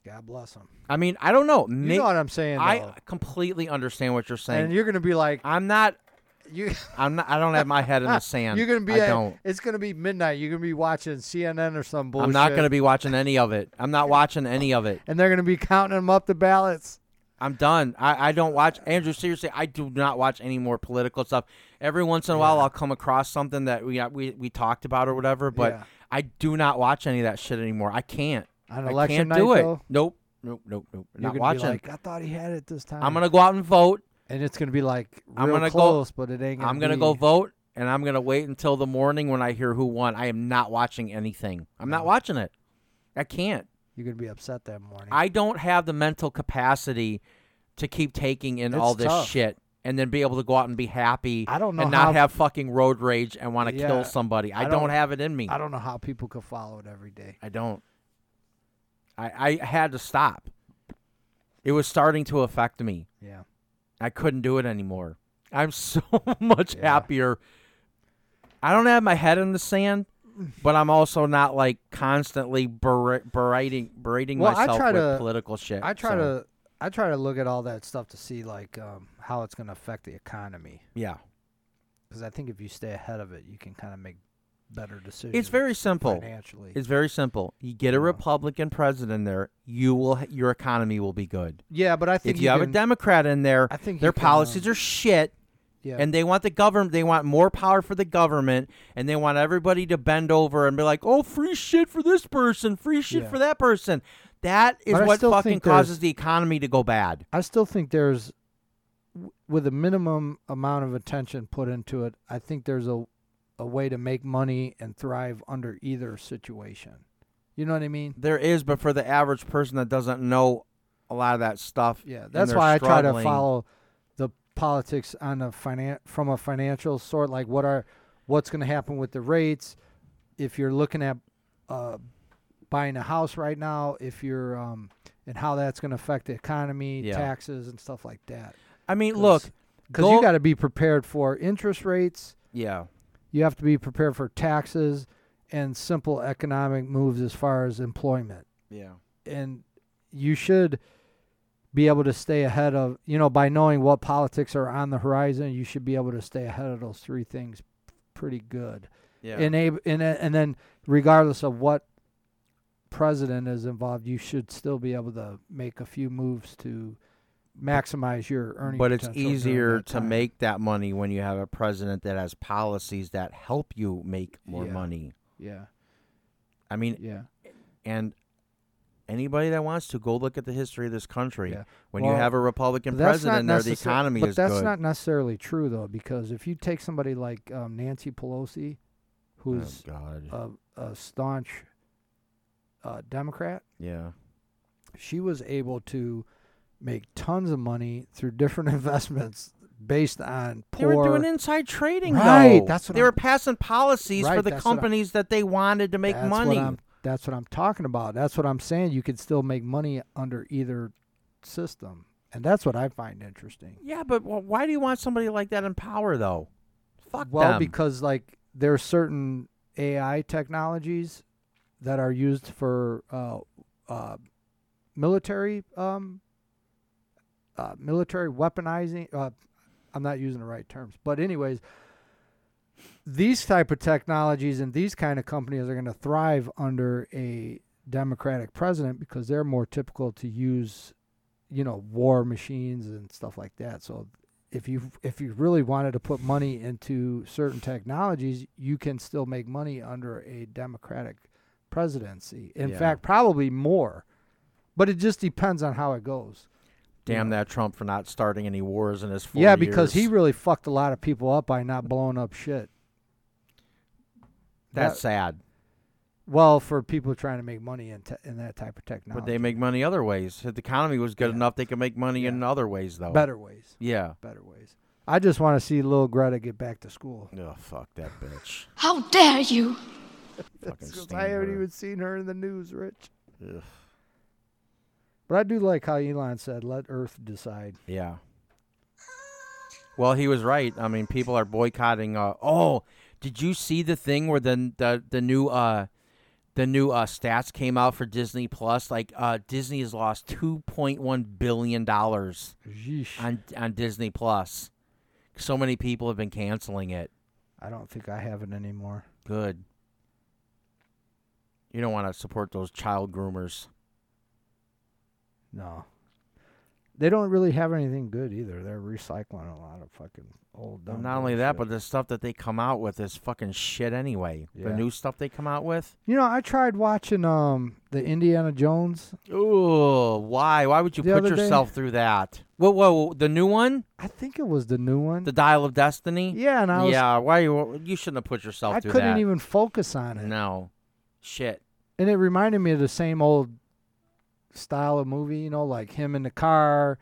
Speaker 3: God bless them.
Speaker 4: I mean, I don't know.
Speaker 3: You know what I'm saying?
Speaker 4: I
Speaker 3: though.
Speaker 4: completely understand what you're saying.
Speaker 3: and you're gonna be like,
Speaker 4: I'm not. (laughs)
Speaker 3: You.
Speaker 4: I'm not. I don't have my head in
Speaker 3: (laughs)
Speaker 4: the sand.
Speaker 3: You're gonna be.
Speaker 4: I
Speaker 3: at-
Speaker 4: don't.
Speaker 3: It's gonna be midnight. You're gonna be watching CNN or some bullshit.
Speaker 4: I'm not gonna be watching any of it. I'm not watching any of it.
Speaker 3: And they're gonna be counting them up the ballots.
Speaker 4: I'm done. I, I don't watch Andrew. Seriously, I do not watch any more political stuff. Every once in a while, I'll come across something that we we we talked about or whatever, but
Speaker 3: Yeah.
Speaker 4: I do not watch any of that shit anymore. I can't.
Speaker 3: On
Speaker 4: I can't
Speaker 3: election night,
Speaker 4: do it.
Speaker 3: though?
Speaker 4: Nope. Nope. Nope. Nope.
Speaker 3: You're
Speaker 4: not
Speaker 3: gonna
Speaker 4: watching.
Speaker 3: Be like, uh, I thought he had it this time.
Speaker 4: I'm gonna go out and vote.
Speaker 3: And it's gonna be like real
Speaker 4: I'm gonna
Speaker 3: close,
Speaker 4: go.
Speaker 3: but it ain't.
Speaker 4: I'm gonna
Speaker 3: be.
Speaker 4: go vote, and I'm gonna wait until the morning when I hear who won. I am not watching anything. I'm not watching it. I can't.
Speaker 3: You're gonna be upset that morning.
Speaker 4: I don't have the mental capacity to keep taking in
Speaker 3: It's
Speaker 4: all this
Speaker 3: tough.
Speaker 4: shit and then be able to go out and be happy.
Speaker 3: I don't know
Speaker 4: and
Speaker 3: how-
Speaker 4: not have fucking road rage and want to
Speaker 3: Yeah.
Speaker 4: kill somebody. I,
Speaker 3: I
Speaker 4: don't,
Speaker 3: don't-
Speaker 4: have it in me.
Speaker 3: I don't know how people could follow it every day.
Speaker 4: I don't. I I had to stop. It was starting to affect me.
Speaker 3: Yeah.
Speaker 4: I couldn't do it anymore. I'm (laughs) so much happier. I don't have my head in the sand, but I'm also not like constantly ber- berating berating
Speaker 3: Well, I
Speaker 4: myself
Speaker 3: try
Speaker 4: with
Speaker 3: to-
Speaker 4: political shit.
Speaker 3: I try
Speaker 4: so,
Speaker 3: to I try to look at all that stuff to see like um, how it's going to affect the economy
Speaker 4: yeah.
Speaker 3: because I think if you stay ahead of it, you can kind of make better decisions.
Speaker 4: It's very simple.
Speaker 3: financially.
Speaker 4: It's very simple. You get a Republican president there, you will your economy will be good.
Speaker 3: yeah, but I think
Speaker 4: if you, have
Speaker 3: can,
Speaker 4: a Democrat in there,
Speaker 3: I think you
Speaker 4: their
Speaker 3: can,
Speaker 4: policies
Speaker 3: um,
Speaker 4: are shit.
Speaker 3: yeah.
Speaker 4: And they want the government. They want more power for the government, and they want everybody to bend over and be like, "Oh, free shit for this person, free shit
Speaker 3: Yeah.
Speaker 4: for that person." That is
Speaker 3: But I
Speaker 4: what
Speaker 3: still
Speaker 4: fucking
Speaker 3: think there's-
Speaker 4: causes the economy to go bad.
Speaker 3: I still think there's w- with a minimum amount of attention put into it, I think there's a a way to make money and thrive under either situation. You know what I mean?
Speaker 4: There is, but for the average person that doesn't know a lot of that stuff,
Speaker 3: Yeah,
Speaker 4: and
Speaker 3: that's
Speaker 4: they're
Speaker 3: why I try to
Speaker 4: struggling-
Speaker 3: follow the politics on a finan- from a financial sort. Like, what are what's going to happen with the rates? If you're looking at uh, buying a house right now, if you're um, and how that's going to affect the economy,
Speaker 4: Yeah.
Speaker 3: taxes, and stuff like that.
Speaker 4: I mean, look,
Speaker 3: Because you
Speaker 4: go-
Speaker 3: got to be prepared for interest rates.
Speaker 4: yeah.
Speaker 3: You have to be prepared for taxes and simple economic moves as far as employment
Speaker 4: Yeah.
Speaker 3: and you should be able to stay ahead of you know by knowing what politics are on the horizon you should be able to stay ahead of those three things pretty good
Speaker 4: Yeah.
Speaker 3: Enab- and, uh, and then regardless of what president is involved you should still be able to make a few moves to maximize your earning
Speaker 4: But it's
Speaker 3: potential during
Speaker 4: easier
Speaker 3: that
Speaker 4: to
Speaker 3: time.
Speaker 4: make that money when you have a president that has policies that help you make more
Speaker 3: Yeah.
Speaker 4: money.
Speaker 3: yeah
Speaker 4: I mean,
Speaker 3: yeah
Speaker 4: and anybody that wants to go look at the history of this country.
Speaker 3: Yeah.
Speaker 4: When
Speaker 3: Well,
Speaker 4: you have a Republican
Speaker 3: But that's
Speaker 4: president
Speaker 3: not
Speaker 4: there, the
Speaker 3: necessar-
Speaker 4: economy
Speaker 3: but
Speaker 4: is
Speaker 3: that's
Speaker 4: good.
Speaker 3: not necessarily true though because if you take somebody like um, nancy pelosi who's
Speaker 4: oh God.
Speaker 3: a, a staunch uh, Democrat.
Speaker 4: yeah.
Speaker 3: She was able to make tons of money through different (laughs) investments based on
Speaker 4: They
Speaker 3: poor.
Speaker 4: were doing inside trading,
Speaker 3: Right,
Speaker 4: though.
Speaker 3: that's what
Speaker 4: they
Speaker 3: I'm-
Speaker 4: were passing policies for
Speaker 3: Right,
Speaker 4: the
Speaker 3: that's what I'm-
Speaker 4: companies that they wanted to make
Speaker 3: that's
Speaker 4: money.
Speaker 3: What I'm, that's what I'm talking about. That's what I'm saying. You could still make money under either system, and that's what I find interesting.
Speaker 4: yeah, but wh- why do you want somebody like that in power, though? Fuck
Speaker 3: well,
Speaker 4: them.
Speaker 3: because like there are certain AI technologies that are used for uh, uh, military um, uh, military weaponizing. Uh, I'm not using the right terms, but anyways, these type of technologies and these kind of companies are going to thrive under a democratic president because they're more typical to use, you know, war machines and stuff like that. So if you if you really wanted to put money into certain technologies, you can still make money under a democratic presidency. In
Speaker 4: Yeah.
Speaker 3: fact, probably more. But it just depends on how it goes.
Speaker 4: Damn that Trump for not starting any wars in his four
Speaker 3: yeah, because
Speaker 4: years.
Speaker 3: he really fucked a lot of people up by not blowing up shit.
Speaker 4: That's
Speaker 3: that-
Speaker 4: sad.
Speaker 3: Well, for people trying to make money in, te- in that type of technology,
Speaker 4: But they make money Oh. other ways. If the economy was good enough, they could make money in other ways, though.
Speaker 3: better ways.
Speaker 4: Yeah.
Speaker 3: Better ways. I just want to see little Greta get back to school.
Speaker 4: Oh, fuck that bitch.
Speaker 12: How dare you?
Speaker 4: (laughs) Fucking
Speaker 3: Because
Speaker 4: stand
Speaker 3: I haven't
Speaker 4: her.
Speaker 3: even seen her in the news, Rich.
Speaker 4: Ugh.
Speaker 3: But I do like how Elon said, "Let Earth decide."
Speaker 4: Yeah. Well, he was right. I mean, people are boycotting. Uh, oh, did you see the thing where the the the new uh the new uh stats came out for Disney Plus? Like, uh, Disney has lost two point one billion dollars
Speaker 3: Yeesh.
Speaker 4: on on Disney Plus. So many people have been canceling it.
Speaker 3: I don't think I have it anymore.
Speaker 4: Good. You don't want to support those child groomers.
Speaker 3: No. They don't really have anything good either. They're recycling a lot of fucking old dumb.
Speaker 4: Not only that, but the stuff that they come out with is fucking shit anyway.
Speaker 3: Yeah.
Speaker 4: The new stuff they come out with.
Speaker 3: you know, I tried watching um the Indiana Jones.
Speaker 4: Oh, why? Why would you
Speaker 3: The
Speaker 4: put
Speaker 3: other day-
Speaker 4: yourself through that? Whoa, whoa, whoa, the new one,
Speaker 3: I think it was the new one.
Speaker 4: the Dial of Destiny.
Speaker 3: Yeah, and I was-
Speaker 4: yeah. Why you? You shouldn't have put yourself
Speaker 3: I
Speaker 4: through
Speaker 3: couldn't
Speaker 4: that.
Speaker 3: even focus on it.
Speaker 4: No, shit.
Speaker 3: And it reminded me of the same old style of movie, you know, like him in the car,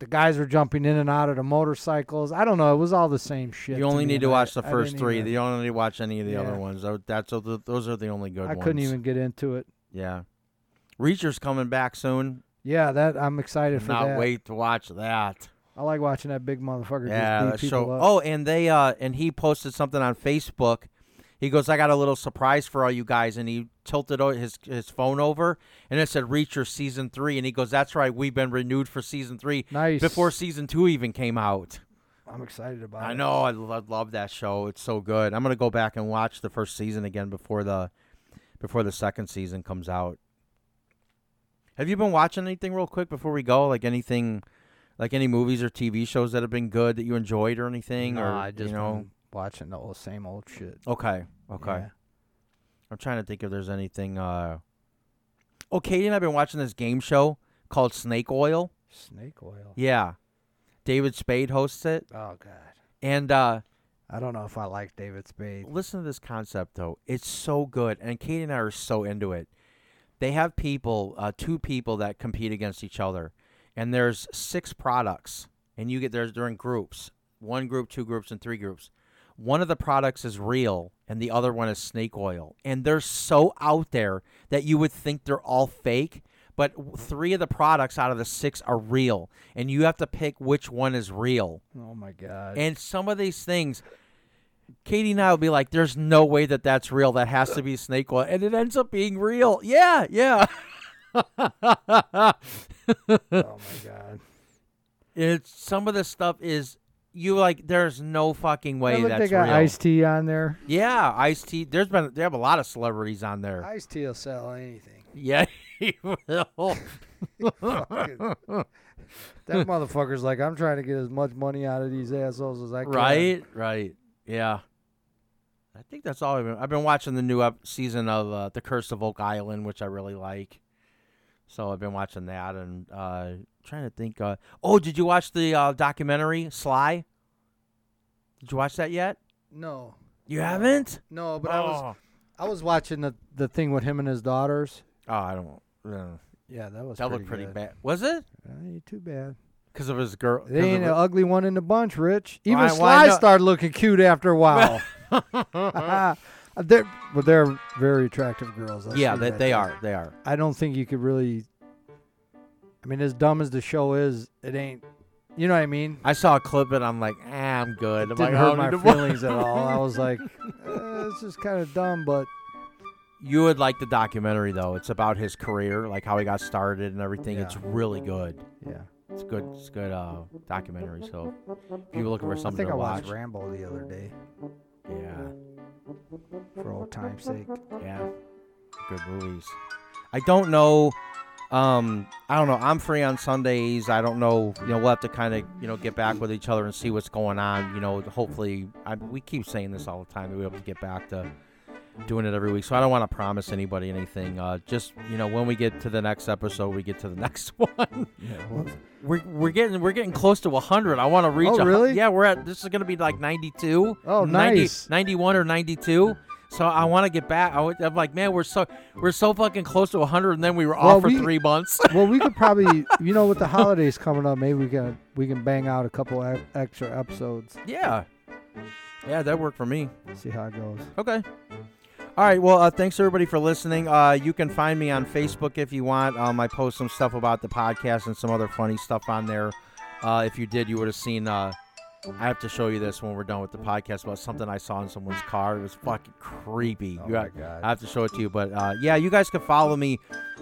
Speaker 3: the guys were jumping in and out of the motorcycles. I don't know, it was all the same shit.
Speaker 4: You only
Speaker 3: me,
Speaker 4: need to
Speaker 3: and I-
Speaker 4: watch the
Speaker 3: I
Speaker 4: first
Speaker 3: didn't
Speaker 4: three.
Speaker 3: even-
Speaker 4: You don't need to watch any of the
Speaker 3: Yeah.
Speaker 4: other ones. Tho- That's those are the only good
Speaker 3: I
Speaker 4: ones.
Speaker 3: couldn't even get into it.
Speaker 4: Yeah, Reacher's coming back soon.
Speaker 3: Yeah, that I'm excited for
Speaker 4: Not
Speaker 3: that.
Speaker 4: wait to watch that.
Speaker 3: I like watching that big motherfucker
Speaker 4: Yeah,
Speaker 3: just
Speaker 4: that
Speaker 3: beat people
Speaker 4: show.
Speaker 3: up.
Speaker 4: Oh, and they uh, and he posted something on Facebook. He goes, "I got a little surprise for all you guys," and he tilted o- his his phone over, and it said "Reacher season 3. and he goes, "That's right, we've been renewed for season three.
Speaker 3: Nice.
Speaker 4: Before season two even came out.
Speaker 3: I'm excited about
Speaker 4: Oh, I
Speaker 3: it.
Speaker 4: know, I love, love that show. It's so good. I'm gonna go back and watch the first season again before the before the second season comes out. Have you been watching anything real quick before we go? Like anything, like any movies or TV shows that have been good that you enjoyed or anything?
Speaker 3: No,
Speaker 4: or
Speaker 3: I just
Speaker 4: you know,
Speaker 3: been watching the old same old shit.
Speaker 4: Okay. Okay.
Speaker 3: Yeah.
Speaker 4: I'm trying to think if there's anything. Uh... Oh, Katie and I've been watching this game show called Snake Oil.
Speaker 3: Snake oil.
Speaker 4: Yeah. David Spade hosts it.
Speaker 3: Oh god.
Speaker 4: And uh,
Speaker 3: I don't know if I like David Spade.
Speaker 4: listen to this concept, though. It's so good. And Katie and I are so into it. They have people, uh, two people that compete against each other. And there's six products. And you get there's they're in groups one group, two groups, and three groups. one of the products is real and the other one is snake oil. And they're so out there that you would think they're all fake, but w- three of the products out of the six are real. And you have to pick which one is real.
Speaker 3: Oh my god.
Speaker 4: And some of these things, Katie and I will be like, there's no way that that's real. That has to be snake oil. And it ends up being real. Yeah, yeah. (laughs)
Speaker 3: oh my
Speaker 4: (laughs)
Speaker 3: god.
Speaker 4: It's some of the stuff is you like there's no fucking way
Speaker 3: look,
Speaker 4: that's
Speaker 3: they got
Speaker 4: real.
Speaker 3: Ice T on there.
Speaker 4: Yeah, Ice T. There's been they have a lot of celebrities on there.
Speaker 3: Ice T will sell anything.
Speaker 4: yeah, (laughs) he will.
Speaker 3: Fucking-
Speaker 4: (laughs)
Speaker 3: that motherfucker's like, I'm trying to get as much money out of these assholes as I can.
Speaker 4: right, right. Yeah, I think that's all I've been. I've been watching the new up season of uh, The Curse of Oak Island, which I really like. So I've been watching that and uh, trying to think. Uh, oh, did you watch the uh, documentary Sly? Did you watch that yet?
Speaker 3: No.
Speaker 4: You haven't?
Speaker 3: No, but I was I was watching the, the thing with him and his daughters.
Speaker 4: Oh, I don't. no.
Speaker 3: Yeah, that was
Speaker 4: That
Speaker 3: pretty
Speaker 4: looked pretty
Speaker 3: good.
Speaker 4: bad. Was it?
Speaker 3: Uh, ain't too bad.
Speaker 4: Because of his girl. 'cause
Speaker 3: They
Speaker 4: of
Speaker 3: ain't an
Speaker 4: her-
Speaker 3: ugly one in the bunch, Rich. Even
Speaker 4: Why- why
Speaker 3: Sly
Speaker 4: not?
Speaker 3: started looking cute after a while. (laughs) they're, but they're very attractive girls. I'll
Speaker 4: yeah,
Speaker 3: say
Speaker 4: they,
Speaker 3: that
Speaker 4: they
Speaker 3: too.
Speaker 4: are. They are.
Speaker 3: I don't think you could really. I mean, as dumb as the show is, it ain't. You know what I mean?
Speaker 4: I saw a clip and I'm like, ah, I'm good. I'm
Speaker 3: It
Speaker 4: like,
Speaker 3: didn't
Speaker 4: I
Speaker 3: hurt
Speaker 4: don't
Speaker 3: my
Speaker 4: need to watch- (laughs)
Speaker 3: feelings at all. I was (laughs) like, eh, it's just kind of dumb, but
Speaker 4: You would like the documentary though. It's about his career, like how he got started and everything. It's really good.
Speaker 3: yeah.
Speaker 4: It's good. It's good uh, documentary. So if you're looking for
Speaker 3: I
Speaker 4: something
Speaker 3: think
Speaker 4: to
Speaker 3: I
Speaker 4: watch,
Speaker 3: watched Rambo the other day
Speaker 4: yeah,
Speaker 3: for old time's sake.
Speaker 4: yeah, good movies. I don't know. Um, I don't know. I'm free on Sundays. I don't know. You know, we'll have to kind of you know get back with each other and see what's going on. You know, hopefully, I, we keep saying this all the time that we hope to get back to doing it every week. So I don't want to promise anybody anything. Uh, just you know, when we get to the next episode, we get to the (laughs) next one. we're we're getting we're getting close to 100. I want to reach.
Speaker 3: Oh,
Speaker 4: a hun-
Speaker 3: really?
Speaker 4: yeah, we're at. This is gonna be like 92.
Speaker 3: Oh,
Speaker 4: 90
Speaker 3: nice.
Speaker 4: 91 or 92. So I want to get back. I would, I'm like, man, we're so we're so fucking close to 100, and then we were off for
Speaker 3: we-
Speaker 4: three months.
Speaker 3: well, we could probably, you know, with the holidays coming up, maybe we can we can bang out a couple e- extra episodes.
Speaker 4: yeah, yeah, that worked for me.
Speaker 3: See how it goes.
Speaker 4: Okay. All right. Well, uh, thanks everybody for listening. Uh, you can find me on Facebook if you want. Um, I post some stuff about the podcast and some other funny stuff on there. Uh, if you did, you would have seen. Uh, I have to show you this when we're done with the podcast about something I saw in someone's car. It was fucking creepy.
Speaker 3: Oh
Speaker 4: You
Speaker 3: my
Speaker 4: got-
Speaker 3: God.
Speaker 4: I have to show it to you. But uh, yeah, you guys can follow me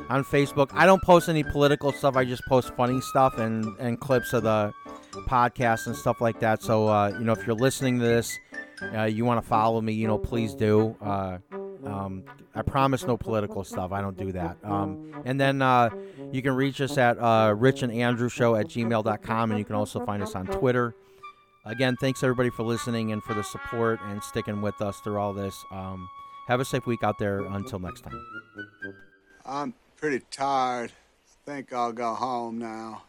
Speaker 4: on Facebook. I don't post any political stuff. I just post funny stuff and, and clips of the podcast and stuff like that. So, uh, you know, if you're listening to this, uh, you want to follow me, you know, please do. Uh, um, I promise no political stuff. I don't do that. Um, and then uh, you can reach us at uh, richandandrewshow at gmail.com. And you can also find us on Twitter. Again, thanks everybody for listening and for the support and sticking with us through all this. Um, have a safe week out there. Until next time.
Speaker 12: I'm pretty tired. I think I'll go home now.